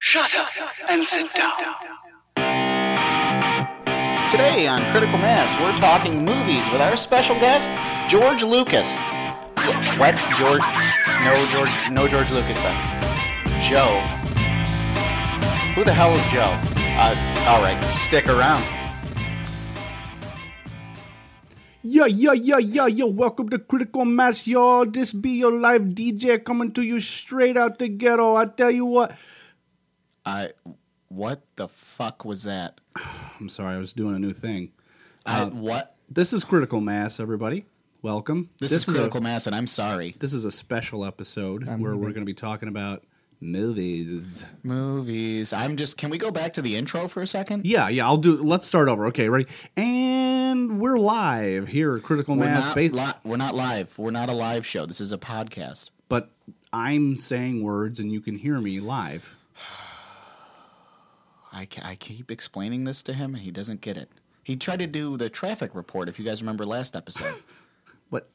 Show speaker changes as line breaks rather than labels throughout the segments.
Shut up and sit down.
Today on Critical Mass, we're talking movies with our special guest, George Lucas. What? George? No, George. No, George Lucas. Then. Joe. Who the hell is Joe? Uh, all right, stick around.
Yo, yo, yo, yo, yo, welcome to Critical Mass, y'all. This be your live DJ coming to you straight out the ghetto. I tell you what.
I. What the fuck was that?
I'm sorry, I was doing a new thing.
I, what?
This is Critical Mass, everybody. Welcome.
This, is, Critical Mass, and I'm sorry.
A, this is a special episode where we're going to be talking about movies.
Movies. I'm just. Can we go back to the intro for a second?
Yeah, yeah, I'll do Let's start over. Okay, ready? And we're live here at Critical
We're
Mass.
not,
Bas-
li- we're not live. We're not a live show. This is a podcast.
but I'm saying words and you can hear me live.
I, ca- I keep explaining this to him, and he doesn't get it. He tried to do the traffic report, if you guys remember last episode.
But,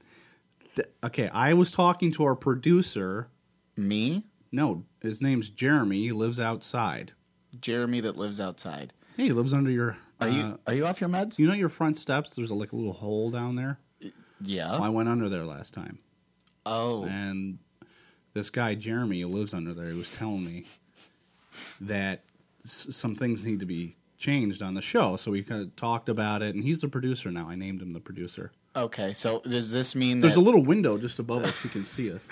th- okay, I was talking to our producer.
Me,
No, his name's Jeremy. He lives outside.
Jeremy, that lives outside.
Hey, he lives under your.
Are
uh,
you are you off your meds?
You know your front steps. There's a, like a little hole down there.
yeah.
I went under there last time,
Oh,
and this guy Jeremy who lives under there. He was telling me that s- some things need to be changed on the show. So we kind of talked about it, and he's the producer now. I named him the producer.
okay. So does this mean
There's
that?
a little window just above us. He can see us.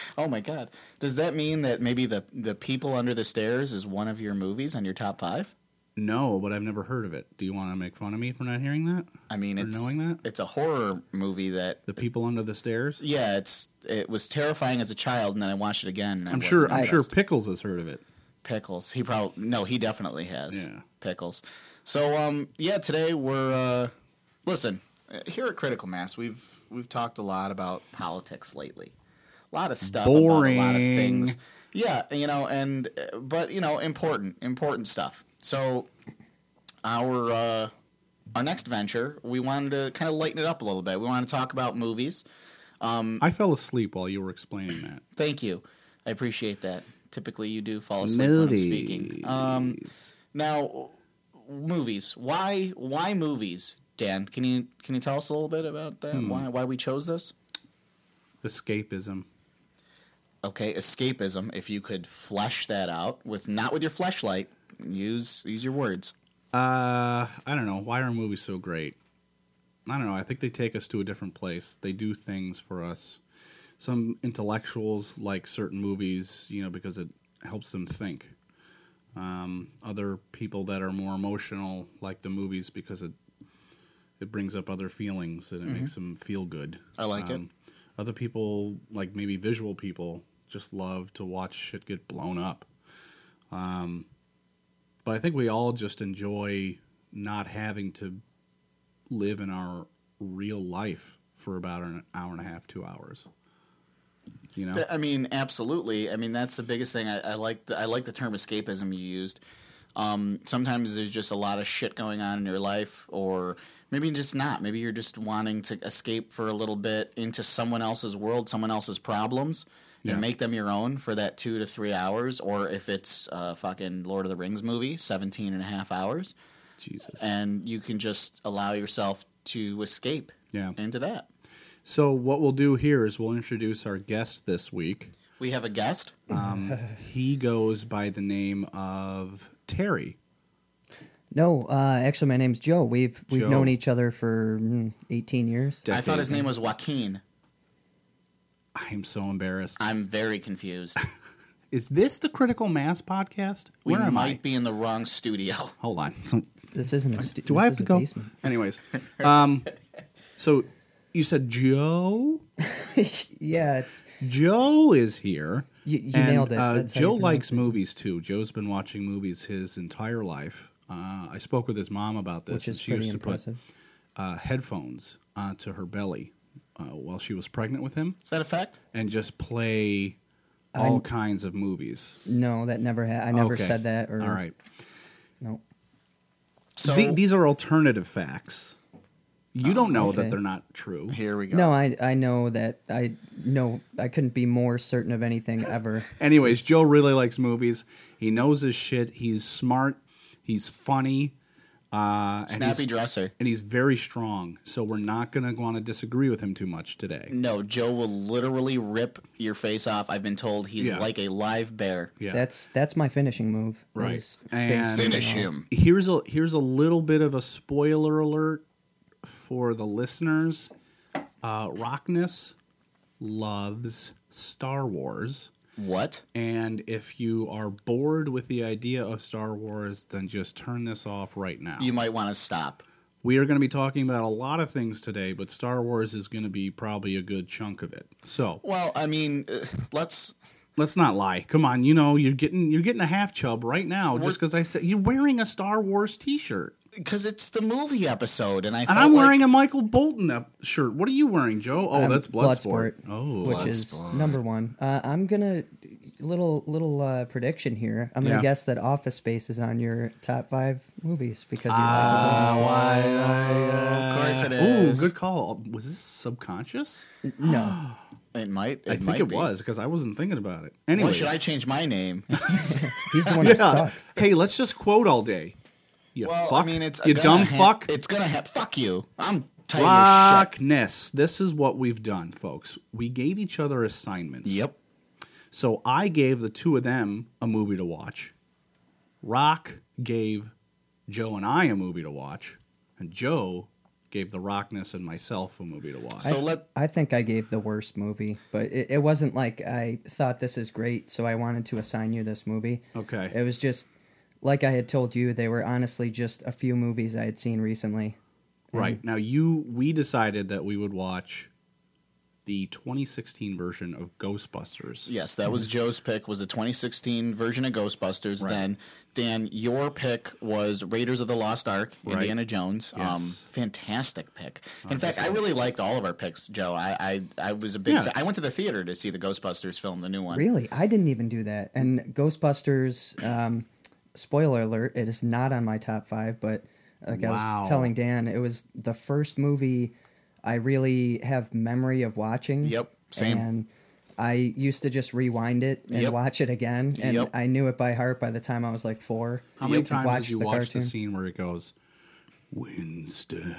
oh my god. Does that mean that maybe the the people under the stairs is one of your movies on your top five?
No, but I've never heard of it. Do you want to make fun of me for not hearing that?
I mean,
For
it's
knowing that?
it's a horror movie that.
The people under the stairs.
Yeah, it's it was terrifying as a child, and then I watched it again. And I
I'm
wasn't
sure. I'm sure
impressed.
Pickles has heard of it.
Pickles. He probably no, he definitely has.
Yeah.
Pickles. So um yeah, today we're uh listen, uh, here at Critical Mass, we've we've talked a lot about politics lately. A lot of stuff about a lot of
Boring.
things. Yeah, you know, and uh, but you know, important important stuff. So our uh our next venture, we wanted to kind of lighten it up a little bit. We want to talk about movies.
I fell asleep while you were explaining that.
Thank you. I appreciate that. Typically, you do fall asleep when I'm speaking. Um, now, w- movies. Why? Why movies? Dan, can you can you tell us a little bit about that? Why why we chose this?
Escapism.
Okay, escapism. If you could flesh that out with not with your fleshlight, use use your words.
Uh, I don't know. Why are movies so great? I don't know. I think they take us to a different place. They do things for us. Some intellectuals like certain movies, you know, because it helps them think. Um, other people that are more emotional like the movies because it it brings up other feelings and it makes them feel good.
I like it.
Other people, like maybe visual people, just love to watch shit get blown up. Um, but I think we all just enjoy not having to live in our real life for about an hour and a half, two hours. You know,
Th- I mean, absolutely. I mean, that's the biggest thing. I, I like the, I like the term escapism you used. Um, sometimes there's just a lot of shit going on in your life, or maybe just not. Maybe you're just wanting to escape for a little bit into someone else's world, someone else's problems,
Yeah.
and make them your own for that two to three hours. Or if it's a fucking Lord of the Rings movie, 17 and a half hours,
Jesus.
and you can just allow yourself to escape
Yeah.
into that.
So what we'll do here is we'll introduce our guest this week. Um,
We have a guest.
He goes by the name of Terry.
No, uh, actually, my name's Joe. We've we've
Joe.
known each other for mm, 18 years.
I thought his
Decades.
name was Joaquin.
I'm so embarrassed.
I'm very confused.
Is this the Critical Mass podcast?
We
Where am
might
I?
be in the wrong studio.
Hold on.
This isn't a stu-
Do
this
I have
is
to
a
go?
basement.
Anyways, um, so you said Joe.
yeah, it's
Joe is here.
You- you
and,
nailed it.
Uh,
That's how you
Joe
pronounce
likes
it.
movies too. Joe's been watching movies his entire life. Uh, I spoke with his mom about this,
which
and
is
she used
pretty
to
impressive.
put uh, headphones onto her belly uh, while she was pregnant with him,
Is that a fact?
and just play all kinds of movies.
No, that never. Ha- I never
Okay.
said that. Or
all right.
no.
So
The- these are alternative facts. You don't know that
okay.
they're not true.
Here we go.
No, I I know that I know I couldn't be more certain of anything ever.
Anyways, Joe really likes movies. He knows his shit. He's smart. He's funny. Uh, and
Snappy
he's-
dresser.
and he's very strong. So we're not going to want to disagree with him too much today.
No, Joe will literally rip your face off. I've been told he's
Yeah.
like a live bear.
Yeah,
That's that's my finishing move.
Right.
Is face
And-
ripping
Finish
off.
him.
here's a here's a little bit of a spoiler alert for the listeners. Uh, Rockness loves Star Wars,
What?
and if you are bored with the idea of Star Wars, then just turn this off right now.
You might want to stop.
we are going to be talking about a lot of things today, but Star Wars is going to be probably a good chunk of it. So
Well, I mean, uh, let's.
let's not lie. Come on, you know you're getting you're getting a half chub right now just because I said you're wearing a Star Wars T-shirt.
Because it's the movie episode, and I.
And
felt
I'm
like-
wearing a Michael Bolton up shirt. What are you wearing, Joe? Oh,
Um,
that's Bloodsport.
Bloodsport,
Oh,
which is number one. Uh, I'm gonna little little uh, prediction here. I'm gonna
Yeah.
guess that Office Space is on your top five movies because you
Ah,
Of course it
Uh, Ooh,
is.
good call. Was this subconscious?
no.
It might. It
I think
might
it
be.
was because I wasn't thinking about it.
Why
Anyway,
should I change my name?
He's the one who
yeah.
sucks.
Hey, let's just quote all day. You
well,
fuck.
I mean, it's
you
gonna
dumb
ha-
fuck.
It's gonna ha- fuck you. I'm tired of shit.
Rockness. This is what we've done, folks. We gave each other assignments.
Yep.
So I gave the two of them a movie to watch. Rock gave Joe and I a movie to watch, and Joe gave the Rockness and myself a movie to watch.
So let
I think I gave the worst movie, but it, it wasn't like I thought this is great, so I wanted to assign you this movie.
Okay.
It was just like I had told you, they were honestly just a few movies I had seen recently.
right. Now you we decided that we would watch the 2016 version of Ghostbusters.
yes, that was Joe's pick. Was a 2016 version of Ghostbusters.
Right.
Then Dan, your pick was Raiders of the Lost Ark,
Right.
Indiana Jones. Um,
Yes.
fantastic pick. In fact, I really liked all of our picks, Joe. I I, I was a big.
Yeah.
Fan. I went to the theater to see the Ghostbusters film, the new one.
Really? I didn't even do that. And Ghostbusters, um, spoiler alert, it is not on my top five, but like I
Wow.
was telling Dan, it was the first movie I really have memory of watching.
Yep, same.
And I used to just rewind it and
Yep.
watch it again. And
Yep.
I knew it by heart by the time I was like four.
How many
And
times
watched
did you watch the
cartoon.
scene where it goes, Winston?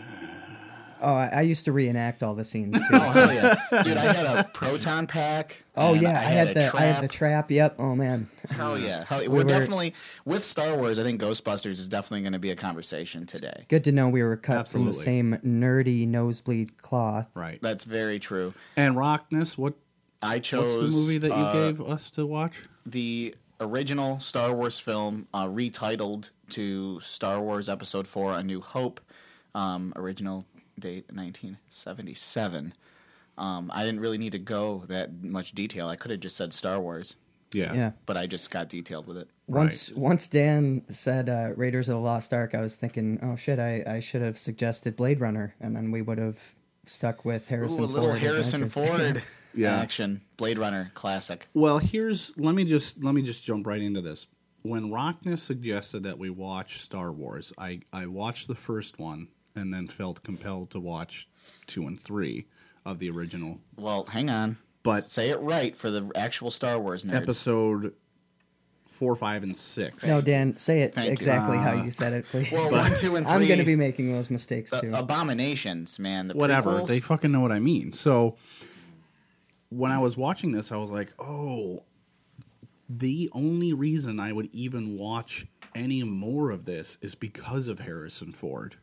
Oh, I, I used to reenact all the scenes too.
Oh, hell yeah. Dude, I had a proton pack.
oh
and
yeah, I, had,
a
the I
trap.
had the trap. Yep. Oh man.
Hell yeah. Hell, we're
were-
definitely, with Star Wars, I think Ghostbusters is definitely going to be a conversation today.
Good to know we were cut from
Absolutely.
the same nerdy nosebleed cloth.
Right.
That's very true.
And Rockness, what
I
what's
chose
the movie that you
uh,
gave us to watch?
the original Star Wars film, uh, retitled to Star Wars Episode 4 A New Hope, um, original date 1977. Um, I didn't really need to go that much detail. I could have just said Star Wars,
Yeah.
but I just got detailed with it.
Once once Dan said uh, Raiders of the Lost Ark, I was thinking, oh shit, I, I should have suggested Blade Runner, and then we would have stuck with Harrison.
Ooh, a little
Ford
Harrison
adventures.
Ford
Yeah.
action. Blade Runner classic.
Well, here's let me just let me just jump right into this. When Rockness suggested that we watch Star Wars, I I watched the first one and then felt compelled to watch two and three of the original
Well, hang on.
But-
say it right for the actual Star Wars nerds.
episode four, five, and six.
No, Dan, say it
Thank you. Uh,
exactly how you said it, please.
well, Uh, one, two, and 3
I'm going to be making those mistakes
the
too.
abominations, man. The
whatever
prequels.
they fucking know what I mean. So when I was watching this, I was like, oh, the only reason I would even watch any more of this is because of Harrison Ford.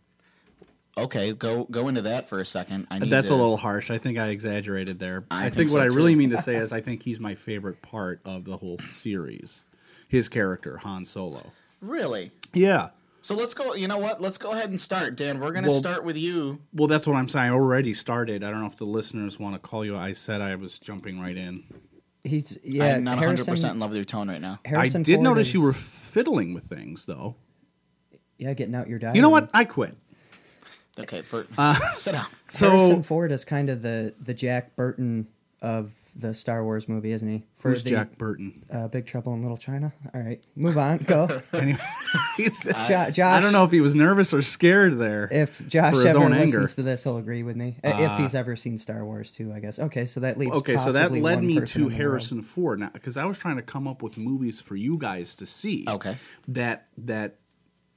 okay, go go into that for a second. I need
That's
to-
a little harsh. I think I exaggerated there.
I
I, think,
think so,
what I
too.
really mean to say is I think he's my favorite part of the whole series. His character, Han Solo.
really.
Yeah.
So let's go. You know what? Let's go ahead and start, Dan. We're gonna
Well-
start with you.
Well, that's what I'm saying. I already started. I don't know if the listeners want to call you. I said I was jumping right in.
He's yeah.
I'm not 100 percent
Harrison,
in love with your tone right now.
Harrison
I did
Ford
notice
is-
you were fiddling with things, though.
yeah getting out your diary.
You know what? I quit.
Okay, for sit down.
So
Harrison Ford is kind of the the Jack Burton of the Star Wars movie, isn't he? For
Who's
the
Jack Burton?
Uh, Big Trouble in Little China. All right, move on. Go,
Anyway, he's-
jo- Josh.
I don't know if he was nervous or scared there.
Uh, if Josh
for his
ever
own
listens
anger. Ah.
to this. He'll agree with me Uh, if he's ever seen Star Wars too. I guess. Okay, so that leaves.
okay, so that
possibly
led
one
me
person
to
in the world.
Harrison Ford now because I was trying to come up with movies for you guys to see.
Okay.
that that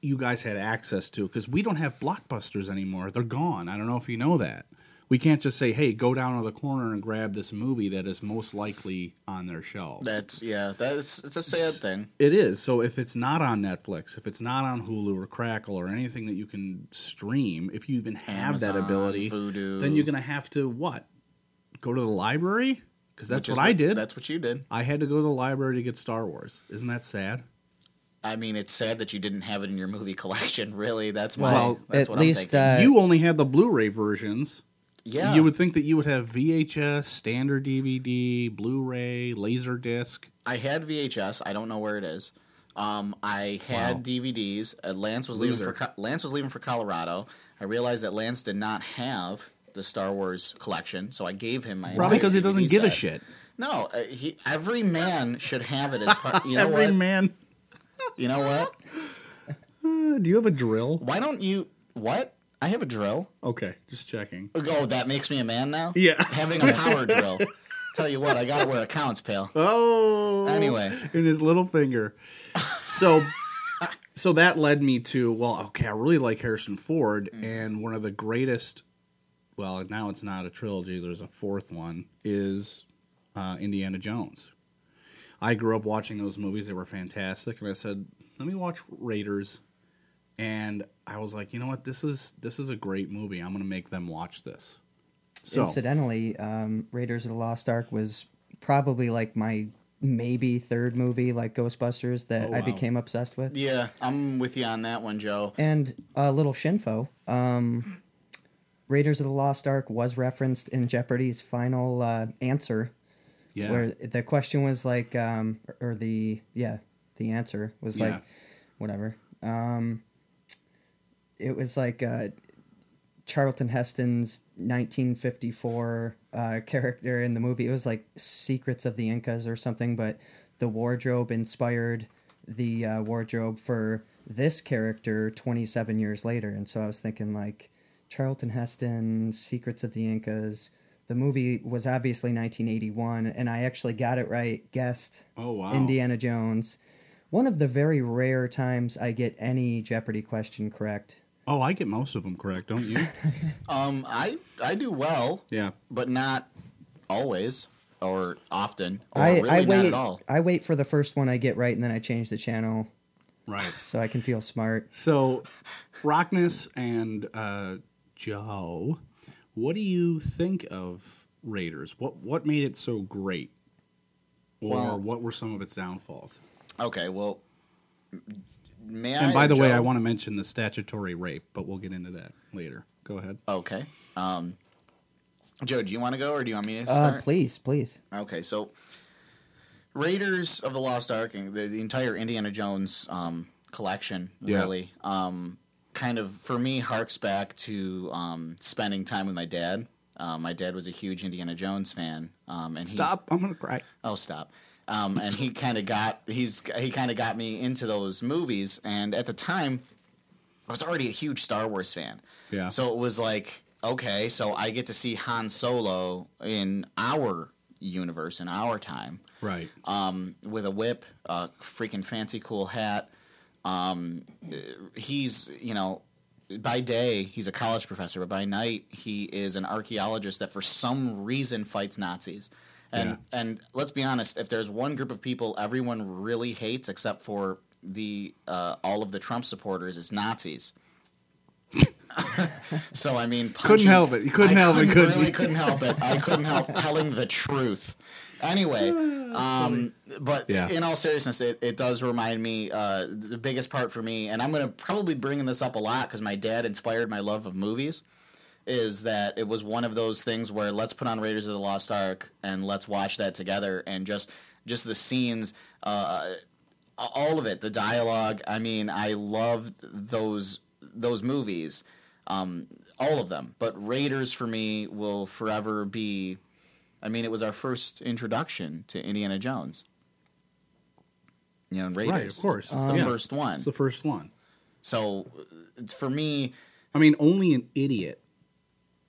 you guys had access to because we don't have blockbusters anymore. They're gone. I don't know if you know that. We can't just say, "Hey, go down to the corner and grab this movie that is most likely on their shelves."
That's yeah. That's it's a sad thing.
It is. So if it's not on Netflix, if it's not on Hulu or Crackle or anything that you can stream, if you even have that
Amazon,
ability,
Vudu.
then you're going to have to what? Go to the library? Because that's
Which is
what I did.
That's what you did.
I had to go to the library to get Star Wars. Isn't that sad?
I mean, it's sad that you didn't have it in your movie collection. Really, that's my.
Well,
that's
at
what
least,
I'm thinking.
uh,
you only had the Blu-ray versions.
yeah,
You would think that you would have VHS, standard DVD, Blu-ray, Laserdisc.
I had VHS. I don't know where it is. Um, I had DVDs. Uh, Lance was leaving
Loser.
for Co- Lance was leaving for Colorado. I realized that Lance did not have the Star Wars collection, so I gave him my
Probably
entire
because he doesn't
DVD
give a
set.
shit.
No, uh, he, every man should have it as part. You know
Every
what?
man.
you know what?
Uh, do you have a drill?
Why don't you? What? I have a drill.
Okay, just checking.
Oh, that makes me a man now.
Yeah.
having a power drill. Tell you what, I got it where it counts, pal.
Oh.
Anyway.
in his little finger. So so that led me to well, okay, I really like Harrison Ford and one of the greatest well, now it's not a trilogy, there's a fourth one is uh, Indiana Jones. I grew up watching those movies, they were fantastic and I said, "Let me watch Raiders." And I was like, "You know what? This is this is a great movie. I'm going to make them watch this." So
Incidentally, um, Raiders of the Lost Ark was probably like my maybe third movie, like Ghostbusters, that
Oh,
I
wow.
became obsessed with.
Yeah, I'm with you on that one, Joe.
And uh, little Shinfo, um, Raiders of the Lost Ark was referenced in Jeopardy's final uh, answer,
yeah.
where the question was like, um, or the yeah, the answer was
Yeah.
like, whatever. Um, it was like uh, Charlton Heston's 1954 uh, character in the movie. It was like Secrets of the Incas or something, but the wardrobe inspired the uh, wardrobe for this character 27 years later. And so I was thinking, like, Charlton Heston, Secrets of the Incas. The movie was obviously 1981, and I actually got it right, guessed
Oh wow.
Indiana Jones. One of the very rare times I get any Jeopardy question correct.
Oh, I get most of them correct, don't you?
Um, I I do well,
yeah.
but not always or often. Or
I,
Oh, really
I
not
wait.
at all.
I wait for the first one I get right, and then I change the channel
Right.
so I can feel smart.
So, Rockness and uh, Joe, what do you think of Raiders? What what made it so great, or
Well-
what were some of its downfalls?
Okay, well, m- may I?
And by the way,
Joe?
I want to mention the statutory rape, but we'll get into that later. Go ahead.
Okay, um, Joe, do you want to go or do you want me to
Uh,
start?
please, please.
Okay, so Raiders of the Lost Ark and the, the entire Indiana Jones um, collection
Yeah.
really um, kind of for me harks back to um, spending time with my dad. Um, my dad was a huge Indiana Jones fan, um, and he's,
Stop! I'm gonna cry.
Oh, stop. Um, and he kind of got he's he kind of got me into those movies. And at the time, I was already a huge Star Wars fan.
Yeah.
So it was like, okay, so I get to see Han Solo in our universe, in our time,
Right.
um, with a whip, a freaking fancy cool hat. Um, uh, he's you know. By day, he's a college professor, but by night, he is an archaeologist that, for some reason, fights Nazis. And
Yeah.
and let's be honest, if there's one group of people everyone really hates, except for the uh, all of the Trump supporters, is Nazis. so I mean, punching-
help it. You couldn't
I
help it, could
really
you?
couldn't help it. I couldn't help telling the truth. Anyway, um, but
Ah, Yeah.
in all seriousness, it, it does remind me uh, the biggest part for me, and I'm going to probably bring this up a lot because my dad inspired my love of movies is that it was one of those things where let's put on Raiders of the Lost Ark and let's watch that together and just just the scenes, uh, all of it, the dialogue. I mean, I loved those those movies, um, all of them. But Raiders for me will forever be I mean, it was our first introduction to Indiana Jones. You know, and Raiders.
Right, of course.
It's the
Yeah.
first one.
It's the first one.
So uh, for me,
I mean, only an idiot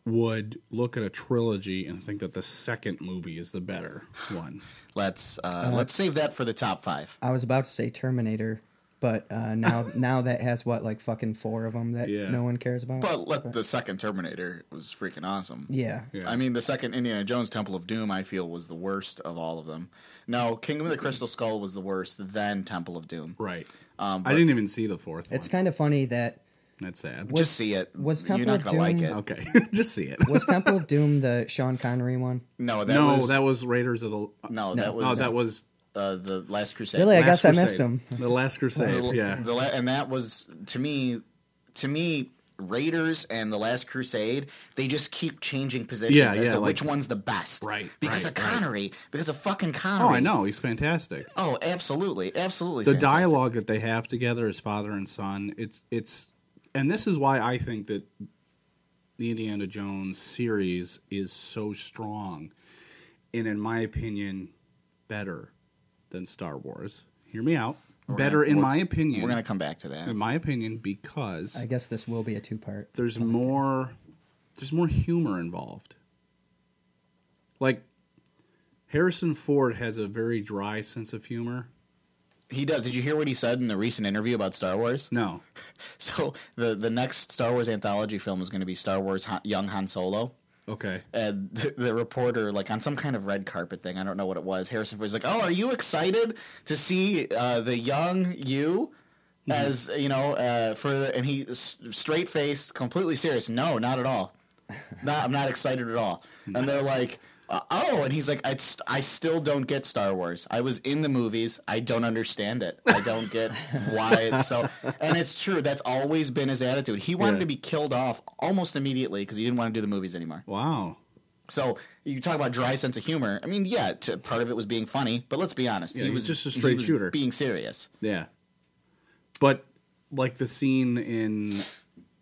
would look at a trilogy and think that the second movie is the better one.
let's uh, let's save that for the top five.
I was about to say Terminator, but uh, now now that has what like fucking four of them that
Yeah.
no one cares about.
But let, the second Terminator was freaking awesome.
yeah,
Yeah.
I mean, the second Indiana Jones Temple of Doom, I feel, was the worst of all of them. No, Kingdom of the Crystal Skull was the worst, then Temple of Doom.
Right.
Um,
I didn't even see the fourth
it's
one.
kind of funny that
That's sad.
Just see it.
was
You're
Temple
not
of
gonna like
Doom-
it.
okay. Just see it.
was Temple of Doom the Sean Connery one.
No, that
no,
was
that was Raiders of the.
no, that was
oh, that was.
uh, the Last Crusade.
Really? I
Last
guess I missed
Crusade.
him.
The Last Crusade.
The-
yeah.
the la- and that was to me, to me, Raiders and the Last Crusade. They just keep changing positions
Yeah,
as
yeah,
to
like-
which one's the best.
Right,
Because
right,
of
right.
Connery. Because of fucking Connery.
oh, I know. He's fantastic.
Oh, absolutely, absolutely.
the
fantastic.
dialogue that they have together as father and son it's it's and this is why i think that the indiana jones series is so strong and in my opinion better than star wars hear me out better
gonna-
in
we're-
my opinion
We're gonna come back to that.
in my opinion because
I guess this will be a two part.
there's more there's more humor involved like harrison ford has a very dry sense of humor
He does. Did you hear what he said in the recent interview about Star Wars?
no
So the the next Star Wars anthology film is going to be Star Wars Han, Young Han Solo.
okay
And the, the reporter, like on some kind of red carpet thing, I don't know what it was. Harrison Ford was like, "Oh, are you excited to see uh, the young you?" As you know, uh, for and he s- straight faced, completely serious. No, not at all. No, I'm not excited at all. And they're like, uh, "Oh," and he's like, I, st- "I still don't get Star Wars. I was in the movies. I don't understand it. I don't get why it's so." And it's true. That's always been his attitude. He wanted
Yeah.
to be killed off almost immediately because he didn't want to do the movies anymore.
wow
So you talk about dry sense of humor. I mean, yeah, t part of it was being funny, but let's be honest,
Yeah, he's just a straight
he was
shooter.
being serious.
Yeah. But like the scene in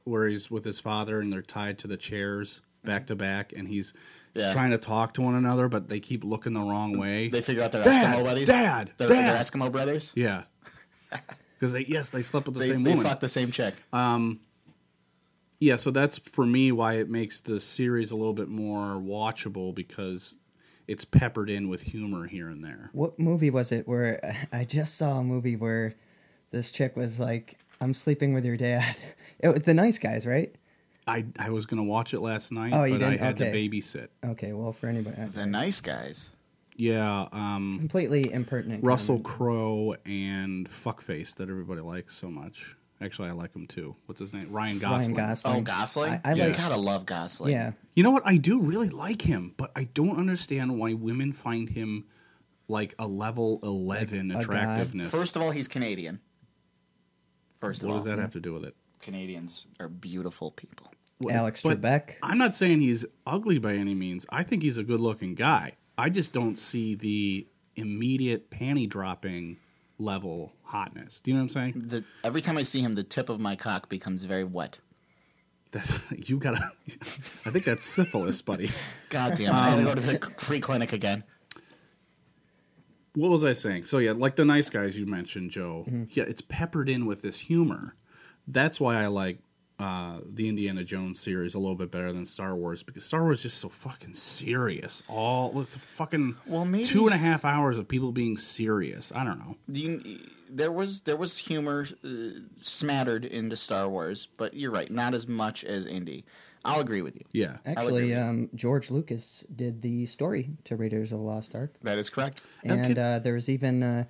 where he's with his father and they're tied to the chairs back to back and he's
Mm-hmm. Yeah.
trying to talk to one another but they keep looking the wrong way.
They figure out they're
Dad,
Eskimo buddies.
Dad,
they're,
Dad.
they're Eskimo brothers.
yeah. Cuz they yes, they slept with the
They,
same
they
woman. Uh,
fucked the same chick.
yeah, so that's for me why it makes the series a little bit more watchable because it's peppered in with humor here and there.
What movie was it where I just saw a movie where this chick was like, "I'm sleeping with your dad." It was the nice guys, right?
I I was going to watch it last night
Oh,
but
you
I
didn't?
had
Okay.
to babysit.
Okay, well, for anybody, uh,
the nice guys.
Yeah, um
completely impertinent.
Russell
comment.
Crowe and fuckface that everybody likes so much. Actually, I like him too. What's his name? Ryan Gosling.
Ryan Gosling.
Oh, Gosling.
I- I
You
like-
gotta love Gosling.
Yeah,
You know what? I do really like him, but I don't understand why women find him like a level eleven
Like a god.
attractiveness.
First of all, he's Canadian. First of
what
all,
does that have to do with it?
Canadians are beautiful people.
What-
Alex
but
Trebek.
I'm not saying he's ugly by any means. I think he's a good-looking guy. I just don't see the immediate panty dropping level hotness. Do you know what I'm saying?
The, every time I see him, the tip of my cock becomes very wet.
That's, you gotta. I think that's syphilis, buddy.
God damn! it, I gotta go to
Um,
the c- free clinic again.
what was I saying? So yeah, like the nice guys you mentioned, Joe.
Mm-hmm.
Yeah, it's peppered in with this humor. That's why I like uh, the Indiana Jones series a little bit better than Star Wars because Star Wars is just so fucking serious. All it's fucking
Well, maybe-
two and a half hours of people being serious. I don't know.
Do you, there was there was humor uh, smattered into Star Wars, but you're right, not as much as Indy. I'll agree with you.
Yeah,
agree
Actually,
with
um, George Lucas did the story to Raiders of the Lost Ark,
That is correct.
and
kid-
uh, there was even uh,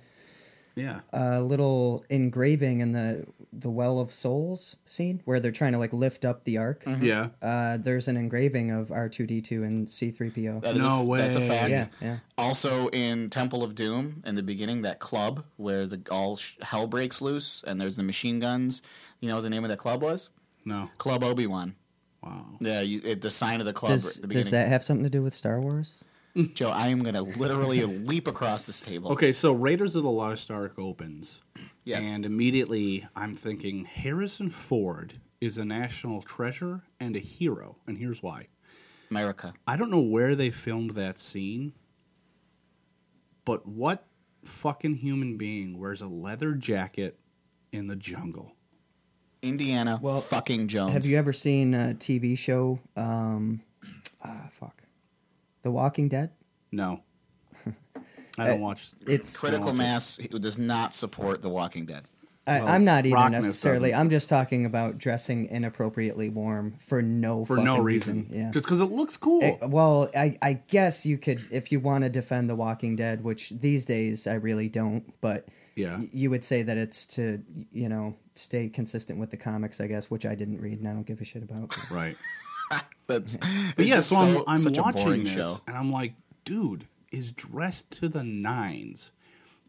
yeah.
a little engraving in the the Well of Souls scene where they're trying to like lift up the Ark.
Yeah,
Uh, there's an engraving of R2D2 and C3PO.
That is
No
a, f- That's a
way.
fact.
yeah, yeah.
Also, in Temple of Doom, in the beginning, that club where the all sh- hell breaks loose and there's the machine guns. You know what the name of that club was?
no,
Club Obi Wan.
wow.
Yeah, you, it, the sign of the club
Does,
at the
does
beginning.
that have something to do with Star Wars?
Joe, I am going to literally leap across this table.
Okay, so Raiders of the Lost Ark opens.
Yes.
And immediately I'm thinking Harrison Ford is a national treasure and a hero. And here's why
America.
I don't know where they filmed that scene, but what fucking human being wears a leather jacket in the jungle?
Indiana
Well,
fucking
Um,
Jones.
Have you ever seen a TV show? Um, ah, fuck, The Walking Dead.
No, I don't
Uh,
watch.
It's
Critical
Don't watch it.
mass does not support The Walking Dead.
I,
Well,
I'm not either
Rockness
necessarily.
doesn't.
I'm just talking about dressing inappropriately warm for no
for
fucking
no reason,
Yeah. Eh, oh,
just because it looks cool.
It- well, I, I guess you could if you want to defend The Walking Dead, which these days I really don't, but
yeah,
y- you would say that it's to you know stay consistent with the comics, I guess, which I didn't read and I don't give a shit about.
right.
That's
But
it's
yeah,
just
so,
so-
I'm, I'm
such a
watching
boring
this,
show.
and I'm like, dude is dressed to the nines,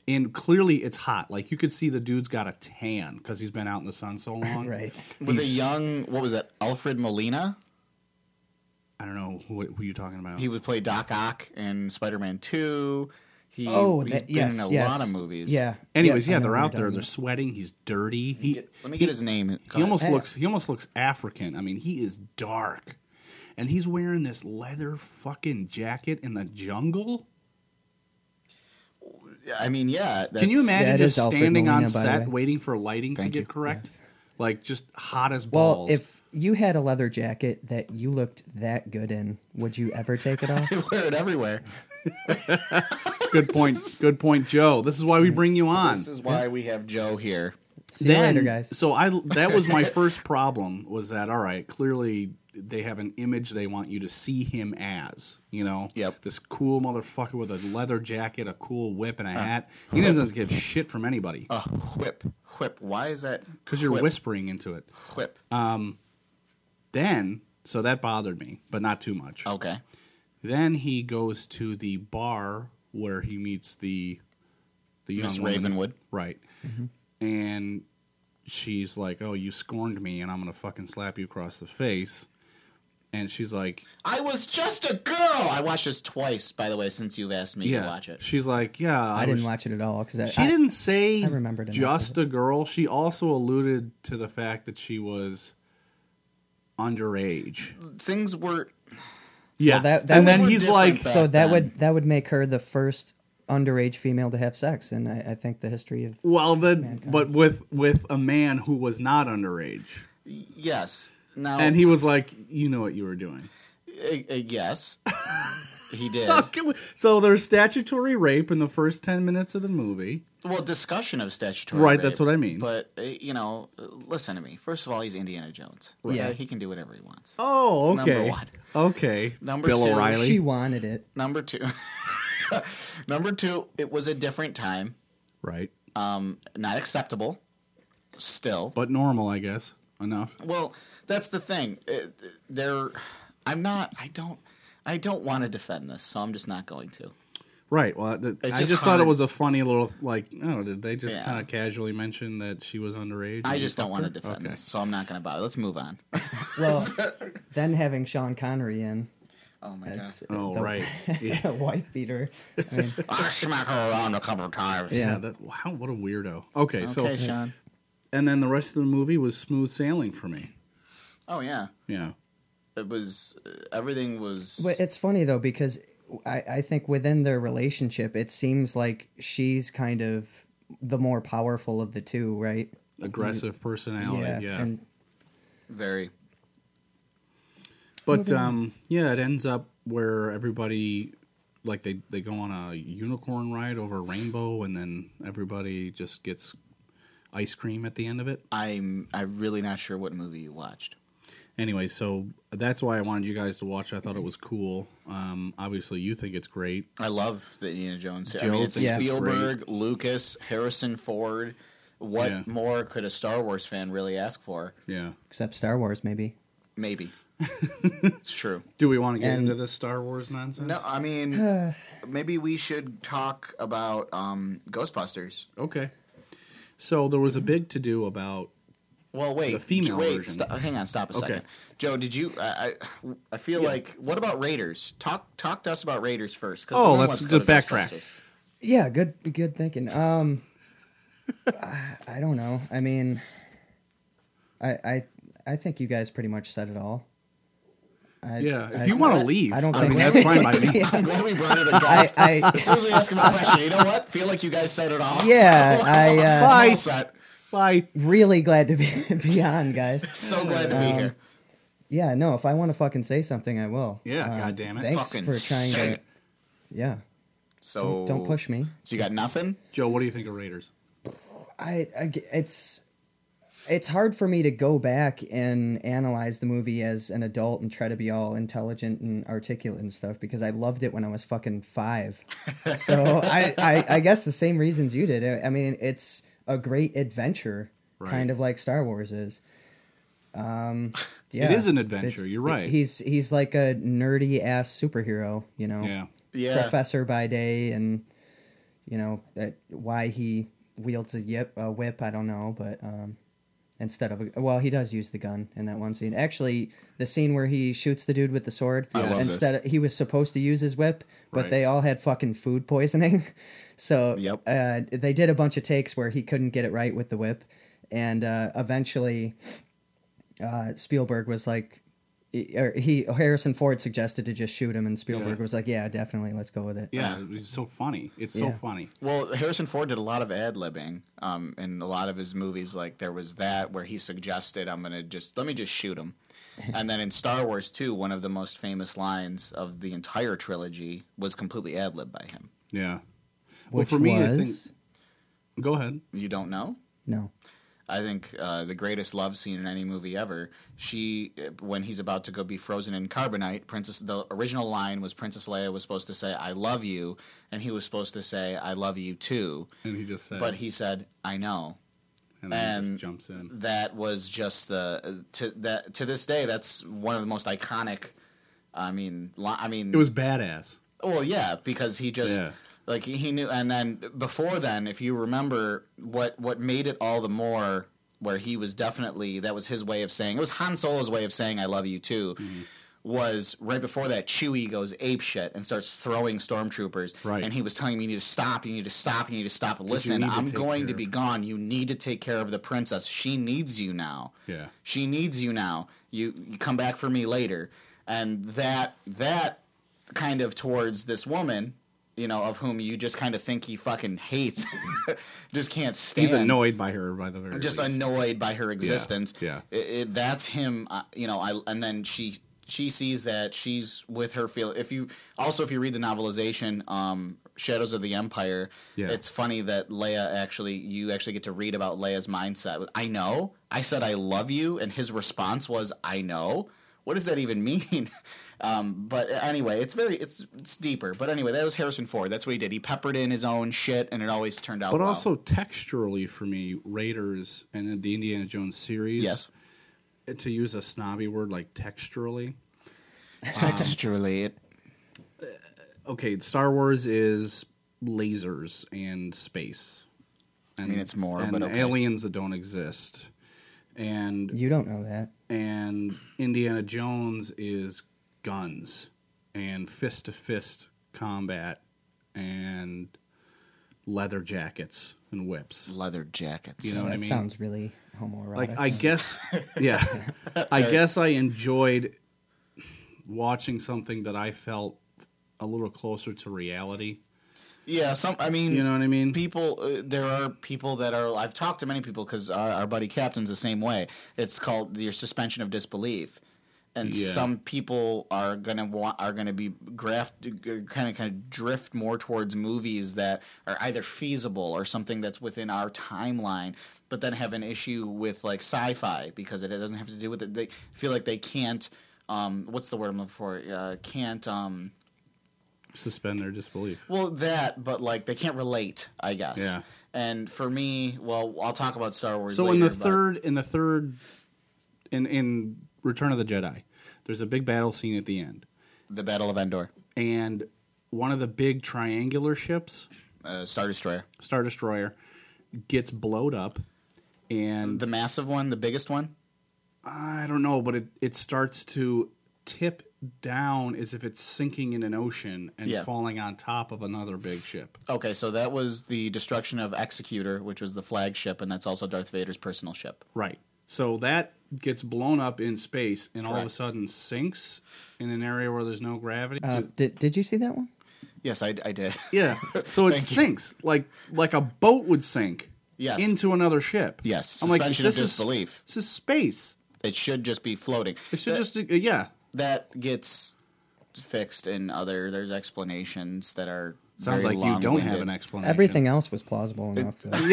and clearly it's hot. Like you could see the dude's got a tan because he's been out in the sun so long.
right?
with a
He's-
young what was that Alfred Molina?
I don't know who, who you're talking about.
He would play Doc Ock in Spider Man Two. He,
oh,
he's
that,
been
yes,
in a
yes.
lot of movies.
Yeah.
Anyways,
Yep, I
yeah,
know
they're
what
out
you're
there.
talking
They're sweating. He's dirty. He
Let me get his name.
he almost
Hey.
looks he almost looks African. I mean, he is dark, and he's wearing this leather fucking jacket in the jungle.
I mean, yeah. That's,
Can you imagine
That
just
is Alfred
standing on
Molina, by the
set
way.
waiting for lighting to
Thank
get
you.
correct? Like just hot as
Well,
balls.
if you had a leather jacket that you looked that good in, would you ever take it off?
They wear it everywhere.
good point. Good point, Joe. This is why
Mm.
we bring you on.
This is why we have Joe here.
See you later, guys.
So I that was my first problem was that all right, clearly they have an image they want you to see him as, you know.
Yep.
This cool motherfucker with a leather jacket, a cool whip and a hat. He doesn't give shit from anybody
Uh. A whip, whip. Why is that?
cuz you're Uh,
Whip,
whispering into it.
Whip.
Then so that bothered me, but not too much.
okay.
Then he goes to the bar where he meets the the young
Miss
woman.
Ravenwood.
right?
Mm-hmm.
And she's like, "Oh, you scorned me, and I'm gonna fucking slap you across the face." And she's like,
I was just a girl. I watched this twice, by the way, since you've asked me
"Yeah."
to watch it.
She's like, "Yeah,
I,
was-
didn't watch it at all because
She didn't say
I remembered enough
just a girl. She also alluded to the fact that she was underage.
Things were
Yeah,
that-
and
those
then
were
he's
different
like,
back
So that
then.
would that would make her the first underage female to have sex, and I, I think the history of
"Well, then, but with with a man who was not underage."
Yes. Now,
And he was like, "You know what you were doing."
uh, uh, yes, he did.
So there's statutory rape in the first ten minutes of the movie.
Well, discussion of statutory.
Right,
rape,
that's what I mean.
But uh, you know, uh, listen to me. First of all, he's Indiana Jones.
Yeah.
Yeah, he can do whatever he wants.
Oh, okay.
Number one.
Okay.
Number
Bill
two,
O'Reilly.
she wanted it.
Number two, number two, it was a different time.
right.
Um, not acceptable. Still,
But normal, I guess. Enough.
Well, that's the thing. Uh, There, I'm not. I don't. I don't want to defend this, so I'm just not going to.
Right. Well, th- I
It's
just
just
thought it
hard.
was a funny little like. Oh, did they just
Yeah.
kind of casually mention that she was underage?
I
and
just don't want
fucked
to
her?
defend
Okay.
this, so I'm not going to bother. Let's move on.
Well, then having Sean Connery in,
Oh my god!
that's
Oh, right. Yeah.
the wife beater. I mean,
I smack her around a couple of times.
Yeah.
Yeah, that wow, what a weirdo. Okay,
Okay,
so
Sean.
and then the rest of the movie was smooth sailing for me.
Oh yeah.
Yeah,
It was uh, everything was.
But it's funny though because I, I think within their relationship, it seems like she's kind of the more powerful of the two, right?
aggressive personality. Yeah,
and
very.
But um, yeah, it ends up where everybody like they they go on a unicorn ride over a rainbow, and then everybody just gets ice cream at the end of it.
I'm. I'm really not sure what movie you watched.
Anyway, so that's why I wanted you guys to watch. it. I thought it was cool. Um, obviously, you think it's great.
I love the Indiana Jones. series. I
Joe
mean, it's
thinks
it's
Spielberg, Lucas, Harrison Ford. What
Yeah.
more could a Star Wars fan really ask for?
Yeah.
except Star Wars, maybe.
Maybe. it's true.
Do we want to get
And-
into this Star Wars nonsense?
No, I mean, maybe we should talk about um, Ghostbusters.
Okay. So there was a big to do about
Well, wait,
The female
wait,
version.
sto- hang on, stop a second. Joe, did you? I, I, I feel like what about Raiders? Talk, talk to us about Raiders first. 'cause
Oh,
then
let's
go
just
to
backtrack.
Ghostbusters.
Yeah, good, good thinking. Um, I, I don't know. I mean, I, I, I think you guys pretty much said it all. I,
Yeah,
I-
if you want
I-
to leave,
I don't
I
think
mean, that's fine by me.
I'm glad we brought it a
I,
guest.
I
as soon as we ask him a question, you know what? Feel like you guys set it off.
Yeah, I, uh,
I'm all
Bye.
set.
Bye.
really glad to be, be on, guys.
So glad to be
Um,
here.
Yeah, no, if I want to fucking say something, I will.
Yeah,
Uh,
God damn it.
Thanks
Fucking
for trying
say
to.
it.
Yeah,
So
don't push me.
So you got nothing?
Joe, what do you think of Raiders?
I, I g- it's it's hard for me to go back and analyze the movie as an adult and try to be all intelligent and articulate and stuff because I loved it when I was fucking five. so I, I I guess the same reasons you did. I, I mean, it's a great adventure,
Right.
kind of like Star Wars is. Um, yeah,
is an adventure, you're right.
He's he's like a nerdy ass superhero, you know
Yeah.
Yeah.
professor by day and you know that why he wields a, yip, a whip i don't know but um instead of a, well he does use the gun in that one scene actually the scene where he shoots the dude with the sword
I love this.
instead he was supposed to use his whip but
Right.
they all had fucking food poisoning so
Yep.
uh, they did a bunch of takes where he couldn't get it right with the whip and uh, eventually uh, Spielberg was like, or he Harrison Ford suggested to just shoot him, and Spielberg
Yeah.
was like, "Yeah, definitely, let's go with it."
Yeah, it's so funny. It's so
Yeah.
funny.
Well, Harrison Ford did a lot of ad libbing um, in a lot of his movies. Like there was that where he suggested, "I'm gonna just let me just shoot him," and then in Star Wars 2, one of the most famous lines of the entire trilogy was completely ad libbed by him.
Yeah.
Which
well, for me,
was
I think. Go ahead.
You don't know?
no,
I think uh, the greatest love scene in any movie ever. She, uh, when he's about to go be frozen in carbonite, Princess. The original line was Princess Leia was supposed to say "I love you," and he was supposed to say "I love you too,"
And he just said,
but he said "I know."
and then he
and-
just jumps in.
That was just the uh, to that to this day. That's one of the most iconic. I mean, li- I mean,
It was badass.
Well, yeah, because he just
Yeah.
like he knew, and then before then, if you remember, what what made it all the more where he was definitely that was his way of saying it was Han Solo's way of saying I love you too.
Mm-hmm.
Was right before that, Chewie goes ape shit and starts throwing stormtroopers.
Right.
and he was telling me, "You need to stop. You need to stop. You need to stop.
you
Listen,
need to
I'm
take
going
care
to
of
be gone. You need to take care of the princess. She needs you now.
Yeah.
She needs you now. You you come back for me later. And that that kind of towards this woman, you know, of whom you just kind of think he fucking hates, just can't stand.
He's annoyed by her by the very
Just
least.
annoyed by her existence.
yeah.
I- I- that's him. Uh, you know, I and then she she sees that she's with her feel. If you also if you read the novelization, um, Shadows of the Empire,
Yeah.
it's funny that Leia actually you actually get to read about Leia's mindset. I know. I said I love you, and his response was I know. What does that even mean? Um, but anyway, it's very it's it's deeper. But anyway, that was Harrison Ford. That's what he did. He peppered in his own shit, and it always turned out.
But
well.
also texturally for me, Raiders and then the Indiana Jones series.
yes,
To use a snobby word like texturally.
texturally, it
Okay, Star Wars is lasers and space. And, I
mean, it's more,
and
but okay.
aliens that don't exist. And
you don't know that.
and Indiana Jones is guns and fist to fist combat and leather jackets and whips.
leather jackets.
You know what
that
I mean?
sounds really homoerotic.
Like I guess yeah. I guess I enjoyed watching something that I felt a little closer to reality.
Yeah, some. I mean,
You know what I mean?
people. Uh, there are people that are. I've talked to many people because our, our buddy Captain's the same way. It's called your suspension of disbelief, and
Yeah.
some people are gonna want are gonna be graft kind of kind of drift more towards movies that are either feasible or something that's within our timeline. But then have an issue with like sci-fi because it doesn't have to do with it. They feel like they can't. Um, what's the word I'm looking for? Uh, can't. Um,
Suspend their disbelief.
Well, that, but like they can't relate, I guess.
Yeah.
And for me, well, I'll talk about Star Wars.
So
later,
in the
but-
third in the third in in Return of the Jedi, there's a big battle scene at the end.
the Battle of Endor,
and one of the big triangular ships,
uh, Star Destroyer,
Star Destroyer, gets blowed up, and
the massive one, the biggest one.
I don't know, but it, it starts to tip down as if it's sinking in an ocean and
Yeah.
falling on top of another big ship.
Okay, so that was the destruction of Executor, which was the flagship, and that's also Darth Vader's personal ship.
Right. So that gets blown up in space and all of a
Correct.
sudden sinks in an area where there's no gravity.
Uh,
So-
did Did you see that one?
Yes, I, I did.
yeah, so it
Thank you.
sinks like like a boat would sink
Yes.
into another ship.
Yes,
I'm like,
suspension
this
of
is-
disbelief.
This is space.
It should just be floating.
It should
That-
just uh, yeah.
that gets fixed in other. There's explanations that are
Sounds
very
like you don't have
long-winded.
an explanation.
Everything else was plausible enough. though.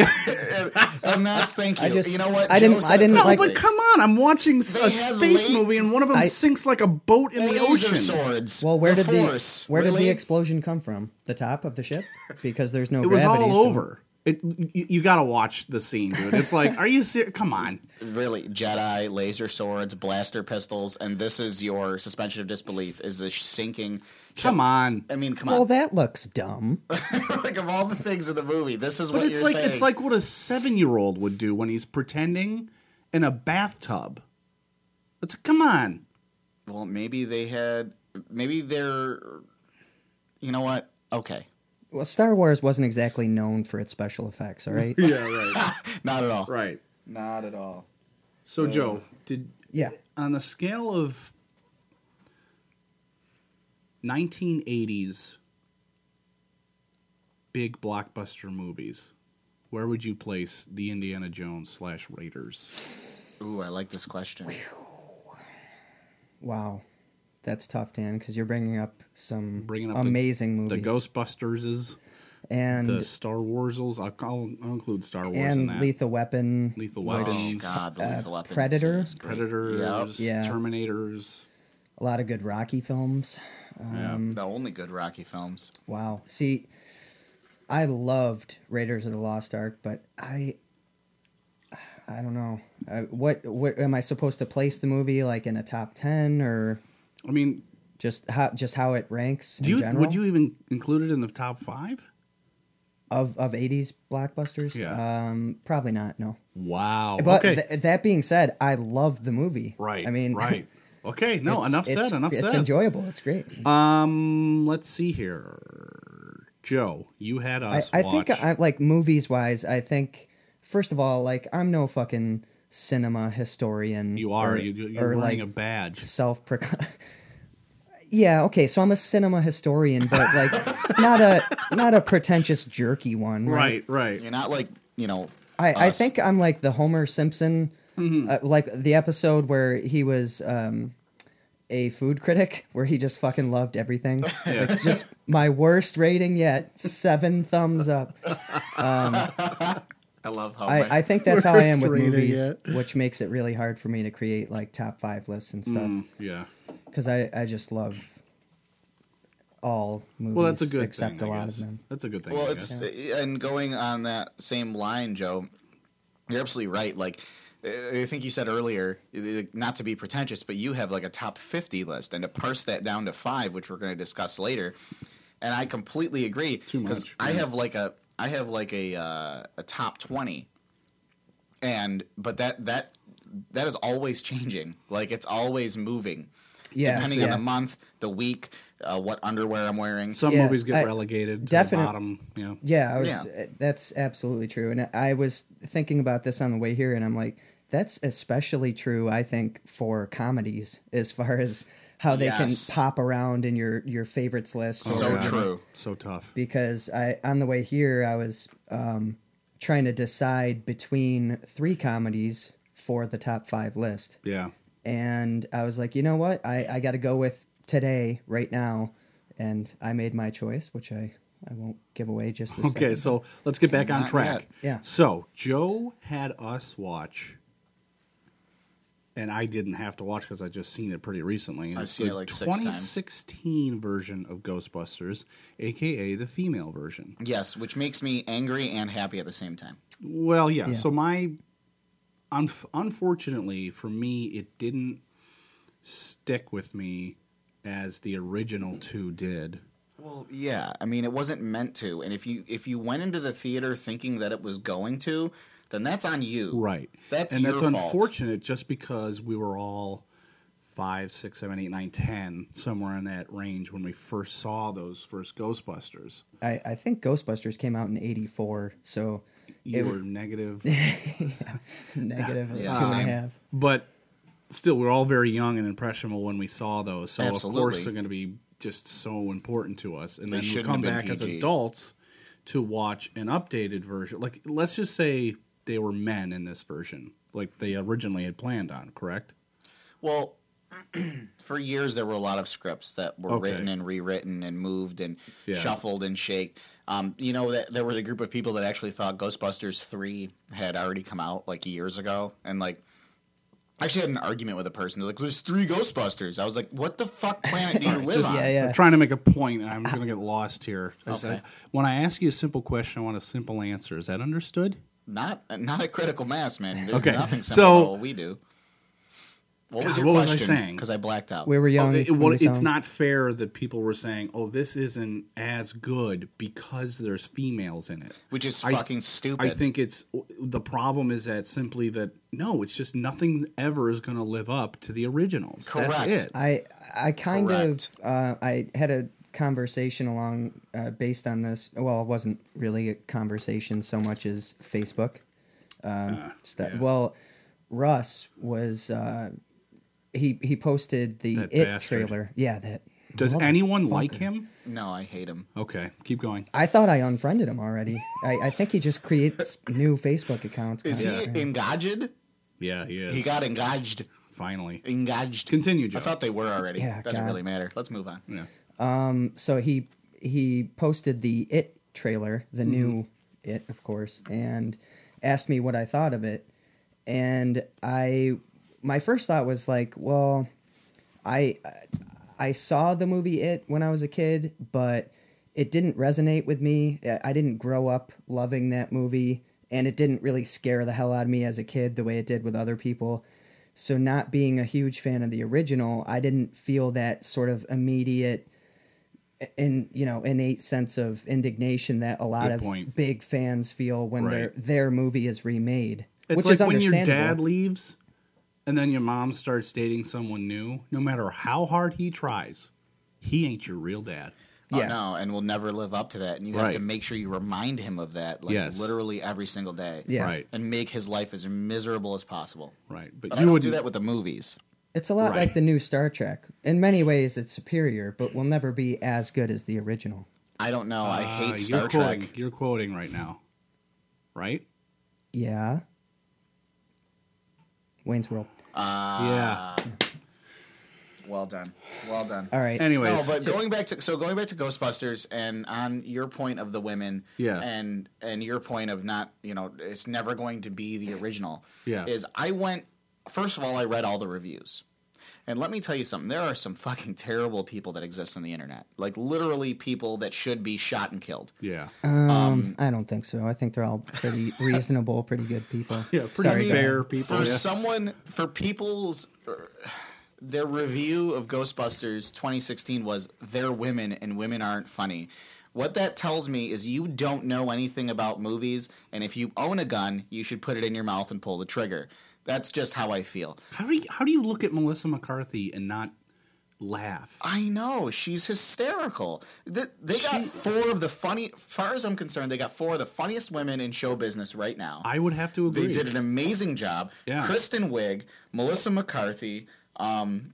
And that's Uh, thank you.
I just-
you know what?
I didn't-
Joe
I
said
didn't
No,
like-
correctly.
but come on! I'm watching s-
They
a
had
space
late-
movie, and one of them
I-
sinks like a boat in the
Laser
ocean.
Swords.
Well, where
the
did
force.
the where
really?
did the explosion come from? The top of the ship? Because there's no
It was
gravity.
all
so-
over. It you, you got to watch the scene, dude. It's like, are you serious? Come on!
really Jedi laser swords, blaster pistols, and this is your suspension of disbelief is the sinking.
Come on!
I mean, come
Well,
on!
that looks dumb.
like of all the things in the movie, this is
But
what
it's
you're
like
saying.
it's like what a seven year old would do when he's pretending in a bathtub. It's come on.
well, maybe they had, maybe they're, you know what? Okay,
Well, Star Wars wasn't exactly known for its special effects. All right.
Yeah, right,
not at all.
right.
Not at all.
So, Joe, did
yeah.
on the scale of 1980s big blockbuster movies, where would you place the Indiana Jones slash Raiders?
Ooh, I like this question.
Wow. That's tough, Dan, because you're bringing up some
Bringing up the-
amazing
The
movies.
Ghostbusters is
and
the Star Warses. I'll, I'll, I'll include Star Wars in
and
that.
Lethal Weapon.
Lethal
Oh
Weapons,
God, the
Uh,
lethal weapon.
Predator?
is great.
Predators,
Yep.
Yeah.
Terminators.
A lot of good Rocky films.
Um,
The only good Rocky films.
Wow. See, I loved Raiders of the Lost Ark, but I, I don't know. Uh, what what am I supposed to place the movie like in a top ten or
I mean,
just how just how it ranks
do
in
you
general
would you even include it in the top five?
of of eighties blockbusters?
Yeah.
Um, probably not. No.
Wow.
But
okay.
th- that being said, I love the movie.
right.
I mean,
right. Okay. No.
it's-
enough
it's-
said. Enough
it's
said.
enjoyable. It's great.
Um, let's see here. Joe, you had
I,
us
I
watch.
think I like movies wise. I think first of all, like I'm no fucking cinema historian.
you are
or-
you, you- you're
or,
wearing
like,
a badge.
self proclaimed. Yeah, okay, so I'm a cinema historian, but like not a not a pretentious jerky one, right?
Right, right.
You're not like you know.
I, I
us.
think I'm like the Homer Simpson,
Mm-hmm.
uh, like the episode where he was um, a food critic, where he just fucking loved everything. Like, just my worst rating yet, seven thumbs up. Um,
I love how
I, I think that's how I am with
Worst rating
movies,
yet.
which makes it really hard for me to create like top five lists and stuff
Mm, yeah.
because I, I just love all movies.
Well, that's a good
except
thing.
a
I
lot
guess.
of them.
That's a good thing.
Well,
I
it's eh,
guess.
and going on that same line, Joe. You're absolutely right. Like uh, I think you said earlier, uh, not to be pretentious, but you have like a top 50 list, and to parse that down to five, which we're going to discuss later. And I completely agree
Too much,
I
yeah.
have like a I have like a uh, a top 20, and but that that that is always changing. Like it's always moving.
Yeah,
depending
yeah.
on the month, the week, uh, what underwear I'm wearing.
Some
yeah,
movies get
I-
relegated to
definite-
the bottom. Yeah.
Yeah, I was,
Yeah.
uh, that's absolutely true. And I was thinking about this on the way here, and I'm like, that's especially true, I think, for comedies as far as how they
Yes.
can pop around in your your favorites list. or
So
whatever.
true.
So tough.
Because I on the way here, I was um, trying to decide between three comedies for the top five list,
Yeah.
and I was like, you know what, I I got to go with today right now, and I made my choice, which I. I won't give away just this
Okay,
second.
so let's get back on
Not
track.
yet. Yeah.
So Joe had us watch, and I didn't have to watch because I just seen it pretty recently.
I've
It's
seen
the
it like six times.
2016 version of Ghostbusters, aka the female version.
Yes, which makes me angry and happy at the same time.
Well, yeah.
Yeah.
So my, unf unfortunately for me, it didn't stick with me as the original two did.
Well, yeah. I mean, it wasn't meant to. And if you if you went into the theater thinking that it was going to, then that's on you.
Right.
That's
and
your
that's
fault.
unfortunate just because we were all five, six, seven, eight, nine, ten, somewhere in that range when we first saw those first Ghostbusters.
I, I think Ghostbusters came out in '84, so
You
It-
were negative.
negative
Yeah,
two and
same.
a half.
but still we we're all very young and impressionable when we saw those. So of
Absolutely.
course they're going to be just so important to us. And
They
then we
shouldn't
come
have been
back as
PG.
adults to watch an updated version. Like let's just say they were men in this version, like they originally had planned on. Correct?
Well, for years there were a lot of scripts that were
Okay.
written and rewritten and moved and
Yeah.
shuffled and shaked. Um, you know, that there was a group of people that actually thought Ghostbusters three had already come out like years ago, and like. I actually had an argument with a person. They're like, "There's three Ghostbusters." I was like, "What the fuck planet do you live on?"
yeah, yeah. Uh,
I'm trying to make a point, and I'm going to get lost here. I just-
Okay.
when I ask you a simple question, I want a simple answer. Is that understood?
Not, not a critical mass, man. There's
Okay,
nothing
so-
similar to what we do. What was
God,
your
what was I
question?
saying?
Because I blacked out.
We were young.
Oh, it-
when
well,
we saw
it's
them.
not fair that people were saying, "Oh, this isn't as good because there's females in it."
which is
I-
fucking stupid.
I think it's the problem is that simply that no, it's just nothing ever is going to live up to the originals.
Correct.
That's it.
I I kind
Correct.
of uh, I had a conversation along uh, based on this. Well, it wasn't really a conversation so much as Facebook. Um, stu-
Ah, yeah.
Well, Russ was uh, he he posted the
That
it
bastard.
trailer. Yeah, that
Does
mother-
anyone like him?
no, I hate him.
Okay, keep going.
I thought I unfriended him already. I, I think he just creates new Facebook accounts.
Is
kinda.
he engaged?
Yeah, he is.
He got engaged.
finally.
Engaged.
Continue, Joe.
I thought they were already.
Yeah,
Doesn't
God.
really matter. Let's move on.
yeah.
Um, so he he posted the it trailer
Mm-hmm.
the new it of course and asked me what i thought of it and i my first thought was like well i i saw the movie it when i was a kid but it didn't resonate with me I- i didn't grow up loving that movie and it didn't really scare the hell out of me as a kid the way it did with other people so not being a huge fan of the original i didn't feel that sort of immediate in you know innate sense of indignation that a lot
Good
of
point.
big fans feel when their
Right.
their movie is remade
It's
which
like
is
when your
understandable.
dad leaves and then your mom starts dating someone new, no matter how hard he tries, he ain't your real dad.
Oh,
Yeah.
no, and we'll never live up to that. And you have
Right.
to make sure you remind him of that, like
Yes.
literally every single day.
Yeah.
Right.
And make his life as miserable as possible.
Right. But,
But I
you
don't
would
do that with the movies.
It's a lot
Right.
like the new Star Trek. In many ways, it's superior, but will never be as good as the original.
I don't know. I
Uh,
hate Star
you're quoting,
Trek.
You're quoting right now, right?
Yeah. Wayne's World.
Ah.
yeah.
Well done. Well done.
All right.
Anyways,
No, but going back to so going back to Ghostbusters and on your point of the women,
Yeah.
and and your point of not, you know, it's never going to be the original.
Yeah.
is I went first of all, I read all the reviews, and let me tell you something. There are some fucking terrible people that exist on the internet, like literally people that should be shot and killed.
yeah,
um, I don't think so. I think they're all pretty reasonable, pretty good people.
yeah, pretty
Sorry, go
fair
ahead.
people.
for
yeah.
someone for people's er, their review of Ghostbusters 2016 was they're women and women aren't funny. What that tells me is you don't know anything about movies, and if you own a gun, you should put it in your mouth and pull the trigger. That's just how I feel.
How do you, how do you look at Melissa McCarthy and not laugh?
I know she's hysterical. Th- They got four of the funny, far as I'm concerned, they got four of the funniest women in show business right now.
I would have to
They
agree.
did an amazing job.
Yeah.
Kristen Wiig, Melissa McCarthy, um,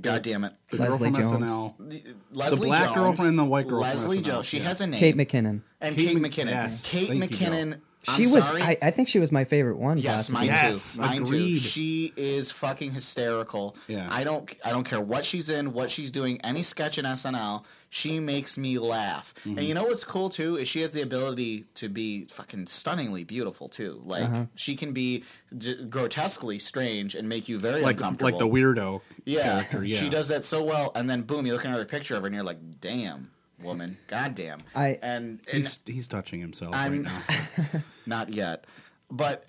God damn it,
the girl
Leslie
from
Jones.
SNL.
Leslie
black
Jones,
girlfriend and the white girlfriend
Leslie
from
Jones.
SNL,
She
yeah.
has a name.
Kate McKinnon.
and
Kate
Kate,
Mc-
McKinnon.
yes,
Kate
thank you, Joe.
McKinnon. I'm
she was.
sorry.
I, I think she was my favorite one.
Yes,
possibly.
mine
Yes,
too. Mine
agreed.
too. She is fucking hysterical.
Yeah.
I don't I don't care what she's in, what she's doing, any sketch in SNL, she makes me laugh.
Mm-hmm.
And you know what's cool too is she has the ability to be fucking stunningly beautiful too. Like she can be d- grotesquely strange and make you very
Like
uncomfortable.
like the weirdo
yeah.
character. Yeah,
She does that so well and then boom, you look at another picture of her and you're like, "Damn, woman. Goddamn."
I-
and, and
He's he's touching himself
I'm-
right now.
not yet. But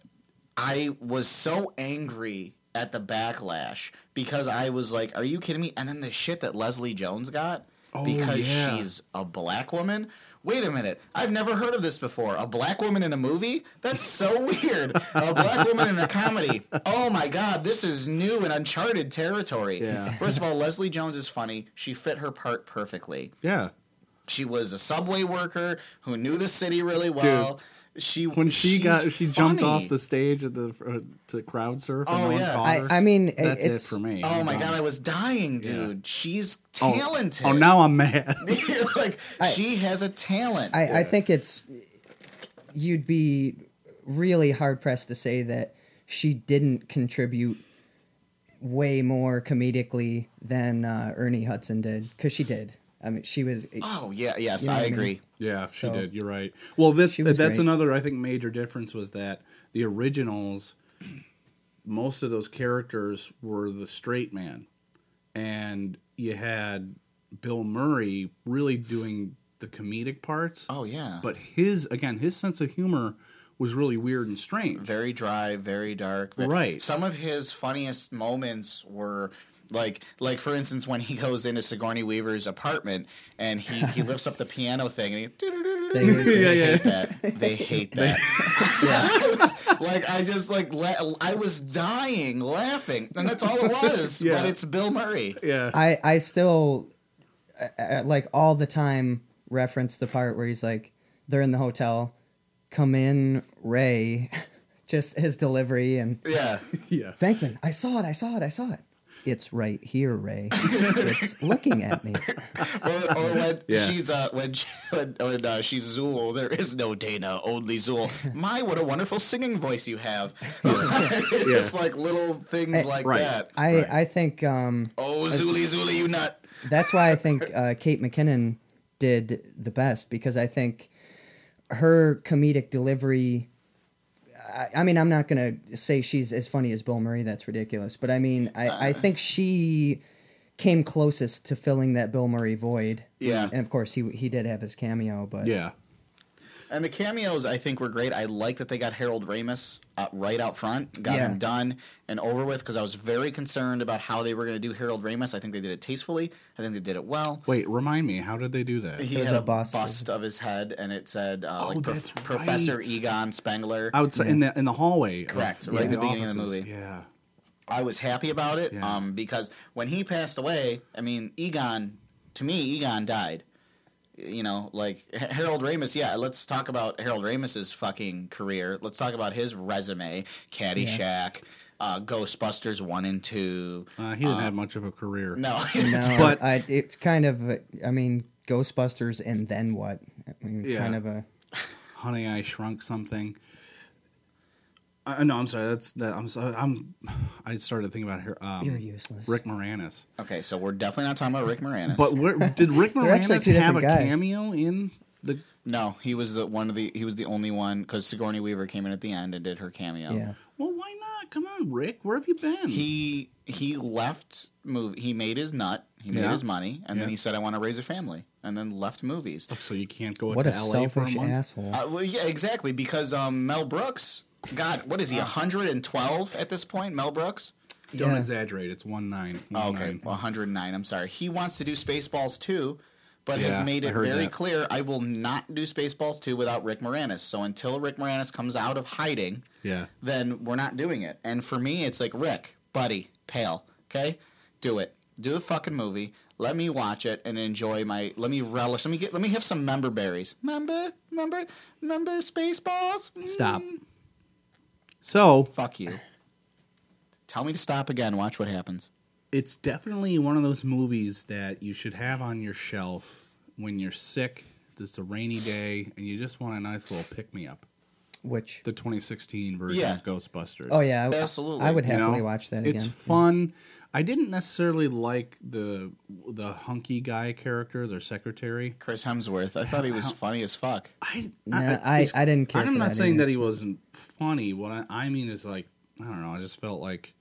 I was so angry at the backlash because I was like, "Are you kidding me?" And then the shit that Leslie Jones got
Oh,
because
yeah.
she's a black woman. Wait a minute. I've never heard of this before. A black woman in a movie? That's so weird. A black woman in a comedy. Oh my god, this is new and uncharted territory.
Yeah.
First of all, Leslie Jones is funny. She fit her part perfectly
Yeah,
she was a subway worker who knew the city really well. she
when she
she's
got she jumped
funny.
off the stage at the uh, to crowd surf.
Oh,
and no one
yeah.
caught her.
I, I mean, it-
that's it
it's,
for me.
Oh
I'm
my
done.
god, I was dying, dude. She's talented.
Oh, now I'm mad.
like she has a talent.
I, I think it's you'd be really hard pressed to say that she didn't contribute way more comedically than uh, Ernie Hudson did because she did. I mean, she was
oh yeah, yes,
You know
I
what I mean?
agree.
Yeah, she
So-
did. You're right. Well, this,
She was
that's
great.
another I think major difference was that the originals, most of those characters were the straight man, and you had Bill Murray really doing the comedic parts.
Oh yeah,
But his again, his sense of humor was really weird and strange.
very dry, very dark. Ve-
Right.
Some of his funniest moments were like like for instance when he goes into Sigourney Weaver's apartment and he, he lifts up the piano thing and he
They hate
Yeah, yeah.
hate that. They hate that. like I just like la- I was dying laughing and that's all it was.
Yeah.
But it's Bill Murray.
Yeah.
I I still uh, uh, like all the time reference the part where he's like they're in the hotel, come in Ray, just his delivery and
Yeah.
yeah.
Bankman. I saw it. I saw it. I saw it. It's right here, Ray. it's looking at me.
or, or when
Yeah.
she's uh, when she, when, when uh, she's Zool, there is no Dana, only Zool. My, what a wonderful singing voice you have! it's like little things like
Right.
that.
I
Right.
I think um
Oh, Zooly, Zooly, you nut!
that's why I think uh, Kate McKinnon did the best because I think her comedic delivery. I, I mean, I'm not gonna say she's as funny as Bill Murray. That's ridiculous. But I mean, I, I think she came closest to filling that Bill Murray void.
Yeah.
and of course he he did have his cameo, but
Yeah.
And the cameos, I think, were great. I like that they got Harold Ramis uh, right out front, got
Yeah.
him done and over with, because I was very concerned about how they were going to do Harold Ramis. I think they did it tastefully. I think they did it well.
Wait, remind me, how did they do that?
He
There was
had a
a bust.
bust, of his head, and it said uh, like,
that's
Prof- Professor
right.
Egon Spengler.
I would say in the in the hallway. of-
Correct,
of
right at the beginning of the
offices.
movie.
Yeah.
I was happy about it
Yeah.
um, because when he passed away, I mean, Egon, to me, Egon died. You know, like H- Harold Ramis. Yeah, let's talk about Harold Ramis's fucking career. Let's talk about his resume: Caddyshack, uh, Ghostbusters one and two.
Uh, he didn't have much of a career.
Um, No,
no,
But-
I, it's kind of I mean Ghostbusters and then what? I mean,
Yeah.
kind of a
Honey, I Shrunk Something. Uh, no, I'm sorry. That's that. I'm sorry. I'm. I started thinking about her. Um,
You're useless.
Rick Moranis.
okay, so we're definitely not talking about Rick Moranis.
But where, did Rick
They're actually
Moranis
two
have a
different guys.
cameo in the?
no, he was the one of the he was the only one because Sigourney Weaver came in at the end and did her cameo.
yeah.
Well, why not? Come on, Rick. Where have you been?
He he left movie. He made his nut. He made
Yeah.
his money, and
Yeah.
then he said, "I want to raise a family," and then left movies.
so you can't go
What
to
a
L.A. for a
selfish
month.
asshole.
Uh, well, yeah, exactly. Because um, Mel Brooks, God, what is he? 112 at this point. Mel Brooks.
Don't
Yeah.
exaggerate. It's one nine.
Oh, okay, 109. I'm sorry. He wants to do Spaceballs too, but
Yeah,
has made
I
it
heard
very
that.
clear I will not do Spaceballs two without Rick Moranis. So until Rick Moranis comes out of hiding,
Yeah.
then we're not doing it. And for me, it's like Rick, buddy, pale, okay, do it, do the fucking movie. Let me watch it and enjoy my. Let me relish. Let me get. Let me have some member berries. Member, member, member. Spaceballs. Mm,
Stop. So
Fuck you. Tell me to stop again. Watch what happens.
it's definitely one of those movies that you should have on your shelf when you're sick. It's a rainy day, and you just want a nice little pick me up.
Which
The 2016 version
Yeah.
of Ghostbusters.
oh yeah, I-
Absolutely.
I would
You
You know?
happily watch that again.
It's fun. I didn't necessarily like the the hunky guy character, their secretary.
Chris Hemsworth. I thought he was funny as fuck.
I
No, I-
it's-
I didn't care
I'm
for
not
that
saying
either.
that he wasn't funny. What I, I mean is like I don't know. I just felt like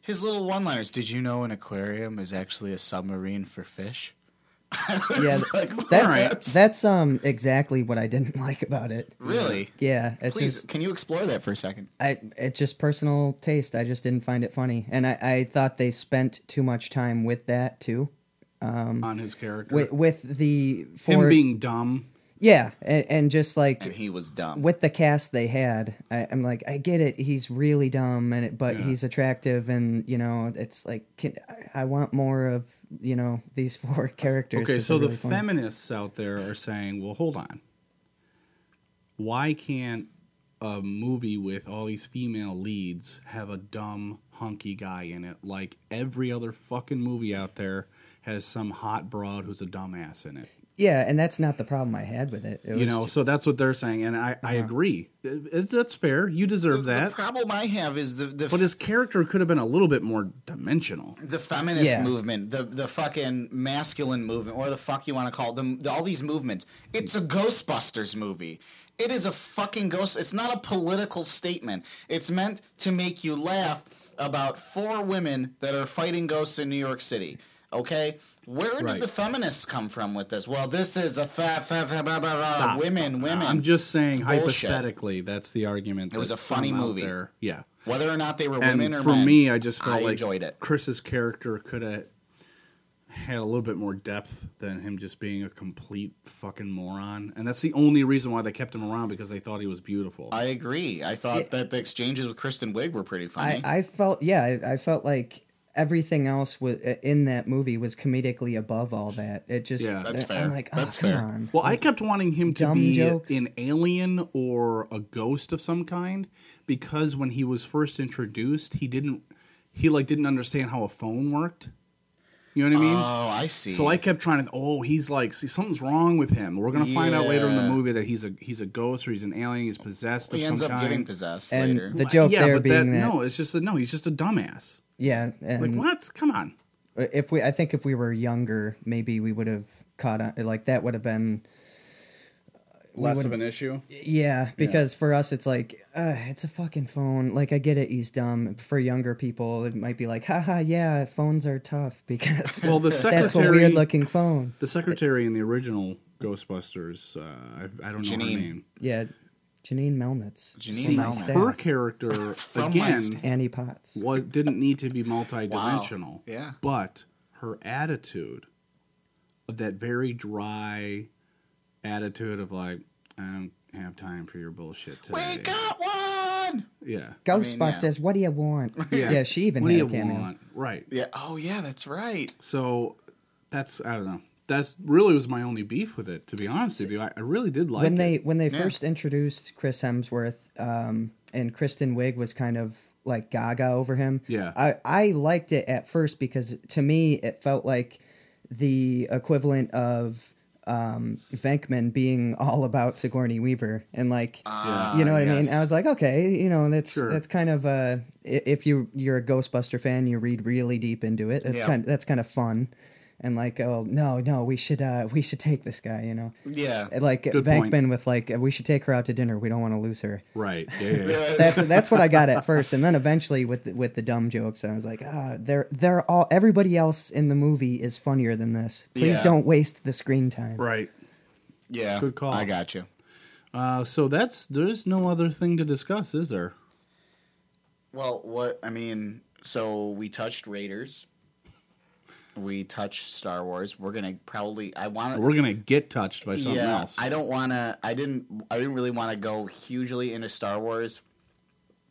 His little one-liners. Did you know an aquarium is actually a submarine for fish?
Yeah,
like,
that's
alright.
that's um exactly what I didn't like about it.
Really?
Yeah, it's
Please,
just
can you explore that for a second?
I it's just personal taste. I just didn't find it funny, and I I thought they spent too much time with that too.
on his character,
With, with the
him
Um, for
being dumb.
yeah, and, and just like
And he was dumb.
with the cast they had, I, I'm like, I get it. He's really dumb, and it, but
Yeah.
he's attractive, and you know, it's like can, I, I want more of you know these four characters.
Okay,
'cause
so the
they're really funny.
feminists out there are saying, "Well, hold on. why can't a movie with all these female leads have a dumb hunky guy in it like every other fucking movie out there has some hot broad who's a dumbass in it
Yeah, and that's not the problem I had with it. it
you
was
know
ju-
so that's what they're saying and i, I agree It- it- that's fair you deserve
The-
that
The problem I have is the the,
but his character could have been a little bit more dimensional
the feminist
Yeah.
movement, the the fucking masculine movement, or the fuck you want to call them, the, all these movements. It's a Ghostbusters movie. It is a fucking ghost. It's not a political statement. It's meant to make you laugh about four women that are fighting ghosts in New York City. Okay. Where did
Right.
the feminists come from with this? Well, this is a fa- fa- fa- blah, blah, blah,
Stop.
women, women.
i'm just saying
bullshit.
hypothetically that's the argument it
was a funny movie.
yeah
whether or not they were
and
women or
for
men,
me, I just felt
I
like
enjoyed it.
Chris's character could have had a little bit more depth than him just being a complete fucking moron, and that's the only reason why they kept him around because they thought he was beautiful.
I agree. I thought that the exchanges with Kristen Wiig were pretty funny.
I, I felt yeah, I, I felt like everything else was in that movie was comedically above all that. It just
Yeah.
That's
I'm
fair.
like, "Ah,
That's
come
fair.
on."
well, I kept wanting him to
Dumb
be
jokes.
an alien or a ghost of some kind because when he was first introduced, he didn't he like didn't understand how a phone worked. You know what I mean?
oh, I see.
So I kept trying to. Oh, he's like see, something's wrong with him. We're gonna find out later in the
Yeah.
movie that he's a he's a ghost or he's an alien. He's possessed.
he
of
ends
some
up
kind.
getting possessed
And
later.
the joke
yeah,
there
but
being
that,
that,
no, it's just that no, he's just a dumbass.
yeah, and
Like what? Come on.
if we i think if we were younger maybe we would have caught on like that would have been
Less of an issue.
yeah because for us it's like uh, it's a fucking phone like i get it he's dumb for younger people it might be like haha yeah phones are tough because
Well, the
that's a
secretary,
weird looking phone
the secretary in the original Ghostbusters, uh, I, I don't know
Janine.
her name.
yeah janine melnitz
Janine
From my
Melnitz.
staff.
Her character
From my
again
stand.
annie potts
was didn't need to be multidimensional.
Wow. Yeah.
But her attitude of that very dry attitude of like, I don't have time for your bullshit today.
we got one.
Yeah.
ghostbusters what do you want yeah, she even
What do
had
you
a cameo
want? Right.
Yeah. Oh yeah, that's right.
So that's I don't know. That's really was my only beef with it, to be honest with you. I, I really did like
when they
it.
when they
Yeah.
first introduced Chris Hemsworth, um, and Kristen Wiig was kind of like gaga over him.
Yeah.
I I liked it at first because to me it felt like the equivalent of um Venkman being all about Sigourney Weaver and like
Ah,
you know what I mean?
yes.
I was like, okay, you know, that's
Sure.
that's kind of uh i- if you you're a Ghostbuster fan, you read really deep into it. That's
Yeah.
kind that's kind of fun. And like, oh no, no, we should uh we should take this guy, you know
Yeah.
like
Good
Bankman
point.
with like we should take her out to dinner. We don't want to lose her.
Right. Yeah, yeah, yeah.
That's that's what I got at first, and then eventually with the, with the dumb jokes, I was like, ah, they're they're all everybody else in the movie is funnier than this. Please
Yeah.
don't waste the screen time.
right.
Yeah.
Good call.
I got you.
Uh, so that's there's no other thing to discuss, is there?
Well, what I mean, so we touched Raiders. We touched Star Wars. We're gonna probably. I want to.
We're gonna get touched by something
yeah,
else.
I don't want to. I didn't. I didn't really want to go hugely into Star Wars,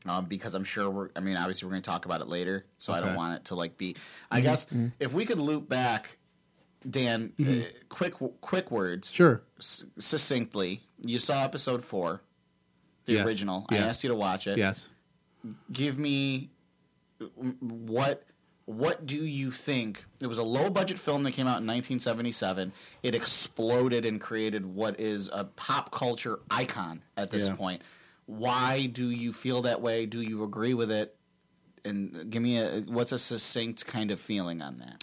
um, because I'm sure we're. I mean, obviously we're going to talk about it later, so I don't
Okay. Mm-hmm.
want it to like be. I guess if we could loop back, Dan, uh, quick quick words,
Mm-hmm. sure.
s- succinctly. You saw episode four, the
Yes.
original. I
Yeah.
asked you to watch it.
Yes.
Give me what what do you think it was a low budget film that came out in 1977 it exploded and created what is a pop culture icon at this
Yeah.
point why do you feel that way do you agree with it and give me a what's a succinct kind of feeling on that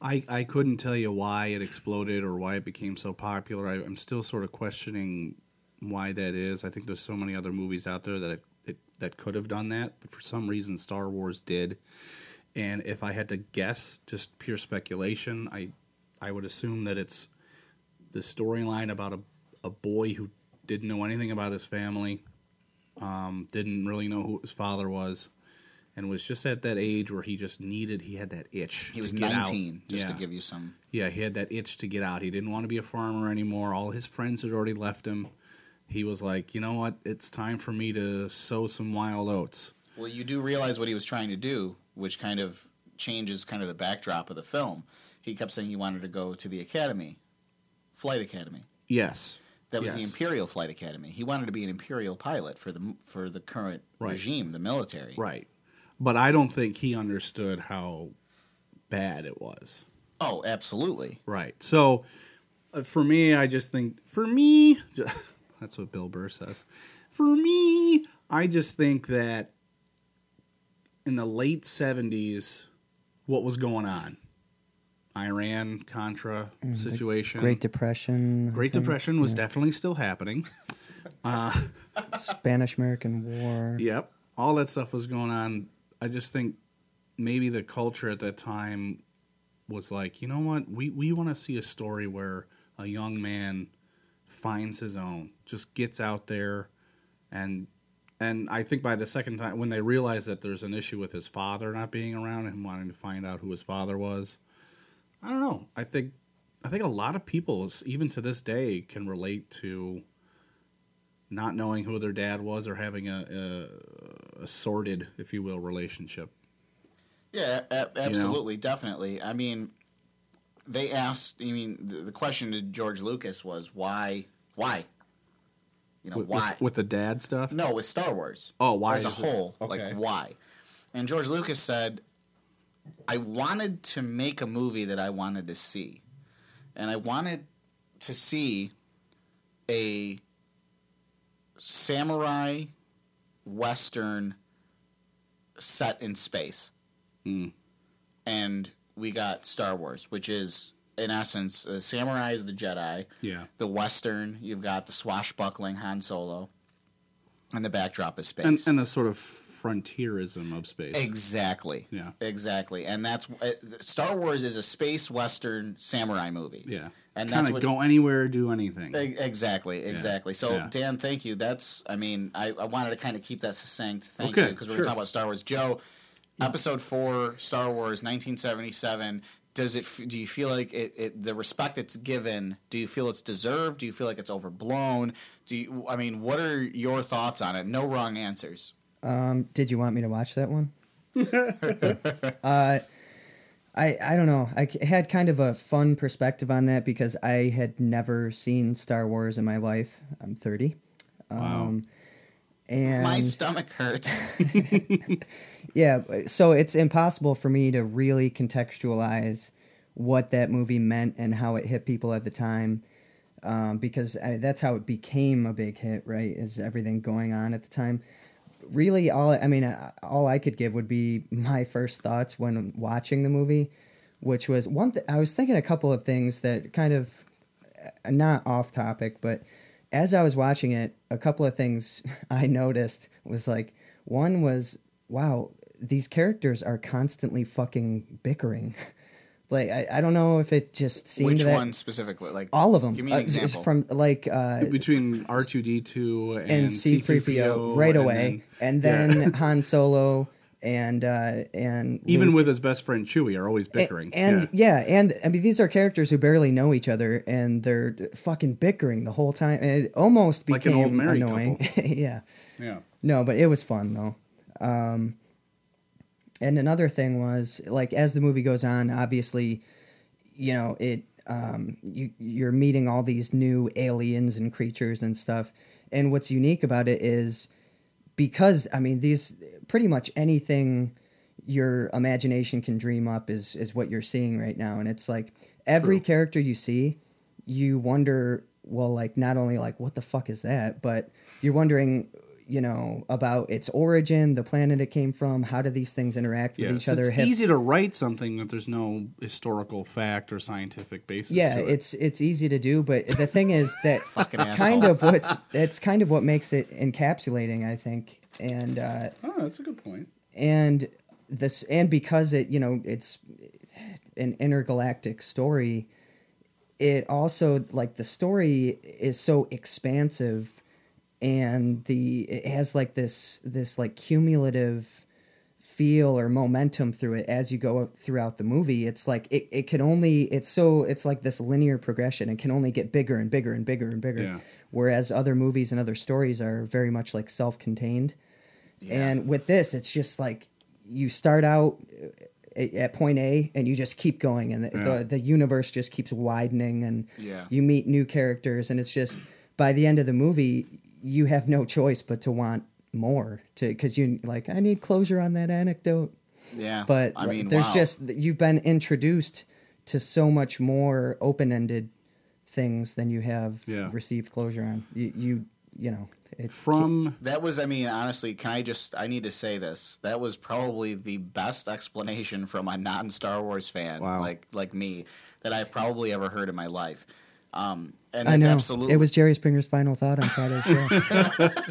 I, I couldn't tell you why it exploded or why it became so popular. I, I'm still sort of questioning why that is. I think there's so many other movies out there that it, it, that could have done that, but for some reason Star Wars did. And if I had to guess, just pure speculation, I I would assume that it's the storyline about a a boy who didn't know anything about his family, um, didn't really know who his father was. And was just at that age where he just needed, he had that itch.
he
to
was
get out.
19 just to
Yeah.
give you some
Yeah, he had that itch to get out. He didn't want to be a farmer anymore. All his friends had already left him. He was like, you know what? It's time for me to sow some wild oats.
Well, you do realize what he was trying to do, which kind of changes kind of the backdrop of the film. He kept saying he wanted to go to the academy, flight academy.
Yes.
That was the
Yes.
Imperial Flight Academy. He wanted to be an Imperial pilot for the for the current
Right.
regime, the military.
Right. But I don't think he understood how bad it was.
Oh, absolutely.
Right. So uh, for me, I just think, for me, that's what Bill Burr says. For me, I just think that in the late 70s, what was going on? Iran, Contra situation.
Mm, Great Depression, I
Great
think.
Depression was definitely still happening. Uh,
Spanish American War.
Yep. All that stuff was going on. I just think maybe the culture at that time was like, you know what? We we want to see a story where a young man finds his own, just gets out there and and I think by the second time when they realized that there's an issue with his father not being around and wanting to find out who his father was. I don't know. I think I think a lot of people even to this day can relate to not knowing who their dad was or having a, a, a sordid, if you will, relationship.
Yeah, a- absolutely, definitely. I mean, they asked. I mean, the, the question to George Lucas was why, why, you know,
With,
why?
With, with the dad stuff?
no, with Star Wars.
Oh, why
as a
is it-
whole?
okay.
Like why? And George Lucas said, "I wanted to make a movie that I wanted to see, and I wanted to see a samurai western set in space."
Hmm.
and we got Star Wars, which is in essence uh, samurai is the Jedi,
Yeah.
the Western. You've got the swashbuckling Han Solo, and the backdrop is space.
And, and the sort of frontierism of space.
exactly,
Yeah.
exactly, and that's uh, Star Wars is a space Western samurai movie.
yeah.
and
Kind
that's
of
what.
go anywhere, do anything.
E- Exactly, exactly. So,
yeah.
Dan, thank you. That's, I mean, I, I wanted to kind of keep that succinct. Thank
Okay,
you, because we're
sure.
going to talk about Star Wars. Joe, episode four, Star Wars, 1977. Does it? f- Do you feel like it, it? The respect it's given. Do you feel it's deserved? Do you feel like it's overblown? Do you? I mean, what are your thoughts on it? No wrong answers.
Um, did you want me to watch that one? uh, I I don't know. I c- had kind of a fun perspective on that because I had never seen Star Wars in my life. I'm 30. Um, And
My stomach hurts.
yeah, but- so it's impossible for me to really contextualize what that movie meant and how it hit people at the time, um, because I, that's how it became a big hit. Right, is everything going on at the time? Really, all I mean, uh, all I could give would be my first thoughts when watching the movie, which was one. Th- I was thinking a couple of things that kind of uh, not off topic, but as I was watching it, a couple of things I noticed was like one was wow, these characters are constantly fucking bickering. like I, I don't know if it just seemed
Which
that
one specifically? Like
all of them
Give me an
uh, just
example.
from like uh,
Between R2D2 and,
and C three PO
C3PO,
right
and
away,
then-
and
Yeah.
then, Han Solo and uh, and
Even
Luke.
with his best friend Chewie, are always
A-
bickering.
And yeah. and I mean these are characters who barely know each other and they're d- fucking bickering the whole time. And it almost
Like an
became
old married
annoying. yeah.
yeah. yeah.
No, but it was fun though. Um and another thing was like as the movie goes on, obviously, you know, it um you you're meeting all these new aliens and creatures and stuff. And what's unique about it is because I mean these pretty much anything your imagination can dream up is is what you're seeing right now and it's like every
True.
character you see you wonder well like not only like what the fuck is that but you're wondering you know about its origin the planet it came from how do these things interact with
Yeah.
each
So
other
it's
Have-
easy to write something that there's no historical fact or scientific basis
yeah
to it.
it's it's easy to do but the thing is that
Fucking
kind
asshole.
of what's that's kind of what makes it encapsulating i think and uh
Oh, that's a good point.
and this and because it you know it's an intergalactic story it also like the story is so expansive and the it has like this this like cumulative feel or momentum through it as you go throughout the movie it's like it, it can only it's so it's like this linear progression it can only get bigger and bigger and bigger and bigger
Yeah.
whereas other movies and other stories are very much like self-contained and with this, it's just like you start out uh, at, at point A and you just keep going, and the,
Yeah.
the, the universe just keeps widening, and
Yeah.
you meet new characters, and it's just by the end of the movie, you have no choice but to want more to because you like I need closure on that anecdote.
Yeah.
But
I mean,
there's
wow.
just you've been introduced to so much more open-ended things than you have
Yeah.
received closure on. You you, you know it's
From
That was, I mean, honestly, can I just, I need to say this. That was probably the best explanation from a non Star Wars fan
Wow.
like like me that I've probably ever heard in my life. Um, and
I
that's
know
absolutely
it was Jerry Springer's final thought on Friday's show.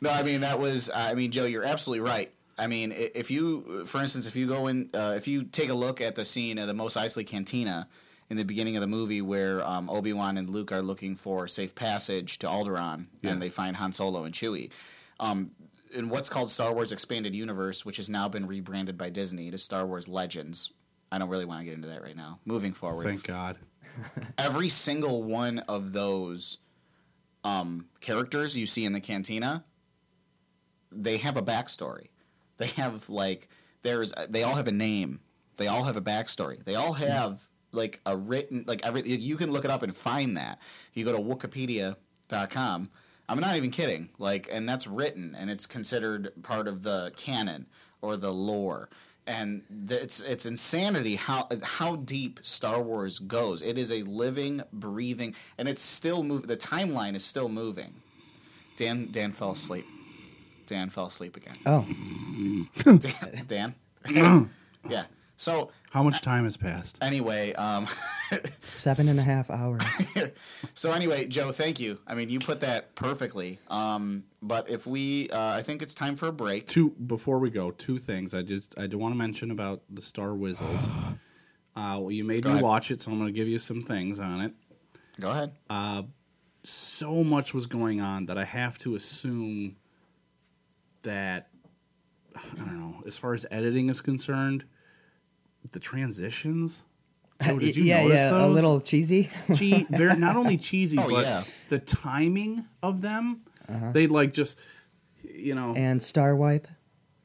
No, I mean that was. I mean, Joe, you're absolutely right. I mean, i- if you, for instance, if you go in, uh, if you take a look at the scene of the Mos Eisley Cantina in the beginning of the movie, where um, Obi Wan and Luke are looking for safe passage to Alderaan, and they find Han Solo and Chewie. Um, in what's called Star Wars Expanded Universe, which has now been rebranded by Disney to Star Wars Legends. I don't really want to get into that right now. Moving forward,
thank God.
every single one of those um, characters you see in the cantina, they have a backstory. They have like there's they all have a name. They all have a backstory. They all have like a written like every you can look it up and find that. You go to wikipedia.com. I'm not even kidding. Like and that's written and it's considered part of the canon or the lore. And th- it's it's insanity how how deep Star Wars goes. It is a living, breathing, and it's still move. The timeline is still moving. Dan Dan fell asleep. Dan fell asleep again.
Oh,
Dan. Dan? yeah. So
How much time has passed?
anyway, um,
seven and a half hours.
so anyway, Joe, thank you. I mean, you put that perfectly. Um, but if we, uh, I think it's time for a break.
Two before we go, two things I just I do want to mention about the Star Wizzles. Uh, well, you made me
ahead.
watch it, so I'm going to give you some things on it.
Go ahead.
Uh, so much was going on that I have to assume that I don't know. As far as editing is concerned, the transitions. Joe, Oh, did you
yeah,
notice
yeah, a
those?
little cheesy.
che- they're not only cheesy,
Oh,
but
yeah.
the timing of them. They like just, you know,
and Star Wipe.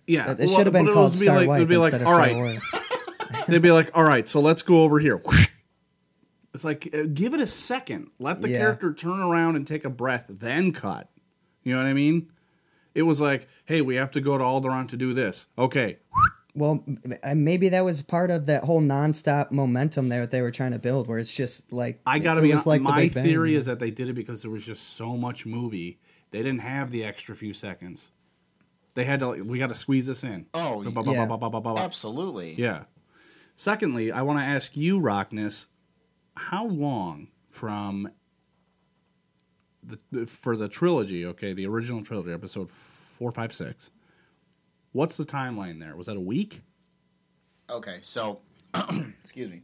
yeah.
It
Uh, well,
should have been
but
called
it'd be
Star
like,
Wipe
It'd be like,
instead of
all
Star
right,
Wars.
they'd be like, all right, so let's go over here. It's like, uh, give it a second. Let the
Yeah.
character turn around and take a breath, then cut. You know what I mean? It was like, hey, we have to go to Alderaan to do this. Okay.
Well, m- m- maybe that was part of that whole nonstop momentum there that they were trying to build, where it's just like
I got to
it
be
was
honest.
like the
my
Big Bang.
theory is that they did it because there was just so much movie. They didn't have the extra few seconds. They had to, like, we got to squeeze this in.
Oh,
Ba- ba- ba-
yeah.
ba- ba- ba- ba- ba.
Absolutely.
Yeah. Secondly, I want to ask you, Rockness, how long from the for the trilogy? Okay, the original trilogy, episode four, five, six. What's the timeline there? Was that a week?
Okay. So, excuse me.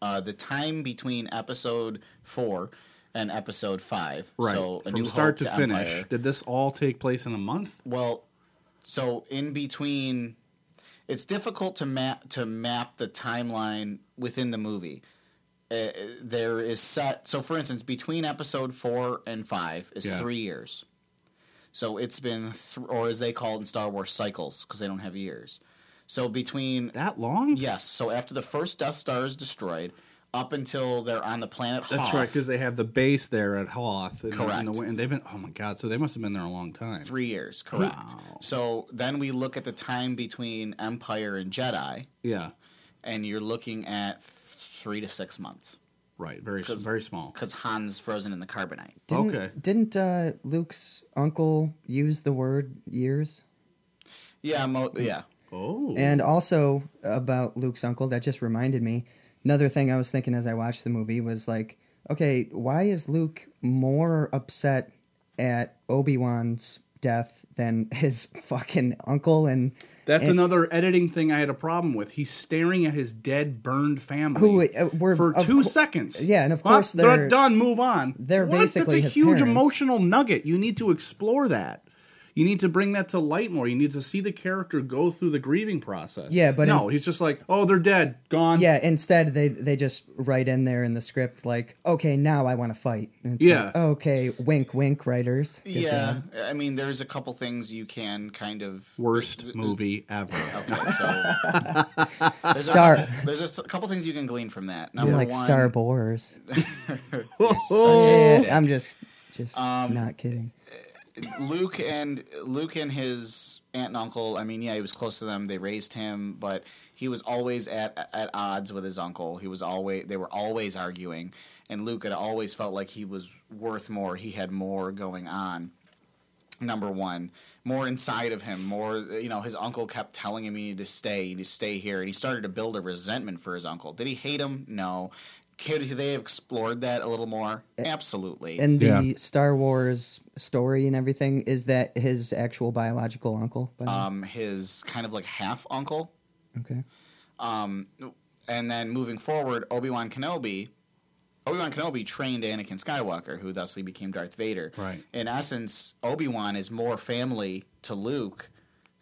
Uh, the time between episode four and episode five. So a
from
new
start
Hope
to finish.
Empire.
Did this all take place in a month?
well so in between it's difficult to map to map the timeline within the movie uh, there is set so for instance between episode 4 and 5 is
Yeah.
3 years so it's been th- or as they call it in Star Wars cycles because they don't have years so between
That long?
yes so after the first death star is destroyed up until they're on the planet
That's
Hoth,
right, because they have the base there at Hoth. And,
Correct.
And, the, and they've been, oh my God, so they must have been there a long time.
three years correct so then we look at the time between empire and jedi
Yeah,
and you're looking at three to six months
right. Very, very small.
because Han's frozen in the carbonite.
Didn't,
Okay.
Didn't uh, Luke's uncle use the word years?
Yeah, mo- yeah.
Oh.
And also about Luke's uncle, that just reminded me. Another thing I was thinking as I watched the movie was like, okay, why is Luke more upset at Obi Wan's death than his fucking uncle and
That's
And-
another editing thing I had a problem with. He's staring at his dead, burned family
Who, uh, were-
for
of
two
cour-
seconds.
Yeah, and of
Huh?
course
they're,
they're-
done. Move on.
they're
What?
basically
that's a
his
huge
parents.
emotional nugget. You need to explore that. You need to bring that to light more. You need to see the character go through the grieving process.
Yeah, but
no,
in-
he's just like, oh, they're dead, gone.
Yeah, instead they they just write in there in the script like, okay, now I want to fight. And it's
Yeah.
like, okay, wink, wink, writers. Good
yeah,
job.
I mean, there's a couple things you can kind of
Worst movie ever.
Okay, so there's
Star.
A, there's just a couple things you can glean from that. Number
like
one,
Star Wars.
you're such
Oh,
a
Yeah,
dick.
I'm just just
Um,
not kidding.
Luke and Luke and his aunt and uncle. I mean, yeah, he was close to them. They raised him, but he was always at at odds with his uncle. He was always they were always arguing, and Luke had always felt like he was worth more. He had more going on. Number one, more inside of him, more you know. His uncle kept telling him he needed to stay, he needed to stay here, and he started to build a resentment for his uncle. Did he hate him? No. Could they have explored that a little more? Absolutely.
And the
Yeah.
Star Wars story and everything is that his actual biological uncle. By the way?
um, his kind of like half uncle.
okay.
Um, and then moving forward, Obi Wan Kenobi. Obi Wan Kenobi trained Anakin Skywalker, who thusly became Darth Vader.
Right.
In essence, Obi Wan is more family to Luke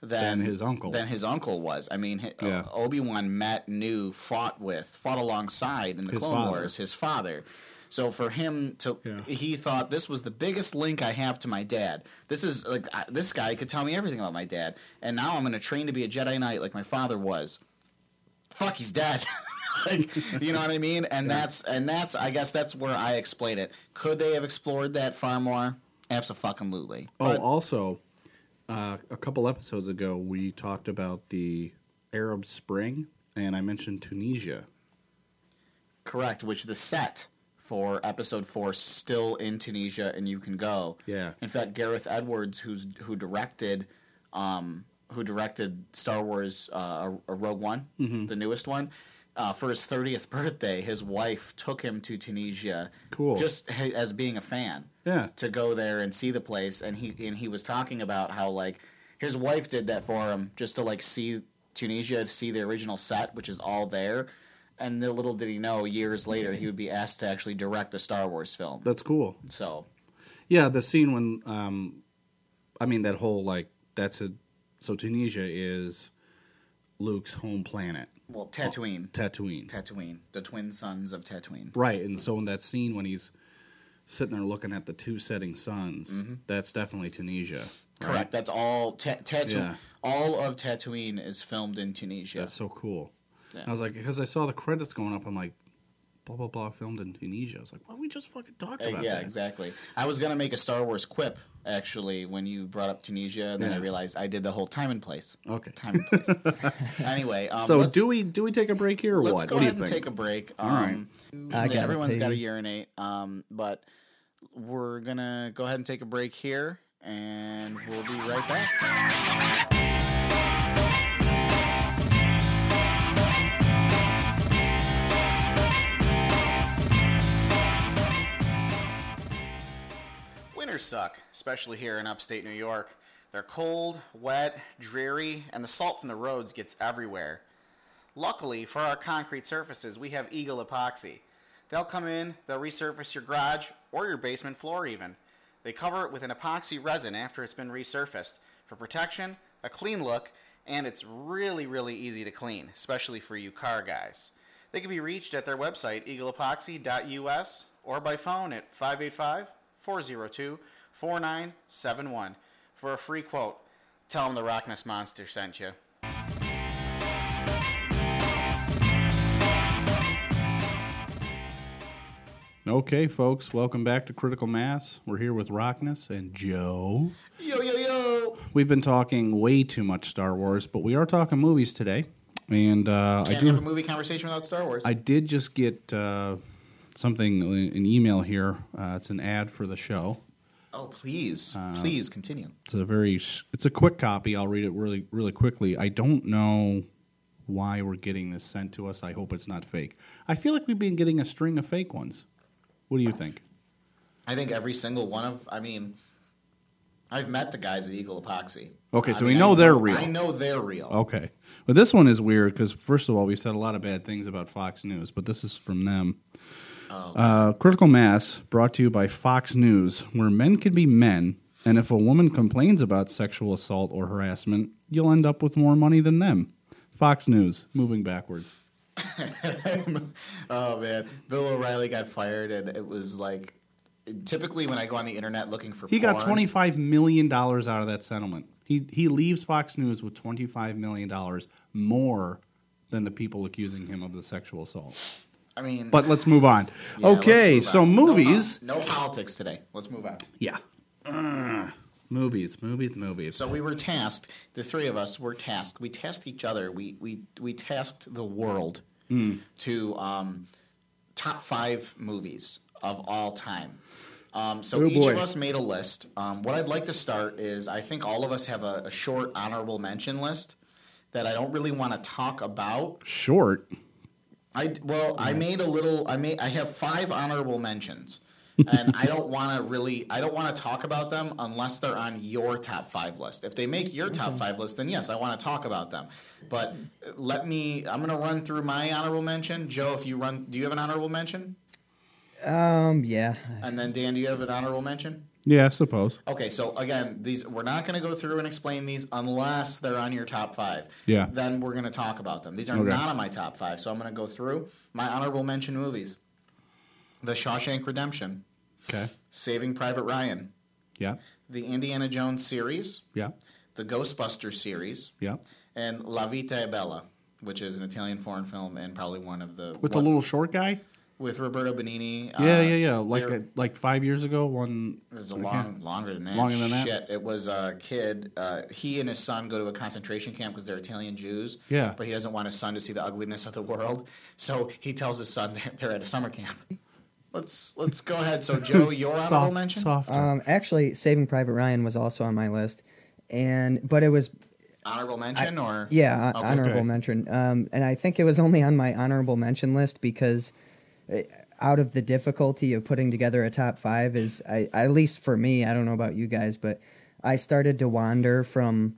than,
Than his uncle.
Than his uncle was. I mean, hi
Yeah.
Obi Wan met, knew, fought with, fought alongside in the
His
Clone
father.
Wars, his father. So for him to,
Yeah.
he thought this was the biggest link I have to my dad. This is like I, this guy could tell me everything about my dad, and now I'm going to train to be a Jedi Knight like my father was fuck he's dead like you know what i mean and that's and that's i guess that's where i explain it could they have explored that far more absolutely
Oh,
but
also, uh, a couple episodes ago, we talked about the Arab Spring, and I mentioned Tunisia.
correct which the set for episode four still in tunisia and you can go
Yeah.
in fact gareth edwards who's who directed um who directed star wars uh a rogue one
Mm-hmm.
the newest one uh, for his 30th birthday his wife took him to tunisia
Cool.
just h- as being a fan
Yeah.
to go there and see the place and he and he was talking about how like his wife did that for him just to like see Tunisia see the original set which is all there and the little did he know years later he would be asked to actually direct a Star Wars film
That's cool.
so
Yeah, the scene when, um, I mean, that whole like that's a so Tunisia is Luke's home planet,
well Tatooine
Tatooine,
Tatooine the twin sons of Tatooine
right? And so in that scene when he's sitting there looking at the two setting suns, that's definitely Tunisia.
Mm-hmm. correct that's all ta- Tatooine
Yeah.
all of Tatooine is filmed in Tunisia
That's so cool.
Yeah.
And I was like, because I saw the credits going up, I'm like, blah blah blah, filmed in Tunisia. I was like, why don't we just fucking talk
Uh,
about
yeah,
that?
exactly. I was gonna make a Star Wars quip actually when you brought up Tunisia, and then I
Yeah.
realized I did the whole time and place.
Okay.
time and place. anyway, um,
so
let's,
do we do we take a break here or
let's
what?
go
what do you
ahead and
think?
take a break. Um,
right.
I gotta
everyone's
pee.
got to urinate, um, but we're gonna go ahead and take a break here, and we'll be right back. Winters suck, especially here in upstate New York. They're cold, wet, dreary, and the salt from the roads gets everywhere. Luckily, for our concrete surfaces, we have Eagle Epoxy. They'll come in, they'll resurface your garage or your basement floor, even. They cover it with an epoxy resin after it's been resurfaced for protection, a clean look, and it's really, really easy to clean, especially for you car guys. They can be reached at their website, eagleepoxy.us, or by phone at 585 402 4971 for a free quote. Tell them the Rockness Monster sent you.
Okay, folks, welcome back to Critical Mass. We're here with Rockness and Joe.
Yo, yo, yo!
We've been talking way too much Star Wars, but we are talking movies today. And uh, I
Can't
do
have a movie conversation without Star Wars.
I did just get uh, something an email here. Uh, it's an ad for the show.
Oh, please,
Uh,
please continue.
It's a very sh- it's a quick copy. I'll read it really really quickly. I don't know why we're getting this sent to us. I hope it's not fake. I feel like we've been getting a string of fake ones. What do you think?
I think every single one of, I mean, I've met the guys at Eagle Epoxy.
Okay,
I
so
mean,
we
I
know they're real. Oh.
I know they're real.
Okay. But this one is weird because, first of all, we've said a lot of bad things about Fox News, but this is from them.
Oh,
uh, Critical Mass, brought to you by Fox News, where men can be men And if a woman complains about sexual assault or harassment, you'll end up with more money than them. Fox News, moving backwards.
oh man, Bill O'Reilly got fired, and it was like typically when I go on the internet looking for
He got
porn-
twenty five million dollars out of that settlement. He he leaves Fox News with twenty five million dollars more than the people accusing him of the sexual assault.
I mean,
But let's move on.
yeah, let's
okay,
move
so
on. Uh-huh. No
movies.
pol- no, politics today. Let's move on.
Yeah.
Uh,
Ugh. movies, movies, movies.
So we were tasked. The three of us were tasked. We tasked each other. We we we tasked the world
Hmm.
to um, top five movies of all time. Um, so
Oh,
each
boy.
of us made a list. Um, what I'd like to start is I think all of us have a, a short honorable mention list that I don't really want to talk about.
Short.
I well, I made a little. I made. I have five honorable mentions, and I don't want to really. I don't want to talk about them unless they're on your top five list. If they make your top five list, then yes, I want to talk about them. But uh, let me. I'm going to run through my honorable mention. Joe, if you run, do you have an honorable mention?
Um, yeah.
And then Dan, do you have an honorable mention?
Yeah, I suppose.
Okay, so again, these we're not going to go through and explain these unless they're on your top five.
Yeah.
Then we're going to talk about them. These are
Okay.
not on my top five, so I'm going to go through my honorable mention movies: The Shawshank Redemption,
Okay.
Saving Private Ryan,
Yeah.
the Indiana Jones series,
Yeah.
the Ghostbusters series,
Yeah.
and La Vita è Bella, which is an Italian foreign film and probably one of the
With the
one-
little short guy?
with Roberto Benini.
yeah,
uh,
yeah, yeah. Like
they're-
a, like five years ago, one
It's a
I
long,
can't-
longer than that.
Longer than that?
Shit, it was a kid. Uh, he and his son go to a concentration camp because they're Italian Jews.
Yeah.
but he doesn't want his son to see the ugliness of the world, so he tells his son they're, they're at a summer camp. Let's let's go ahead. So Joe, your honorable
soft,
mention.
softer.
Um, actually, Saving Private Ryan was also on my list, and but it was
honorable mention or
Yeah, hon-
Okay.
honorable
Okay.
mention. Um, and I think it was only on my honorable mention list because uh, out of the difficulty of putting together a top five is, I, at least for me, I don't know about you guys, but I started to wander from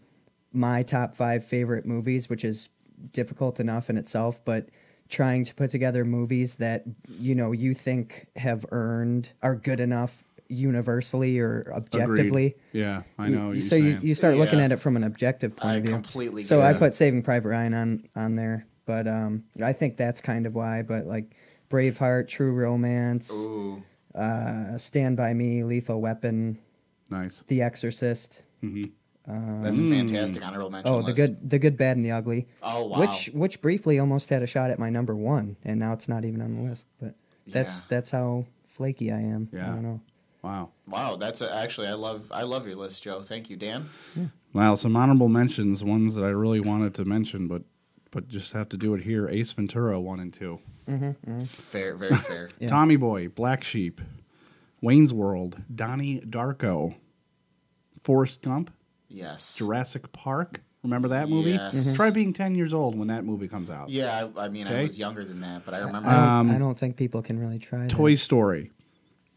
my top five favorite movies, which is difficult enough in itself, but trying to put together movies that you know you think have earned are good enough universally or objectively
Agreed. Yeah, I know. what
you,
you're
so you,
saying.
you start looking
Yeah.
at it from an objective point
I
of view.
completely
So
get
I
it.
put Saving Private Ryan on on there, but um, I think that's kind of why. But like Braveheart, True Romance,
Ooh.
uh, Stand by Me, Lethal Weapon,
nice.
The Exorcist.
That's
Mm.
a fantastic honorable mention.
Oh, the
list.
good, the good, bad, and the ugly.
Oh, wow.
Which which briefly almost had a shot at my number one, and now it's not even on the list. But that's
Yeah.
that's how flaky I am.
Yeah.
I don't know.
Wow.
Wow, that's a, actually I love I love your list, Joe. Thank you, Dan.
Wow, some honorable mentions, ones that I really wanted to mention, but but just have to do it here. Ace Ventura, one and two. Mm.
Fair, very fair.
Yeah.
Tommy Boy, Black Sheep, Wayne's World, Donnie Darko, Forrest Gump,
Yes.
Jurassic Park. Remember that movie?
Yes. Mhm.
Try being ten years old when that movie comes out.
Yeah, I, I mean I
Okay. Uh,
was younger than that, but I remember.
I don't,
Um,
I don't think people can really try.
Toy
Toys.
Story.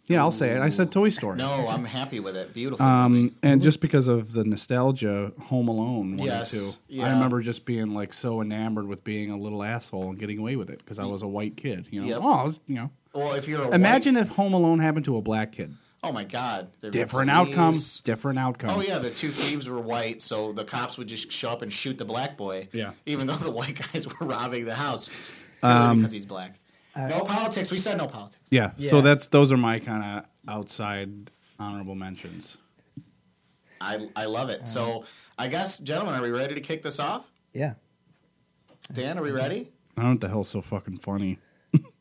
Yeah, I'll say it. I said Toy Story.
no, I'm happy with it. Beautiful. movie.
Um, and just because of the nostalgia, Home Alone one
Yes,
and two,
yeah.
I remember just being like so enamored with being a little asshole and getting away with it because I was a white kid. You know,
Yep.
oh, I was, you know.
Well, if you're a
Imagine if Home Alone happened to a black kid.
white, oh my god, There'd be
Different
police.
outcome. Different outcome.
Oh yeah, the two thieves were white, so the cops would just show up and shoot the black boy.
Yeah.
even though the white guys were robbing the house purely
Um,
because he's black.
uh,
no politics. We said no politics.
yeah. So
Yeah.
that's those are my kind of outside honorable mentions.
I I love it.
Uh-huh.
so I guess, gentlemen, are we ready to kick this off?
Yeah.
Dan, are we ready?
I don't know what the hell's so fucking funny.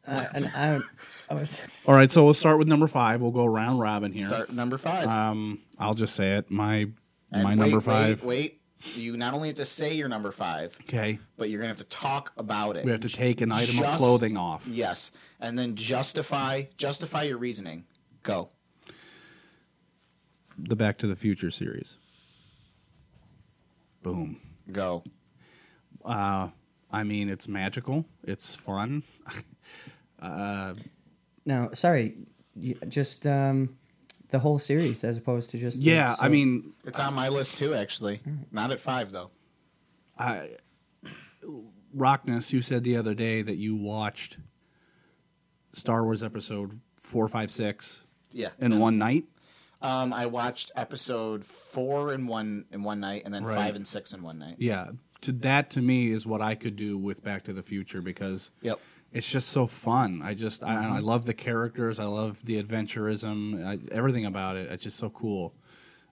Uh, and I, don't- I was.
All right, so we'll start with number five. We'll go round robin here.
Start number five.
Um, I'll just say it. My
And
my
wait,
number
wait,
five.
Wait, you not only have to say your number five,
Okay.
but you're gonna have to talk about it.
We have to take an item of
Just-
clothing off.
Yes, and then justify justify your reasoning. Go.
the Back to the Future series. Boom.
Go.
I mean, it's magical. It's fun.
No, sorry, you- just um, the whole series as opposed to just the-
Yeah, I
so-
mean,
It's on my list too, actually. Not at five though.
Rockness, you said the other day that you watched Star Wars Episode four, five, six
Yeah.
in one night.
Um, I watched episode four in one in one night, and then
Right.
five and six in one night.
Yeah, to that to me is what I could do with Back to the Future because
Yep.
it's just so fun. I just I, don't know, I love the characters. I love the adventurism. I, everything about it. It's just so cool.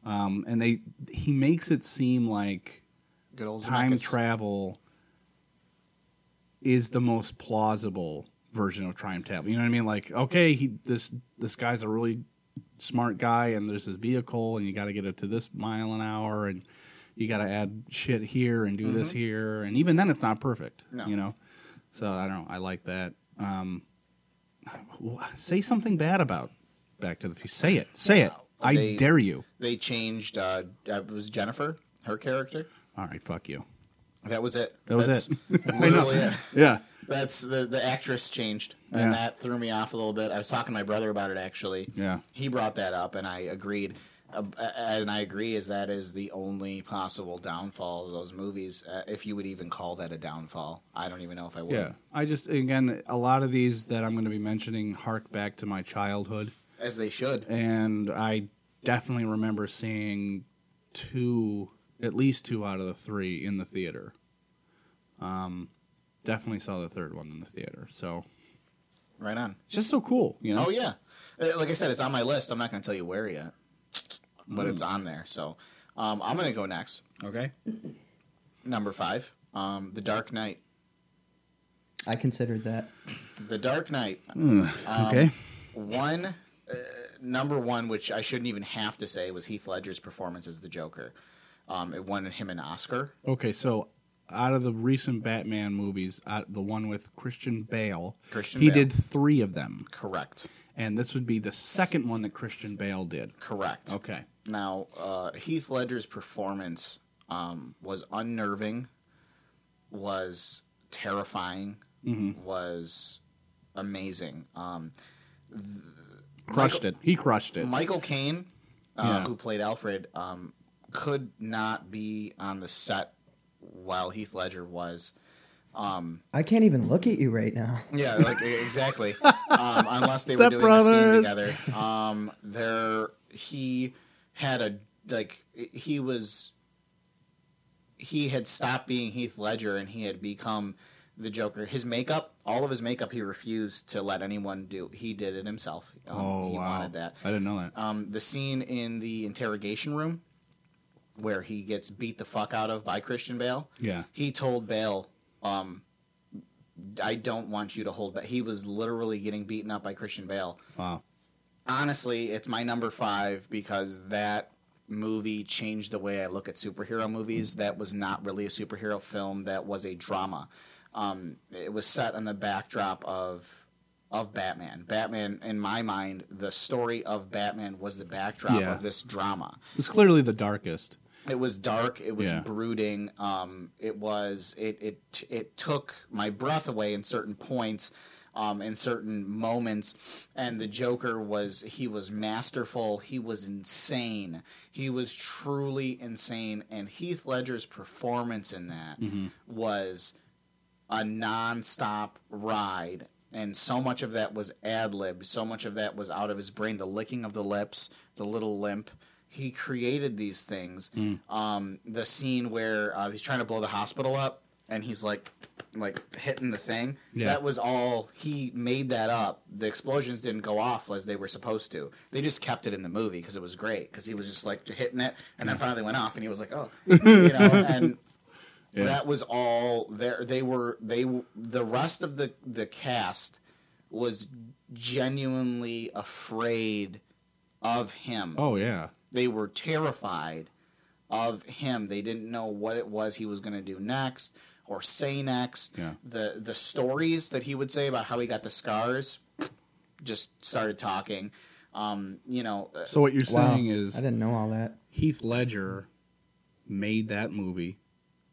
Um, and they he makes it seem like
Good old
time
Zemeckis.
travel is the most plausible version of time travel. You know what I mean? Like, okay, he this this guy's a really smart guy, and there's this vehicle, and you got to get up to this mile an hour, and you got to add shit here and do this here, and even then, it's not perfect.
Mm-hmm. No.
You know, so I don't. know. I like that. Um, wh- say something bad about Back to the Future. Say it. Say it. I
They-
dare you.
They changed. Uh, uh, it was Jennifer, her character.
All right, fuck you.
That was it.
That was
That's
it.
Literally it.
Yeah.
That's the the actress changed, and
Yeah.
that threw me off a little bit. I was talking to my brother about it actually.
Yeah.
he brought that up, and I agreed. Uh, and I agree, is that is the only possible downfall of those movies, uh, if you would even call that a downfall. I don't even know if I would.
Yeah, I just again a lot of these that I'm going to be mentioning hark back to my childhood,
As they should.
and I definitely remember seeing two, at least two out of the three in the theater. Um, definitely saw the third one in the theater. So
Right on.
it's just so cool, you know.
Oh yeah, Uh, like I said, it's on my list. I'm not going to tell you where yet, but
Hmm.
it's on there. So um, I'm going to go next.
Okay.
Number five, um, The Dark Knight.
I considered that.
The Dark Knight.
okay.
One, uh, number one, which I shouldn't even have to say, was Heath Ledger's performance as the Joker. Um, it won him an Oscar.
Okay. So out of the recent Batman movies, uh, the one with Christian Bale,
Christian
he
Bale.
did three of them,
Correct.
and this would be the second one that Christian Bale did.
Correct.
Okay.
Now, uh, Heath Ledger's performance um, was unnerving, was terrifying,
Mm-hmm.
was amazing. Um,
crushed it. He crushed it.
Michael Caine, uh,
Yeah.
who played Alfred, um, could not be on the set while Heath Ledger was.
I can't even look at you right now.
Yeah, like e-, exactly. Um, unless they were
Step
doing
Brothers.
a scene together. Um, there, he had a like e-, he was. He had stopped being Heath Ledger and he had become the Joker. His makeup, all of his makeup, he refused to let anyone do. He did it himself. Um,
oh
he
wow!
wanted that.
I didn't know that.
um, the scene in the interrogation room where he gets beat the fuck out of by Christian Bale.
Yeah.
He told Bale, um, I don't want you to hold back. He was literally getting beaten up by Christian Bale.
wow.
Honestly, it's my number five because that movie changed the way I look at superhero movies. That was not really a superhero film, that was a drama. Um, it was set on the backdrop of of Batman. Batman, in my mind, the story of Batman was the backdrop
Yeah.
of this drama.
It was clearly the darkest.
It was dark. It was
Yeah.
brooding. Um, it was it it it took my breath away in certain points, um, in certain moments. And the Joker was he was masterful. He was insane. He was truly insane. And Heath Ledger's performance in that was a nonstop ride. And so much of that was ad lib. So much of that was out of his brain. The licking of the lips, the little limp. He created these things. Um, the scene where uh, he's trying to blow the hospital up, and he's like, like hitting the thing.
Yeah.
That was all he made that up. The explosions didn't go off as they were supposed to. They just kept it in the movie because it was great. Because he was just like hitting it, and then finally went off, and he was like, oh, you know, and
Yeah.
that was all there they were they w- the rest of the the cast was genuinely afraid of him
Oh yeah.
they were terrified of him they didn't know what it was he was going to do next or say next
Yeah.
the the stories that he would say about how he got the scars just started talking um you know uh,
So what you're
Wow.
saying
I
is
didn't know all that.
Heath Ledger made that movie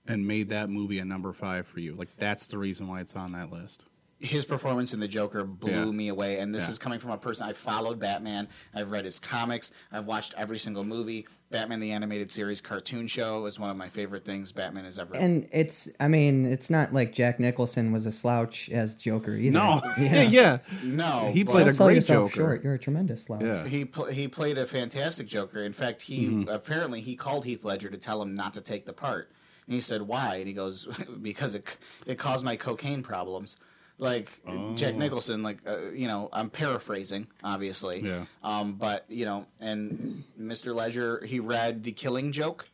and made that movie a number five for you. Like that's the reason why it's on that list.
his performance in the Joker blew
Yeah.
me away, and this
Yeah.
is coming from a person I followed Batman. I've read his comics. I've watched every single movie. Batman the animated series cartoon show is one of my favorite things Batman has ever.
And it's, I mean, it's not like Jack Nicholson was a slouch as Joker either.
No, yeah,
yeah.
no,
He
but-
played
Don't
a
sell
great
yourself
Joker.
short. You're a tremendous slouch.
yeah. Mm-hmm.
He pl- he played a fantastic Joker. In fact, he apparently he called Heath Ledger to tell him not to take the part, and he said why, and he goes because it c- it caused my cocaine problems. Like
Oh.
Jack Nicholson, like uh, you know, I'm paraphrasing, obviously.
Yeah.
Um, but you know, and Mr. Ledger, he read The Killing Joke.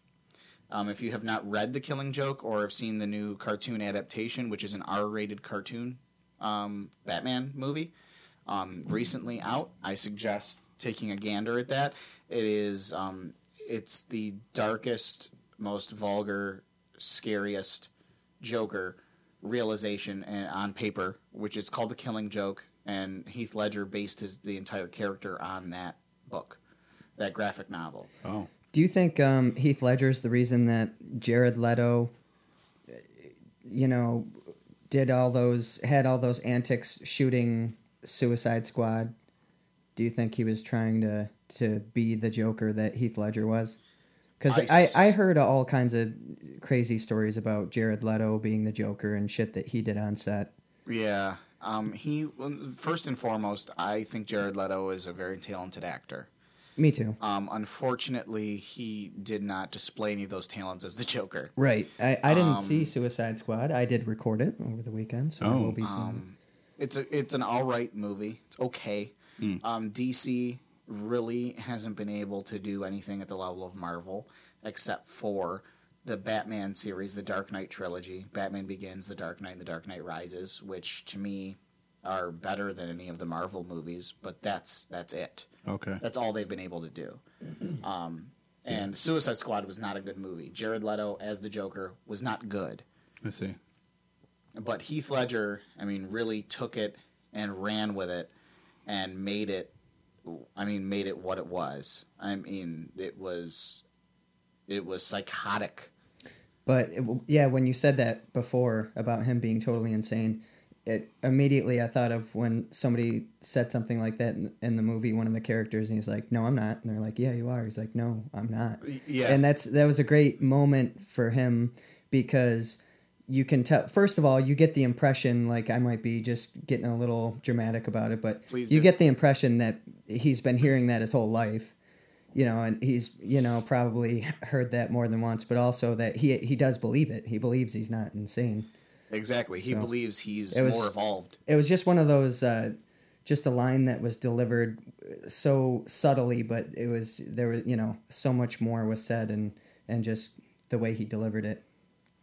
Um, if you have not read The Killing Joke or have seen the new cartoon adaptation, which is an R-rated cartoon um, Batman movie, um, recently out. I suggest taking a gander at that. It is um, it's the darkest, most vulgar, scariest Joker realization and on paper, which is called the Killing Joke, and Heath Ledger based his the entire character on that book, that graphic novel.
Oh,
Do you think um, Heath Ledger's the reason that Jared Leto, uh, you know, did all those had all those antics shooting Suicide Squad? Do you think he was trying to to be the Joker that Heath Ledger was? Because
I
I,
s-
I heard all kinds of crazy stories about Jared Leto being the Joker and shit that he did on set.
Yeah. Um, he first and foremost, I think Jared Leto is a very talented actor.
Me too.
Um, unfortunately, he did not display any of those talents as the Joker.
Right. I, I didn't see
Um,
Suicide Squad. I did record it over the weekend, so
Oh.
it will be soon.
um, It's a, it's an all right movie. It's okay. Um, DC really hasn't been able to do anything at the level of Marvel, except for the Batman series, the Dark Knight trilogy, Batman Begins, The Dark Knight, and The Dark Knight Rises, which to me are better than any of the Marvel movies. But that's that's it.
okay.
That's all they've been able to do. Um, and Suicide Squad was not a good movie. Jared Leto as the Joker was not good.
I see.
But Heath Ledger, I mean, really took it and ran with it and made it, I mean, made it what it was. I mean, it was, it was psychotic.
But it, yeah, when you said that before about him being totally insane, it immediately I thought of when somebody said something like that in, in the movie. One of the characters, and he's like, "No, I'm not," and they're like, "Yeah, you are." He's like, "No, I'm not."
yeah.
and that's that was a great moment for him because you can tell. First of all, you get the impression like I might be just getting a little dramatic about it, but
Please
you
do.
get the impression that he's been hearing that his whole life you know, and he's you know probably heard that more than once, but also that he he does believe it. He believes he's not insane.
Exactly. He
So,
believes he's
it was-
more evolved.
It was just one of those, uh, just a line that was delivered so subtly, but it was there was you know so much more was said, and and just the way he delivered it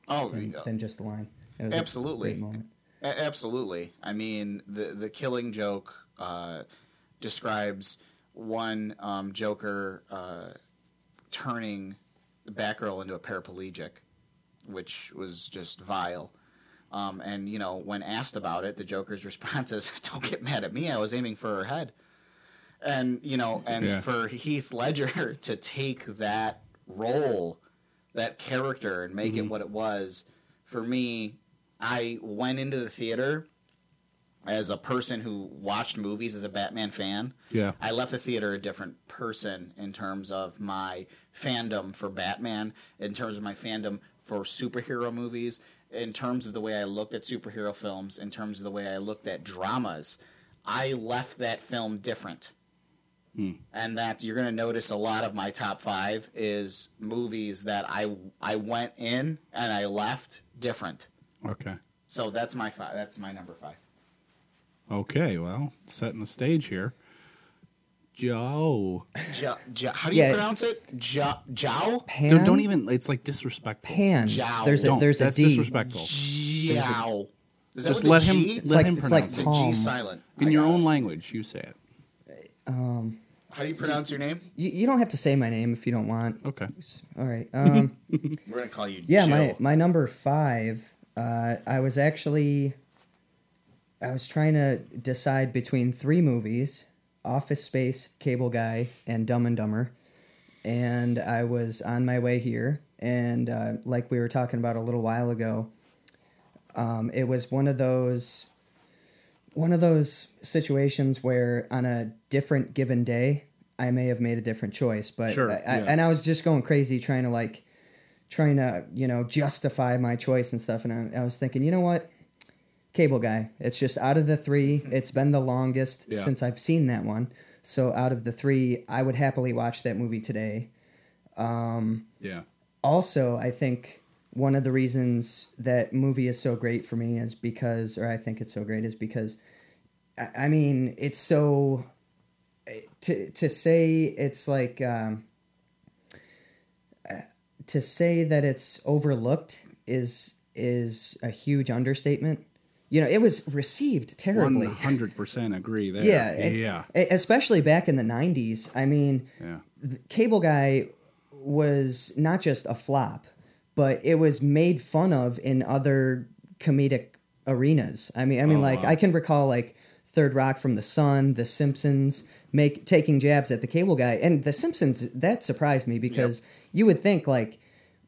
Oh,
than,
yeah.
than just the line. It was a
Absolutely.
great moment.
A- absolutely. I mean, the the Killing Joke uh, describes one um, Joker uh, turning the Batgirl into a paraplegic, which was just vile. Um, and you know, when asked about it, the Joker's response is, "Don't get mad at me. I was aiming for her head." And you know, and
Yeah.
for Heath Ledger to take that role, that character, and make it what it was, for me, I went into the theater as a person who watched movies as a Batman fan.
Yeah.
I left the theater a different person in terms of my fandom for Batman, in terms of my fandom for superhero movies, in terms of the way I looked at superhero films, in terms of the way I looked at dramas. I left that film different. And that you're going to notice a lot of my top five is movies that I I went in and I left different.
Okay.
So that's my five. That's my number five.
Okay. Well, setting the stage here. Joe.
Ja, ja, how do you
Yeah.
pronounce it? Ja, Jiao?
Pan,
Dude, don't even. It's like disrespectful.
pan.
Jow.
There's a
Don't.
there's
That's
a D.
disrespectful.
Jiao. Is that
Just
with the
let him-
G?
let
like-
him
it's like
pronounce
The
it.
Tom.
G silent. I
In your
got it.
own language, you say it.
How do you pronounce your name?
You, you don't have to say my name if you don't want.
Okay.
All right. Um,
We're gonna call you.
Yeah,
Jill.
my, my number five. Uh, I was actually, I was trying to decide between three movies: Office Space, Cable Guy, and Dumb and Dumber. And I was on my way here, and uh, like we were talking about a little while ago, um, it was one of those one of those situations where on a different given day I may have made a different choice, but
Sure,
I, I-
yeah.
and I was just going crazy trying to like trying to you know justify my choice and stuff, and I, I was thinking, you know what, Cable Guy. It's just out of the three, it's been the longest
Yeah.
since I've seen that one. So out of the three, I would happily watch that movie today
Yeah.
also i think one of the reasons that movie is so great for me is because or i think it's so great is because i, I mean it's so to to say it's like um uh, to say that it's overlooked is is a huge understatement you know it was received terribly
100% agree there.
yeah it-
Yeah.
especially back in the 90s i mean
Yeah.
the Cable Guy was not just a flop, but it was made fun of in other comedic arenas. I mean, I mean,
Oh,
like
wow.
I can recall like Third Rock from the Sun, The Simpsons, make taking jabs at the Cable Guy, and The Simpsons. That surprised me because you would think like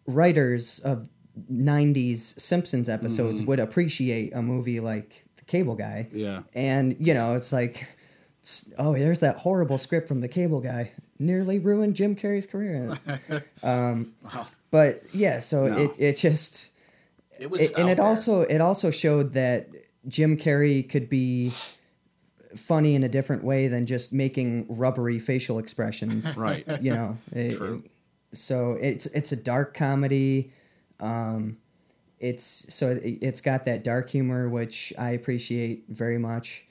writers of 90s Simpsons episodes would appreciate a movie like The Cable Guy.
Mm-hmm. Yeah.
And, you know, it's like, s- oh, there's that horrible script from The Cable Guy. Nearly ruined Jim Carrey's career. um, But yeah, so
No.
it, it just
It was,
it, and
out
it
there.
also it also showed that Jim Carrey could be funny in a different way than just making rubbery facial expressions.
Right.
You know, it-
True.
So it's it's a dark comedy. Um, it's so it, it's got that dark humor which I appreciate very much,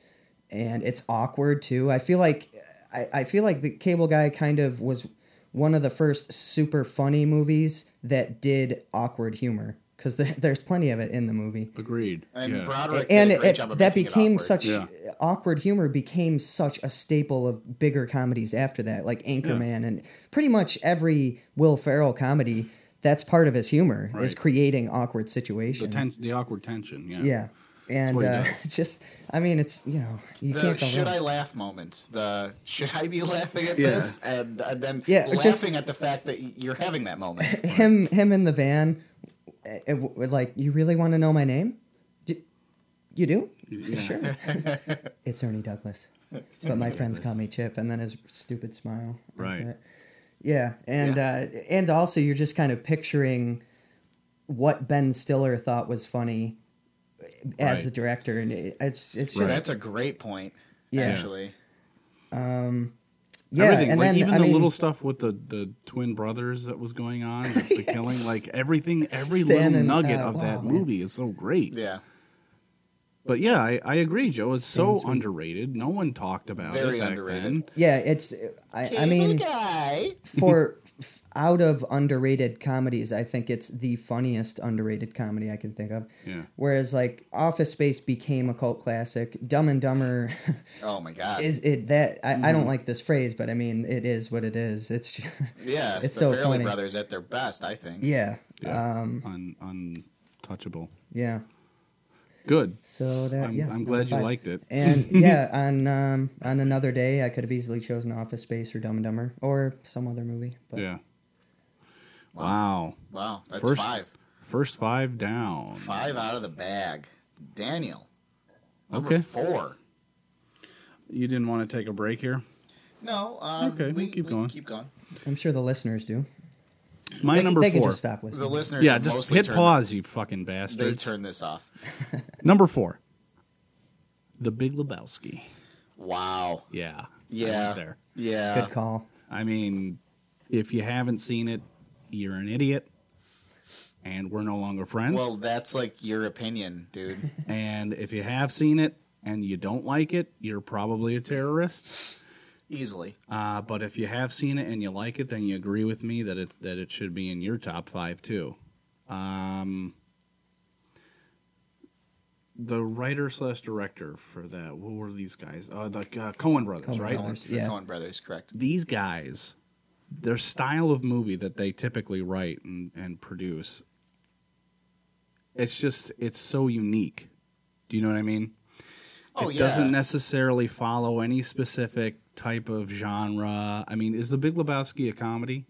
and it's awkward too. I feel like I, I feel like the Cable Guy kind of was one of the first super funny movies that did awkward humor because there, there's plenty of it in the movie
Agreed.
And
yeah.
Broderick
and
did a great
it,
job of
that
making it
became
awkward.
such
Yeah.
awkward humor became such a staple of bigger comedies after that like anchorman and pretty much every will ferrell comedy that's part of his humor is
Right.
creating awkward
the,
situations
ten- the awkward tension. Yeah.
yeah and
what he
uh,
does.
just i mean it's you know you
the
can't go
should
wrong.
I laugh moment. The should I be laughing at
Yeah.
this? And, and then
Yeah,
laughing
or just-
at the fact that you're having that moment.
him him in the van eh, eh, w- like you really want to know my name do, you do
Yeah.
sure it's ernie douglas but my friends call me chip and then his stupid smile
Right.
yeah and Uh, and also you're just kind of picturing what ben stiller thought was funny eh, as
Right.
the director and it, it's it's just
That's a great point.
Yeah.
Actually,
yeah
everything,
and
like
then
even
I
the
mean,
little stuff with the, the twin brothers that was going on, the, the killing, like everything, every
Stan
little
and,
nugget
uh,
of that
wow, man.
movie is so great.
yeah,
But yeah, I, I agree, Joe. It's so
Stan's-
underrated. No one talked about
Very
it back
underrated.
then.
yeah it's i, I mean
guy.
for f- out of underrated comedies, I think it's the funniest underrated comedy I can think of.
Yeah.
Whereas like Office Space became a cult classic. Dumb and Dumber
Oh my god.
is it that I, I
Mm-hmm.
don't like this phrase, but I mean it is what it is. It's just,
yeah,
it's
the
so
Farrelly
funny.
brothers at their best, I think.
yeah, Um,
Yeah. Un, untouchable.
yeah.
Good.
So that
I'm,
yeah,
I'm glad you
number five.
liked it.
And yeah, on um, on another day, I could have easily chosen Office Space or Dumb and Dumber or some other movie. But
Yeah. Wow.
Wow, that's
First-
five.
First five down.
Five out of the bag. Daniel, number
Okay.
four.
You didn't want to take a break here?
No, um, we
Okay, we'll keep
we
going.
Keep going.
I'm sure the listeners do.
My
They can-
number
they can
four.
just stop listening.
The listeners,
Yeah,
have
just
mostly
hit
turned-
pause, you fucking
They
bastards.
turn this off.
Number four. The Big Lebowski.
Wow.
Yeah. I went
Yeah.
There.
Yeah.
Good call.
I mean, if you haven't seen it, you're an idiot. And we're no longer friends.
Well, that's like your opinion, dude.
and if you have seen it and you don't like it, you're probably a terrorist.
Easily.
Uh, but if you have seen it and you like it, then you agree with me that it that it should be in your top five too. Um, the writer slash director for that. What were these guys? Uh, the uh, Cohen brothers,
Coen
right?
Brothers.
The
Yeah.
Coen brothers, correct.
These guys, their style of movie that they typically write and, and produce, it's just it's so unique. Do you know what I mean?
Oh,
it
yeah.
doesn't necessarily follow any specific type of genre. I mean, is The Big Lebowski a comedy?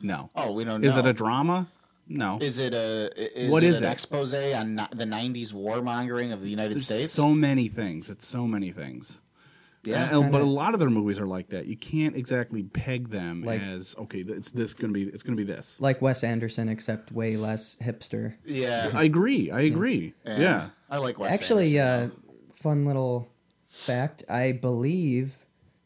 No.
Oh, we don't know.
is it a drama? No.
Is it a is
What
it
is
an
it?
expose on no- the '90s warmongering of the United
There's
States?
so many things. It's so many things.
yeah,
Uh, but a lot of their movies are like that. You can't exactly peg them
Like-
as okay. th- It's this going to be. It's going to be this.
Like Wes Anderson, except way less hipster.
yeah,
I agree. I agree. Yeah.
I like Wes
Actually, uh,
Anderson,
fun little fact. I believe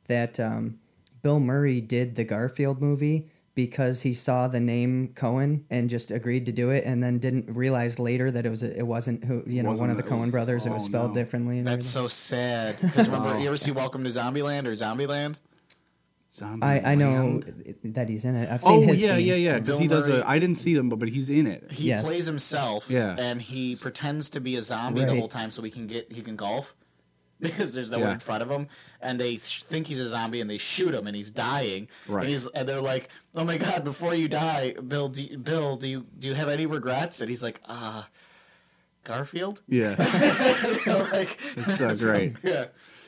that um, Bill Murray did the Garfield movie because he saw the name Cohen and just agreed to do it, and then didn't realize later that it was it wasn't who you know one
Wasn't
of the
it-
Cohen brothers. it was
oh,
spelled
no.
differently. And
that's so
everything.
sad. Because remember, you ever see Welcome to Zombieland or Zombieland?
Zombie
I, I know
Land.
that he's in it. I've
Oh
seen his
yeah,
scene.
yeah, yeah. Because
Bill
he does
Murray.
a. I didn't see them, but but he's in it.
He
Yes.
plays himself,
Yeah.
and he pretends to be a zombie the
Right.
whole time so he can get he can golf because there's no one
Yeah.
in front of him, and they sh- think he's a zombie and they shoot him and he's dying.
Right.
And, he's, and they're like, "Oh my god! Before you die, Bill, do, you- Bill, do you do you have any regrets?" And he's like, "Ah, Garfield."
Yeah,
like,
it's uh, great.
yeah.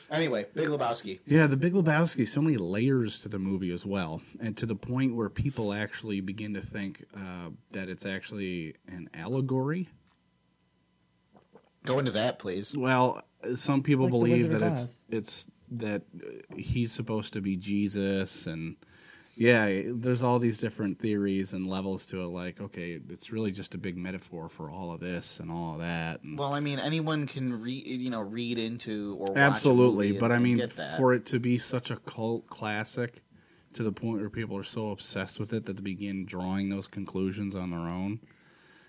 Anyway, Big Lebowski.
Yeah, The Big Lebowski. So many layers to the movie as well, and to the point where people actually begin to think uh, that it's actually an allegory.
Go into that, please.
Well, uh, some people
Like the
believe
Wizard
that
of
it's
Oz.
it's that uh, he's supposed to be Jesus, and yeah, there's all these different theories and levels to it. Like, okay, it's really just a big metaphor for all of this and all of that. And
Well, I mean, anyone can read, you know, read into or watch a
absolutely,
movie
but
and-
I
and
mean,
get that.
for it to be such a cult classic to the point where people are so obsessed with it that they begin drawing those conclusions on their own.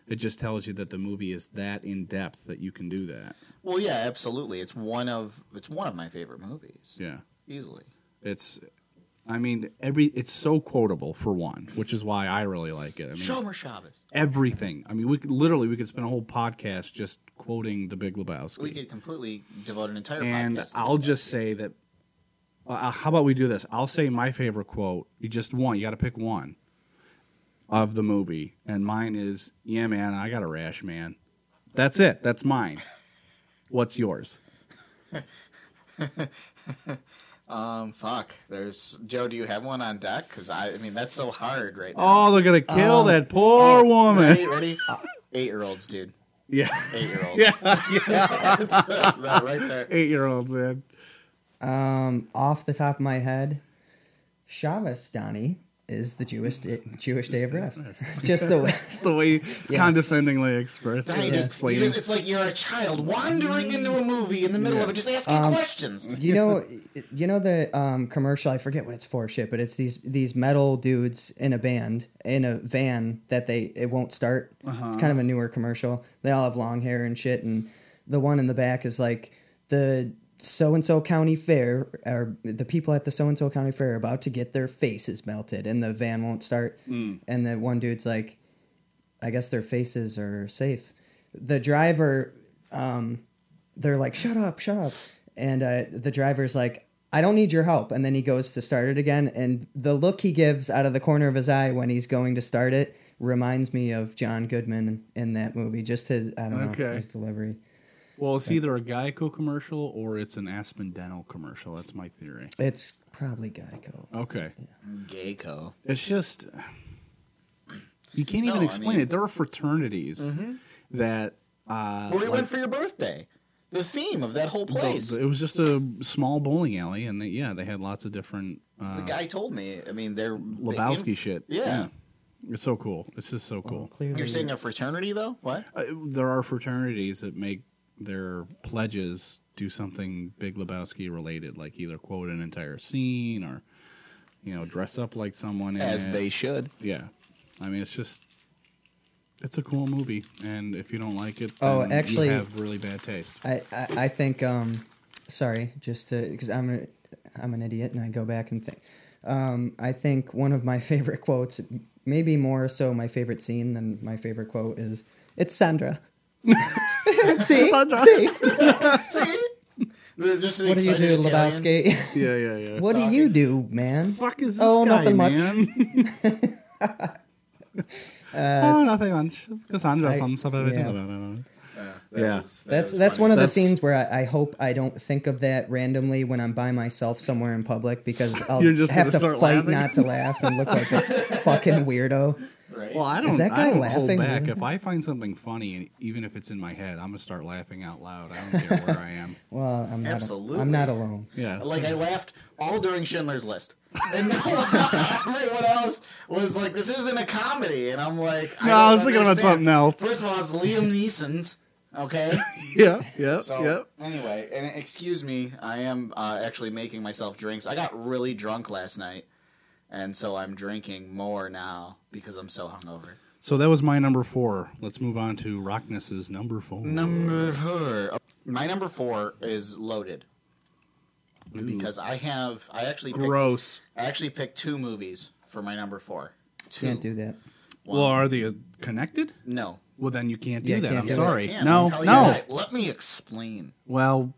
It just tells you that the movie is that in depth that you can do that.
Well, yeah, absolutely. It's one of it's one of my favorite movies,
Yeah.
easily.
It's, I mean, every it's so quotable for one, which is why I really like it. I mean,
Shomer Shabbos.
everything. I mean, we could, literally we could spend a whole podcast just quoting The Big Lebowski.
We could completely devote an entire
and
podcast. to
I'll
that.
just say that. Uh, how about we do this? I'll say my favorite quote. You just one. You got to pick one of the movie, and mine is, "Yeah, man, I got a rash, man." That's it. That's mine. What's yours?
um, fuck. There's Joe. Do you have one on deck? Because I, I mean, that's so hard right now.
Oh, they're gonna kill
Um,
that Oh, poor woman.
Ready? ready? Eight year olds, dude.
Yeah.
Eight year olds.
Yeah,
right there.
eight year old man.
Um, off the top of my head, Shabbos, Donnie, is the Jewish day, Jewish day of rest. Just the way.
It's the way it's condescendingly expressed.
Hey,
it's
just-
explaining.
you just- it's like you're a child wandering into a movie in the middle of it, just asking
Um,
questions.
You know, you know the um, commercial. I forget what it's for, shit, but it's these these metal dudes in a band in a van that they it won't start. It's kind of a newer commercial. They all have long hair and shit, and the one in the back is like the so and so county fair, or the people at the so and so county fair are about to get their faces melted, and the van won't start. And the one dude's like, I guess their faces are safe. The driver, um, they're like, shut up, shut up. And uh, the driver's like, I don't need your help. And then he goes to start it again. And the look he gives out of the corner of his eye when he's going to start it reminds me of John Goodman in that movie. Just his, I don't know,
Okay.
his delivery.
well, it's either a Geico commercial or it's an Aspen Dental commercial. That's my theory.
It's probably Geico.
Okay,
Geico.
it's just you can't
No,
even
I
explain
mean-
it. There are fraternities that uh,
Where we
like,
went for your birthday. The theme of that whole
the-
place.
the- it was just a small bowling alley, and they, yeah, they had lots of different uh,
the guy told me. I mean, they're
Lebowski shit.
Yeah.
it's so cool. It's just so cool.
Clearly,
You're saying a fraternity though? What?
Uh, there are fraternities that make their pledges do something Big Lebowski related, like either quote an entire scene or you know dress up like someone in
As
it.
they should.
Yeah, I mean it's just it's a cool movie, and if you don't like it,
Oh,
then
actually-
you have really bad taste.
I, I, I think um sorry just to because I'm a, I'm an idiot and I go back and think um I think one of my favorite quotes maybe more so my favorite scene than my favorite quote is it's Sandra see
Sandra.
see
See? They're just an
what do you do
excited Italian.
Lebowski
Yeah, yeah, yeah.
what do you do man
fuck is this
Oh,
guy,
nothing much.
man?
Uh,
oh, nothing much. Cassandra
I-
from Suburban.
yeah.
That
Yeah.
was- that
that's
was
that's
funny.
one of the
That's-
scenes where I, I hope I don't think of that randomly when I'm by myself somewhere in public because I'll
You're just
have
gonna
to
start
fight
laughing.
not to laugh and look like a fucking weirdo.
Right.
Well, I don't.
that guy
I don't
laughing,
hold back.
dude?
If I find something funny, and even if it's in my head, I'm gonna start laughing out loud. I don't care where I am.
Well, I'm not.
Absolutely.
I'm not alone.
Yeah,
Like I laughed all during Schindler's List, and no one- everyone else was like, "This isn't a comedy," and I'm like,
No,
don't
I was thinking about
understand.
something else.
First of all, it's Liam Neeson's. Okay.
yeah, yeah,
So anyway, and excuse me, I am uh, actually making myself drinks. I got really drunk last night, and so I'm drinking more now because I'm so hungover.
So that was my number four. Let's move on to Rockness's number four.
Number four. My number four is loaded. Because I have, I actually picked, I
Gross.
actually picked two movies for my number four. 2
Can't do that.
Well, are they uh, connected?
No.
Well, then you can't do
Yeah,
that.
can't
I'm
do
Yes,
that.
I
sorry.
can.
No,
I'll tell you
no.
why. Let me explain.
Well,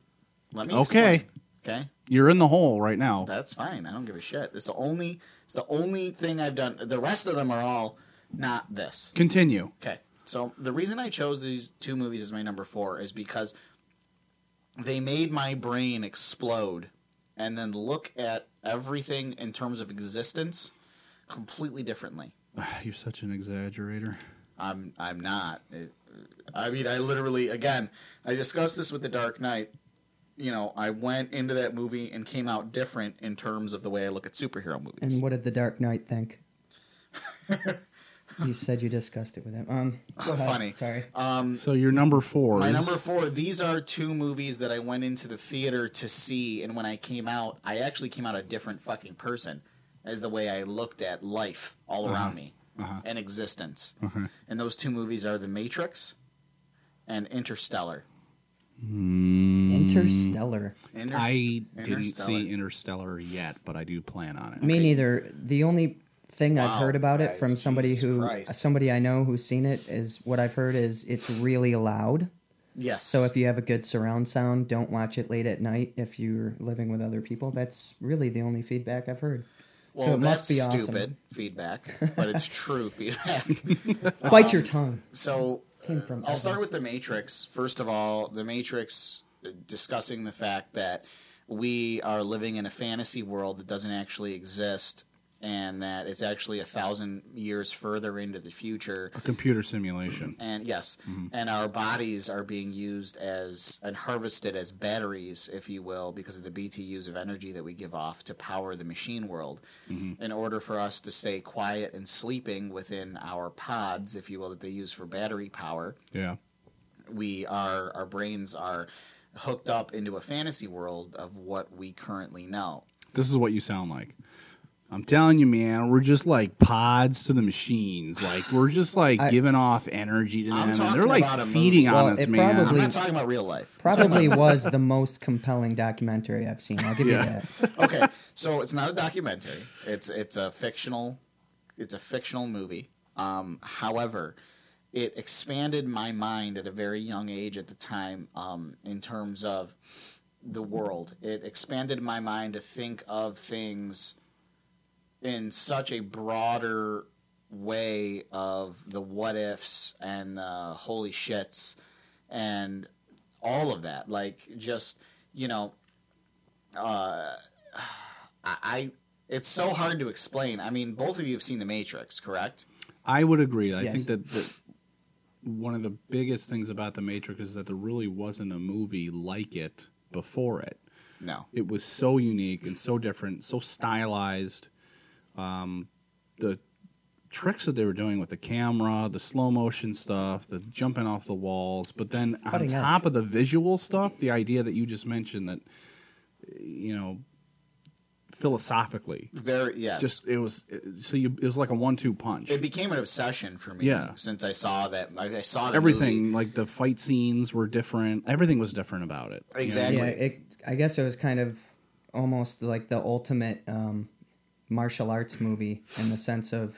Let me.
Okay.
Explain. Okay.
you're in the hole right now.
That's fine. I don't give a shit. It's the only. It's the only thing I've done. The rest of them are all not this.
Continue.
Okay. So the reason I chose these two movies as my number four is because they made my brain explode and then look at everything in terms of existence completely differently.
You're such an exaggerator.
I'm I'm not. It- I mean, I literally again, I discussed this with The Dark Knight. You know, I went into that movie and came out different in terms of the way I look at superhero movies.
And what did the Dark Knight think? you said you discussed it with him. Um, go ahead.
Oh, Funny.
Sorry.
Um,
So your number four
My
is
number four. These are two movies that I went into the theater to see, and when I came out, I actually came out a different fucking person, as the way I looked at life all
Uh-huh.
around me and existence. And those two movies are The Matrix and Interstellar.
Mm.
Interstellar.
Inter-
I didn't
Interstellar.
see Interstellar yet, but I do plan on it.
Me neither. The only thing I've heard about it
guys,
from somebody
Jesus
who
Christ.
somebody I know who's seen it is what I've heard is it's really loud.
Yes.
So if you have a good surround sound, don't watch it late at night if you're living with other people. That's really the only feedback I've heard.
well,
so it
that's
must be awesome.
stupid feedback, but it's true feedback. Uh-huh.
Bite your tongue.
So
Came
uh,
from
I'll
heaven.
start with the Matrix. First of all, the Matrix uh, discussing the fact that we are living in a fantasy world that doesn't actually exist and that it's actually a thousand years further into the future
Computer simulation.
and yes, and our bodies are being used as and harvested as batteries, if you will, because of the BTUs of energy that we give off to power the machine world. In order for us to stay quiet and sleeping within our pods, if you will, that they use for battery power,
Yeah.
we are our brains are hooked up into a fantasy world of what we currently know.
This is what you sound like. I'm telling you, man, we're just like pods to the machines. Like we're just like giving off energy to
I'm
them,
talking
and they're like
about a
feeding
movie.
on
Well,
us,
it
man.
I'm
probably-
not talking about real life.
Probably was the most compelling documentary I've seen. I'll give you
Yeah.
that.
okay, so it's not a documentary. It's it's a fictional, it's a fictional movie. Um, however, it expanded my mind at a very young age at the time um, in terms of the world. It expanded my mind to think of things in such a broader way of the what ifs and the holy shits and all of that. Like just you know uh, I, I it's so hard to explain. I mean, both of you have seen The Matrix, correct?
I would agree. I
Yes.
think that the, one of the biggest things about The Matrix is that there really wasn't a movie like it before it.
No.
It was so unique and so different, so stylized. Um, the tricks that they were doing with the camera, the slow motion stuff, the jumping off the walls, but then
Cutting
on top of the visual stuff, the idea that you just mentioned that, you know, philosophically,
Very yes.
just it was so you it was like a one two punch.
it became an obsession for me.
Yeah.
Since I saw that, I, I saw the
everything
movie.
like the fight scenes were different everything was different about it You know?
Exactly.
Yeah, it, I guess it was kind of almost like the ultimate um, martial arts movie in the sense of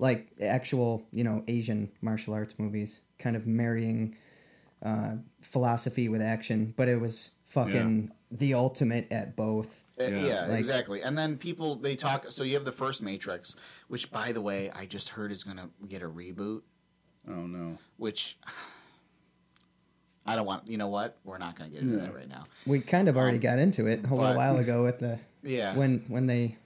like actual, you know, Asian martial arts movies, kind of marrying uh, philosophy with action, but it was fucking the ultimate at both.
Uh, Yeah,
like-
exactly. And then people they talk. So you have the first Matrix, which by the way, I just heard is going to get a reboot.
oh no
Which I don't want. You know what? We're not going to get into that right now.
We kind of already got into it a little
Um, but-
while ago with the
Yeah.
when when they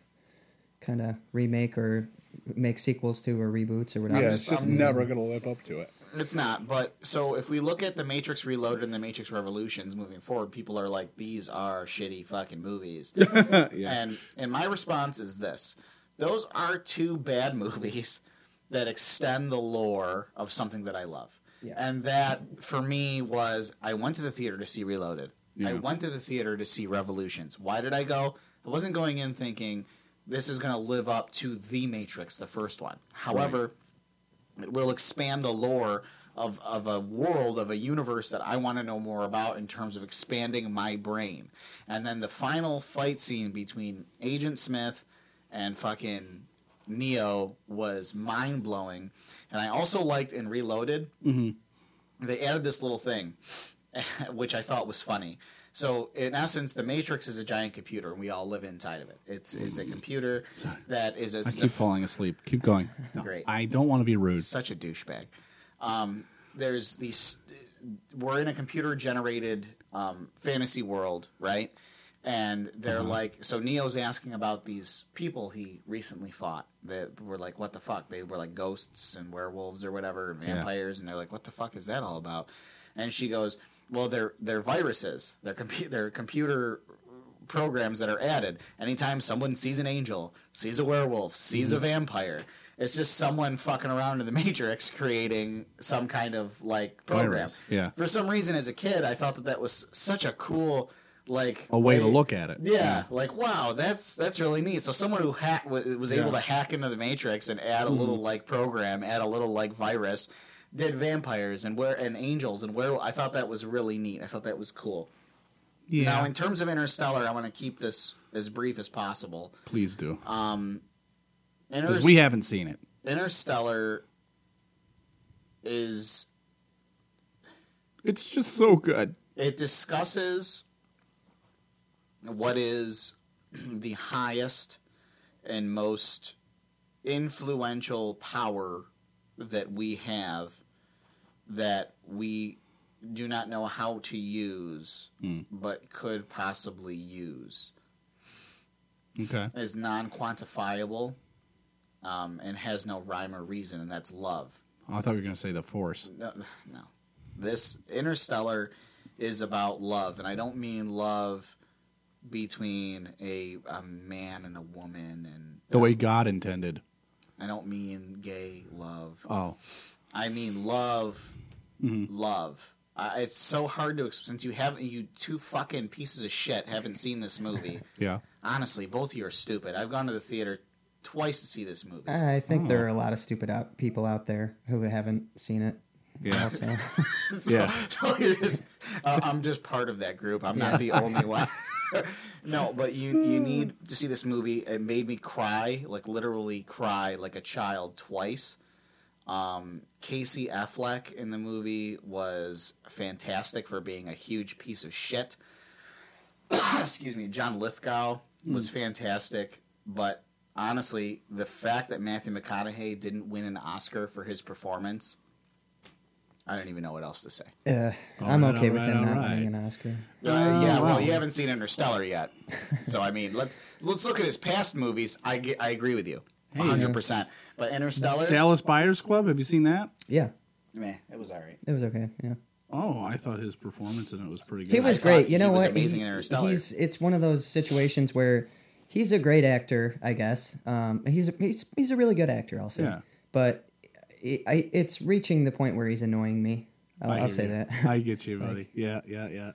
kind of remake or make sequels to or reboots or whatever.
yeah,
just-
it's just
I'm-
never gonna live up to it.
It's not, but so if we look at the Matrix Reloaded and the Matrix Revolutions moving forward, people are like, these are shitty fucking movies. And and my response is this: those are two bad movies that extend the lore of something that I love.
Yeah.
And that for me was I went to the theater to see Reloaded. I
Yeah.
went to the theater to see Revolutions. Why did I go? I wasn't going in thinking this is going to live up to The Matrix, the first one. However, it will expand the lore of, of a world of a universe that i want to know more about in terms of expanding my brain and then the final fight scene between agent smith and fucking neo was mind-blowing and i also liked in reloaded
Mm-hmm.
they added this little thing which i thought was funny so in essence the matrix is a giant computer and we all live inside of it it's, it's a computer that is a,
Mm-hmm. I keep falling asleep. Keep going. No,
Great.
I don't want to be rude.
such a douchebag. Um, there's these. We're in a computer generated um, fantasy world, right? And they're like, so Neo's asking about these people he recently fought that were like, what the fuck? They were like ghosts and werewolves or whatever, and vampires, and they're like, what the fuck is that all about? And she goes, well, they're they're viruses. They're compu- they're computer programs that are added. Anytime someone sees an angel, sees a werewolf, sees
Mm-hmm.
a vampire, it's just someone fucking around in the Matrix creating some kind of like program.
Virus, yeah.
For some reason, as a kid, I thought that that was such a cool like
A way to look at it. Mm.
Yeah, like wow, that's that's really neat. So someone who ha- wa- was able
Yeah.
to hack into the Matrix and add a little
Mm.
like program, add a little like virus, did vampires and where and angels and where I thought that was really neat. I thought that was cool.
Yeah.
Now, in terms of Interstellar, I want to keep this as brief as possible.
Please do.
Uh, Inter-
Because we haven't seen it.
Interstellar is
It's just so good.
it discusses what is the highest and most influential power that we have that we do not know how to use
Hmm.
but could possibly use
Okay.
is non-quantifiable um, and has no rhyme or reason, and that's love.
Oh, I thought you were going to say the force.
No, no. This Interstellar is about love, and I don't mean love between a, a man and a woman, and
The way God intended.
I don't mean gay love.
Oh.
I mean love,
Mm-hmm.
love. Uh, it's so hard to ex- since you haven't you two fucking pieces of shit haven't seen this movie.
Yeah.
Honestly, both of you are stupid. I've gone to the theater twice to see this movie.
I think there are
Oh.
a lot of stupid out- people out there who haven't seen it.
Yeah.
So
So,
Yeah.
so you're just, uh, I'm just part of that group. I'm not the only one. no, but you you need to see this movie. It made me cry, like literally cry, like a child twice. Um, Casey Affleck in the movie was fantastic for being a huge piece of shit. Excuse me, John Lithgow was fantastic, but honestly, the fact that Matthew McConaughey didn't win an Oscar for his performance, I don't even know what else to say.
uh, I'm
right,
okay
all
with
right,
them
all
not
right.
winning an Oscar.
Uh, yeah,
Oh,
well, you haven't seen Interstellar yet, so I mean, let's let's look at his past movies. I, ge- I agree with you, hundred percent. But Interstellar,
Dallas Buyers Club. Have you seen that?
Yeah,
meh, it was alright.
it was okay. Yeah.
Oh, I thought his performance in it was pretty good.
He was
thought
great.
he
You know
was
what?
amazing in Interstellar.
He's it's one of those situations where he's a great actor, I guess. Um, he's a, he's he's a really good actor, also.
Yeah.
But i I, it's reaching the point where he's annoying me. I'll,
I
I'll
hear
say
you.
that.
I get you, buddy. Yeah, yeah, yeah.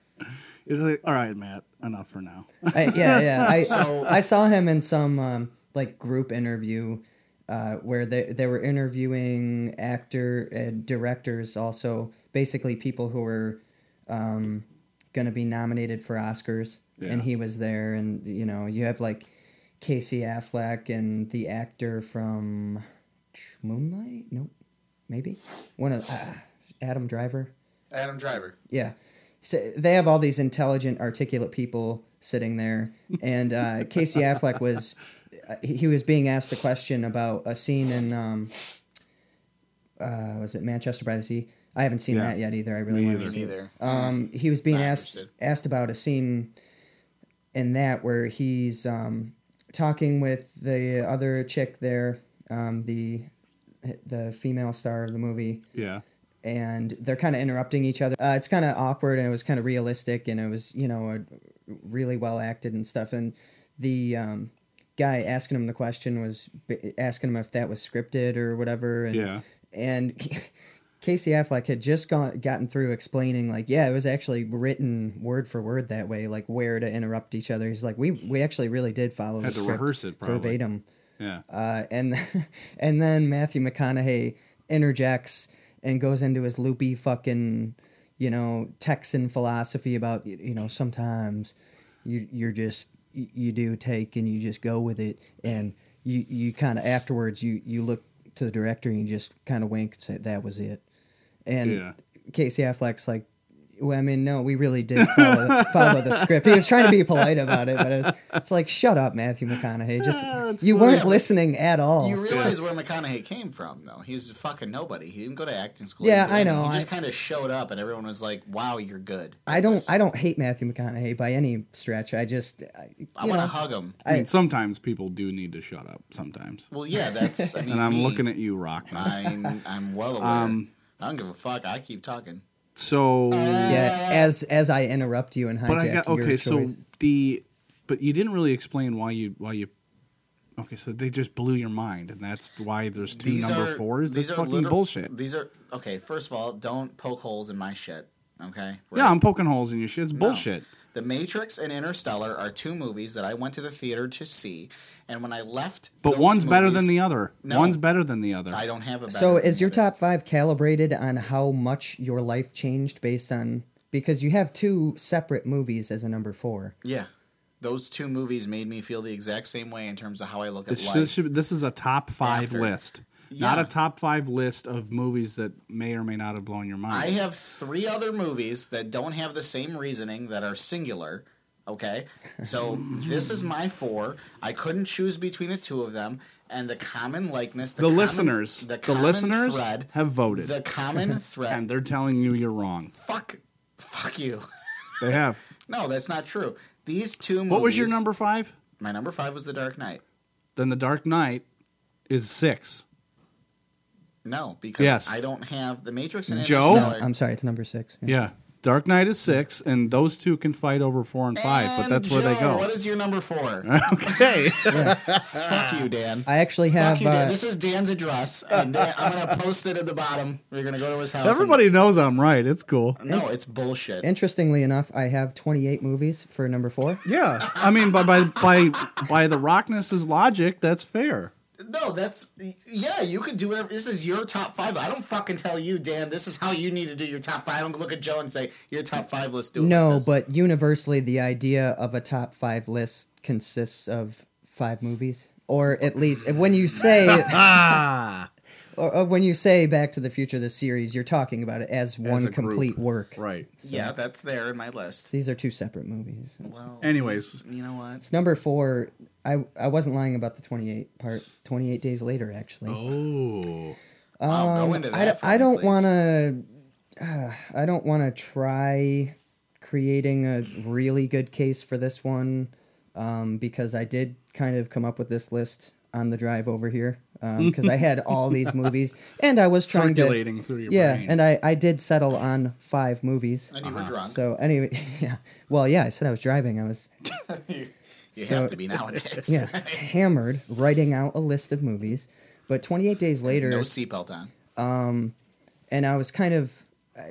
It's like, all right, Matt, enough for now.
I, yeah, yeah. I I saw him in some um, like group interview uh, where they they were interviewing actor and directors, also basically people who were um, going to be nominated for Oscars, and
Yeah.
he was there. And you know, you have like Casey Affleck and the actor from Moonlight. Nope, maybe one of uh, Adam Driver.
Adam Driver.
Yeah. So they have all these intelligent, articulate people sitting there, and uh, Casey Affleck was uh, he he was being asked a question about a scene in um, uh, was it Manchester by the Sea? I haven't seen
Yeah.
that yet either. I really
Me
want to
either.
see it.
Neither.
Um, he was being
Not
asked
interested.
asked about a scene in that where he's um, talking with the other chick there, um, the the female star of the movie,
Yeah.
and they're kind of interrupting each other. Uh, it's kind of awkward, and it was kind of realistic, and it was you know a, really well acted and stuff. And the um, guy asking him the question was b- asking him if that was scripted or whatever. And,
Yeah.
and Casey Affleck had just gone, gotten through explaining like, yeah, it was actually written word for word that way, like where to interrupt each other. He's like, we we actually really did follow
Had
the
to
script
rehearse it, probably.
verbatim.
Yeah.
Uh, and and then Matthew McConaughey interjects and goes into his loopy fucking, you know, Texan philosophy about you you know sometimes you you're just you you do take and you just go with it and you you kind of afterwards you you look to the director and you just kind of wink and say that was it and
Yeah.
Casey Affleck's like. Well, I mean, no, we really did follow, follow the script. He was trying to be polite about it, but it was, it's like, shut up, Matthew McConaughey. Just
that's
you
funny.
weren't listening at all.
You realize where McConaughey came from, though. He's a fucking nobody. He didn't go to acting school.
Yeah,
He didn't do
I know.
anything. He just
I-
kind of showed up, and everyone was like, "Wow, you're good."
I don't. I don't hate Matthew McConaughey by any stretch. I just, I, you
I want
know,
to hug him.
I, mean, sometimes people do need to shut up. Sometimes.
Well, yeah, that's. I mean,
And I'm
me.
looking at you, Rock.
I'm, I'm well aware.
Um,
I don't give a fuck. I keep talking.
So.
yeah. As as I interrupt you and hijack
but I got
your
okay. So
choice.
the but you didn't really explain why you why you. Okay, so they just blew your mind, and that's why there's two number fours. That's
these are
fucking
liter-
bullshit.
These are okay. First of all, don't poke holes in my shit. Okay. Right?
Yeah, I'm poking holes in your shit. It's bullshit.
The Matrix and Interstellar are two movies that I went to the theater to see, and when I left,
But
those
one's better than
movies-
the other.
No.
One's better than the other.
I don't have a. Better
So
than
is
the
your
other.
top five calibrated on how much your life changed based on because you have two separate movies as a number four.
Yeah, those two movies made me feel the exact same way in terms of how I look at
This,
life.
this, should, this is a top five
After.
list, not
Yeah.
a top five list of movies that may or may not have blown your mind.
I have three other movies that don't have the same reasoning that are singular. Okay, so this is my four. I couldn't choose between the two of them, and the common likeness. The,
the
common-
listeners, the,
common
listeners
thread,
have voted,
the common
and
thread.
they're telling you you're wrong.
fuck, fuck you.
They have.
No, that's not true. These two. movies...
What was your number five?
My number five was The Dark Knight.
Then The Dark Knight is six.
No, because
Yes.
I don't have The Matrix and
Joe?
Interstellar.
I'm sorry, it's number six.
Yeah. Dark Knight is six, and those two can fight over four and five, but
And
that's where they
Joe,
go.
What is your number four?
okay.
Fuck you, Dan.
I actually have.
Fuck you, Dan.
uh,
This is Dan's address, and Dan, I'm gonna post it at the bottom. We're gonna go to his house. and-
Everybody knows I'm right. It's cool.
no, it's bullshit.
interestingly enough, I have 28 movies for number four.
Yeah. I mean, by by by, by the Rockness's logic, that's fair.
no, that's yeah. You could do whatever. This is your top five. I don't fucking tell you, Dan. This is how you need to do your top five. I don't look at Joe and say your top five. Let's do it.
No,
like this."
but universally, the idea of a top five list consists of five movies, or at least when you say,
Ah.
or, or when you say Back to the Future, the series, you're talking about it as one
a group.
complete work.
Right.
yeah, that's there in my list.
These are two separate movies.
Well,
Anyways.
you know what?
It's number four. I I wasn't lying about the 28 part. 28 days later, actually.
Oh.
I'll go into that.
Um, I,
for
I
me,
don't
please.
want to. I don't want to try creating a really good case for this one um, because I did kind of come up with this list on the drive over here because I had all these movies and I was trying to.
Circulating through your
Yeah,
brain.
and I, I did settle on five movies. Uh-huh.
And you were drunk.
So anyway, yeah. Well, yeah, I said I was driving. I was
you
so-
have to be nowadays.
yeah hammered writing out a list of movies. But 28 days later,
no seatbelt on.
and I was kind of uh,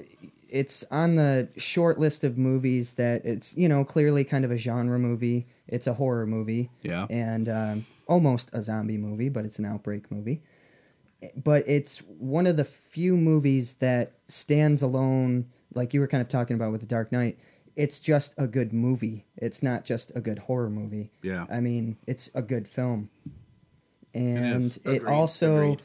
it's on the short list of movies that it's you know clearly kind of a genre movie. It's a horror movie,
Yeah.
and um, almost a zombie movie, but it's an outbreak movie. But it's one of the few movies that stands alone, like you were kind of talking about with The Dark Knight. It's just a good movie. It's not just a good horror movie.
Yeah.
I mean, it's a good film, and
is.
it,
Agreed,
also
agreed.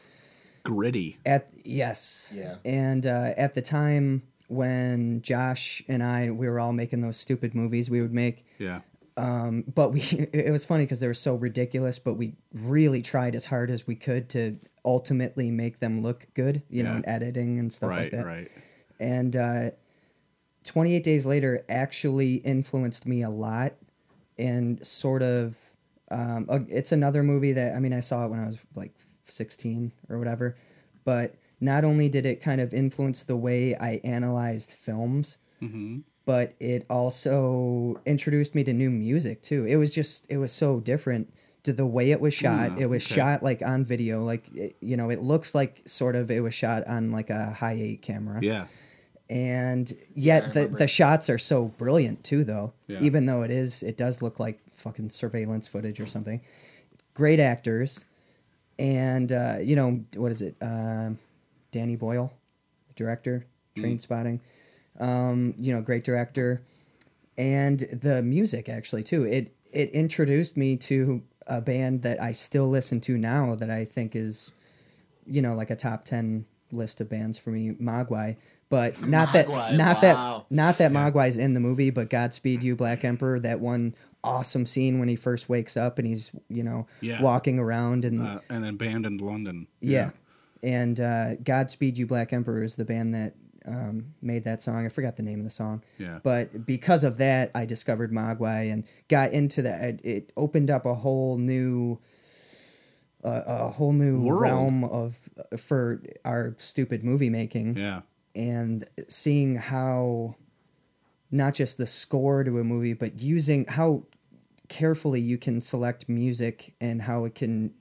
Gritty.
at yes
Yeah.
and uh, at the time when josh and i we were all making those stupid movies we would make
Yeah.
but we it was funny because they were so ridiculous but we really tried as hard as we could to ultimately make them look good you know
Yeah.
and editing and stuff like
Right,
that
right.
and uh, 28 days later actually influenced me a lot and sort of um, uh, it's another movie that i mean i saw it when i was like 16 or whatever. But not only did it kind of influence the way I analyzed films,
hmm
but it also introduced me to new music too. It was just it was so different to the way it was shot.
Mm,
it was
okay.
shot like on video, like it, you know, it looks like sort of it was shot on like a high eight camera,
Yeah.
and
I
yet the
remember.
the shots are so brilliant too, though.
Yeah.
Even though it is, it does look like fucking surveillance footage or something. Great actors, and uh, you know what is it? Um Danny Boyle, director, Train Spotting. Um, you know, great director, and the music actually too. It it introduced me to a band that I still listen to now that I think is, you know, like a top ten list of bands for me, Mogwai. But not
Mogwai,
that not
wow.
that not that Mogwai's in the movie, but Godspeed You Black Emperor, that one awesome scene when he first wakes up and he's, you know,
Yeah.
walking around and
Uh, and abandoned London.
yeah. And uh, Godspeed You Black Emperor is the band that um, made that song. I forgot the name of the song.
Yeah.
But because of that, I discovered Mogwai and got into that. It, it opened up a whole new. Uh, a whole new
World.
realm of for our stupid movie making
Yeah.
and seeing how not just the score to a movie but using how carefully you can select music and how it can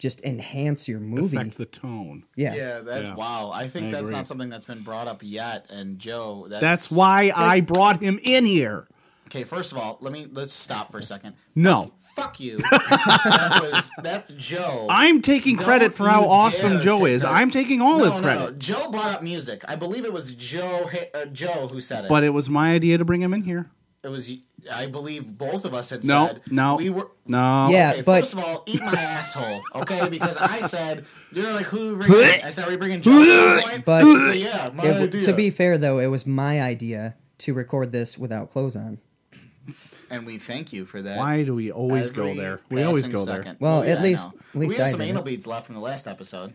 just enhance your movie
Affect the tone.
yeah.
Yeah, that's
Yeah.
wow. I think
I
that's
agree.
not something that's been brought up yet. And Joe, that's,
That's why I brought him in here.
Okay, first of all, let me let's stop for a second.
No.
Fuck you. that was that's Joe.
I'm taking
Don't
credit for how
you
awesome
dare
Joe
take
is.
that.
I'm taking all
no,
of
no,
credit.
no. Joe brought up music. I believe it was Joe Hi- uh, Joe who said it.
But it was my idea to bring him in here.
it was I believe both of us had
No,
said
no,
we were
no.
Yeah.
Okay,
but-
first of all, eat my asshole, okay? Because I said you're like who we bringing? in?" I said are we bringing Joe. at some point?"
But-
so, yeah, my
It-
idea.
to be fair though it was my idea to record this without clothes on
and we thank you for that.
Why do we always go
Every
there? We always
passing
go there.
second.
Well, at
I
least-
know.
at least
we have
I
some
did
anal
it.
beads left from the last episode.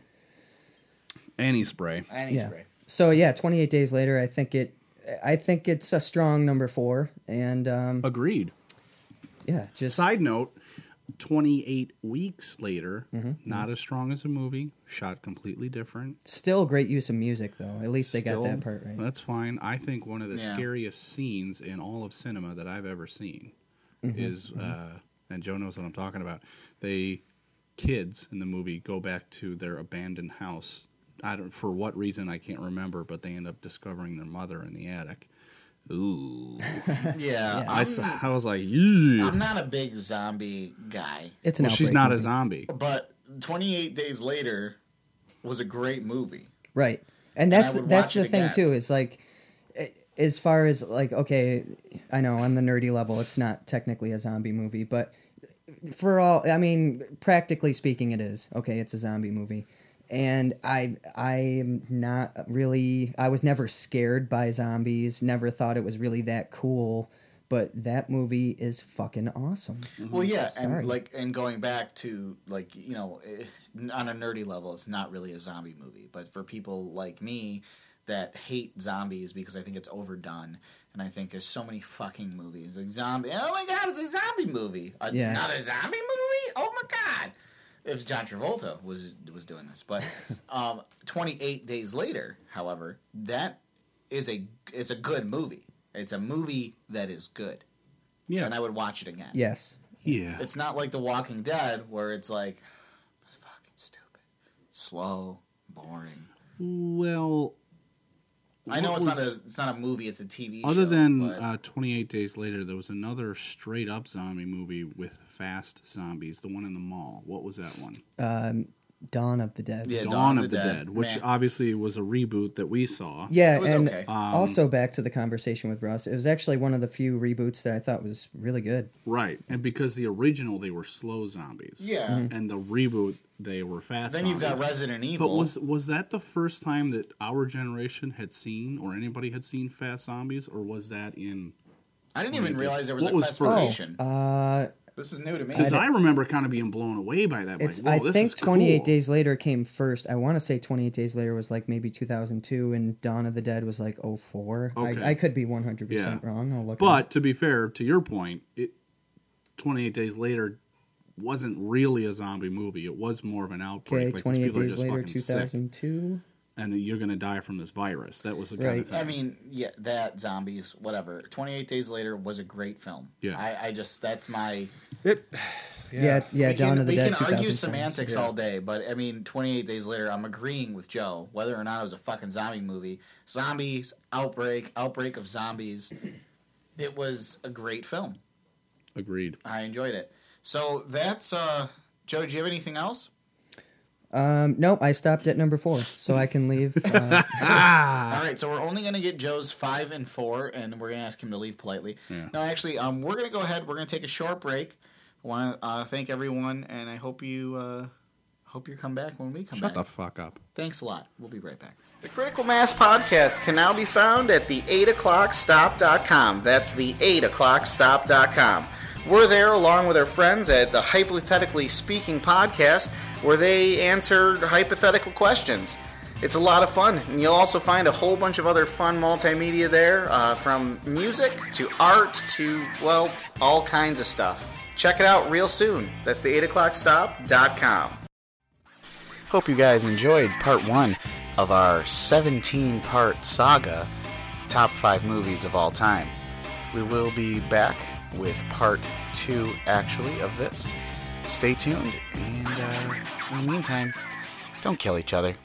Any spray.
And
yeah
spray.
so yeah 28 days later i think it i think it's a strong number four and um
Agreed.
yeah just
Side note 28 weeks later, not as strong as a movie, shot completely different.
still great use of music though at least they
Still,
got that part right
That's fine. I think one of the
Yeah.
scariest scenes in all of cinema that I've ever seen
Mm-hmm.
is, Uh, and Joe knows what I'm talking about. They kids in the movie go back to their abandoned house. I don't for what reason I can't remember, but they end up discovering their mother in the attic. Ooh,
Yeah,
I, s-
I'm,
I was like,
I'm
"Ew."
not a big zombie guy,
it's an
well, she's
outbreak
not a
movie.
zombie.
but 28 Days Later was a great movie.
Right. And
I
that's
would
that's
watch
the
it
thing
again.
too is like a- as far as like okay, I know on the nerdy level it's not technically a zombie movie, but for all I mean practically speaking it is. Okay, it's a zombie movie. And I I'm not really I was never scared by zombies, never thought it was really that cool, but that movie is fucking awesome.
Well, yeah,
Sorry.
and like and going back to like you know eh, on a nerdy level, it's not really a zombie movie, but for people like me that hate zombies because I think it's overdone, and I think there's so many fucking movies like zombie. Oh my god, it's a zombie movie. Uh, It's
Yeah.
not a zombie movie. Oh my god. It was John Travolta was was doing this, but um, 28 days later, however, that is a it's a good movie. It's a movie that is good,
Yeah,
and I would watch it again.
Yes.
yeah.
It's not like The Walking Dead where it's like it's fucking stupid, slow, boring.
Well,
I know
what
it's not
was-
a it's not a movie; it's a TV.
Other
show,
than
but-
uh, 28 Days Later, there was another straight up zombie movie with fast zombies, the one in the mall. What was that one?
Um Dawn of the Dead.
Yeah,
Dawn, of the, Dead, which
Man.
obviously was a reboot that we saw.
Yeah,
It was
and
okay. Um,
also back to the conversation with Russ. It was actually one of the few reboots that I thought was really good.
Right. And because the original, they were slow zombies.
yeah.
And the reboot, they were fast
Then you've got
zombies.
Resident Evil.
But was was that the first time that our generation had seen, or anybody had seen fast zombies, or was that in?
I didn't even realize there was
Oh What
a
was first?
classification.
Uh,
this is new to me.
Because I, remember kind of being blown away by that.
it's
like, Whoa,
I
this is
think 28
cool.
Days Later came first. I want to say 28 Days Later was like maybe 2002, and Dawn of the Dead was like 04.
Okay.
I, I could be 100%
Yeah.
wrong. I'll look. it up.
But to be fair, to your point, it, 28 days later wasn't really a zombie movie. It was more of an outbreak.
Okay,
like these
28
people are
days
just
later,
fucking sick,
2002.
and then you're gonna die from this virus. That was the kind
Right.
of thing.
I mean, yeah, that zombies, whatever. Twenty Eight Days Later was a great film.
Yeah.
I, I just that's my.
It,
Yeah, yeah,
we
Dawn
can,
of the
we
Dead.
can argue
2007.
semantics
Yeah.
all day, but I mean, Twenty Eight Days Later, I'm agreeing with Joe whether or not it was a fucking zombie movie. Zombies, outbreak, outbreak of zombies. It was a great film.
Agreed.
I enjoyed it. So that's uh, Joe. Do you have anything else?
Um, nope, I stopped at number four, so I can leave. Uh,
All right, so we're only going to get Joe's five and four, and we're going to ask him to leave politely.
Yeah.
No, actually, um, we're going to go ahead. We're going to take a short break. I want to uh, thank everyone, and I hope you uh, hope you come back when we come back.
Shut the fuck up.
Thanks a lot. We'll be right back. The Critical Mass Podcast can now be found at the 8 o'clock stop.com. That's the 8 o'clock stop.com. We're there along with our friends at the Hypothetically Speaking Podcast, where they answer hypothetical questions. It's a lot of fun, and you'll also find a whole bunch of other fun multimedia there uh, from music to art to, well, all kinds of stuff. Check it out real soon. That's the 8 o'clock stop.com. Hope you guys enjoyed part one of our 17 part saga, Top 5 Movies of All Time. We will be back with part two, actually, of this. Stay tuned, and uh, in the meantime, don't kill each other.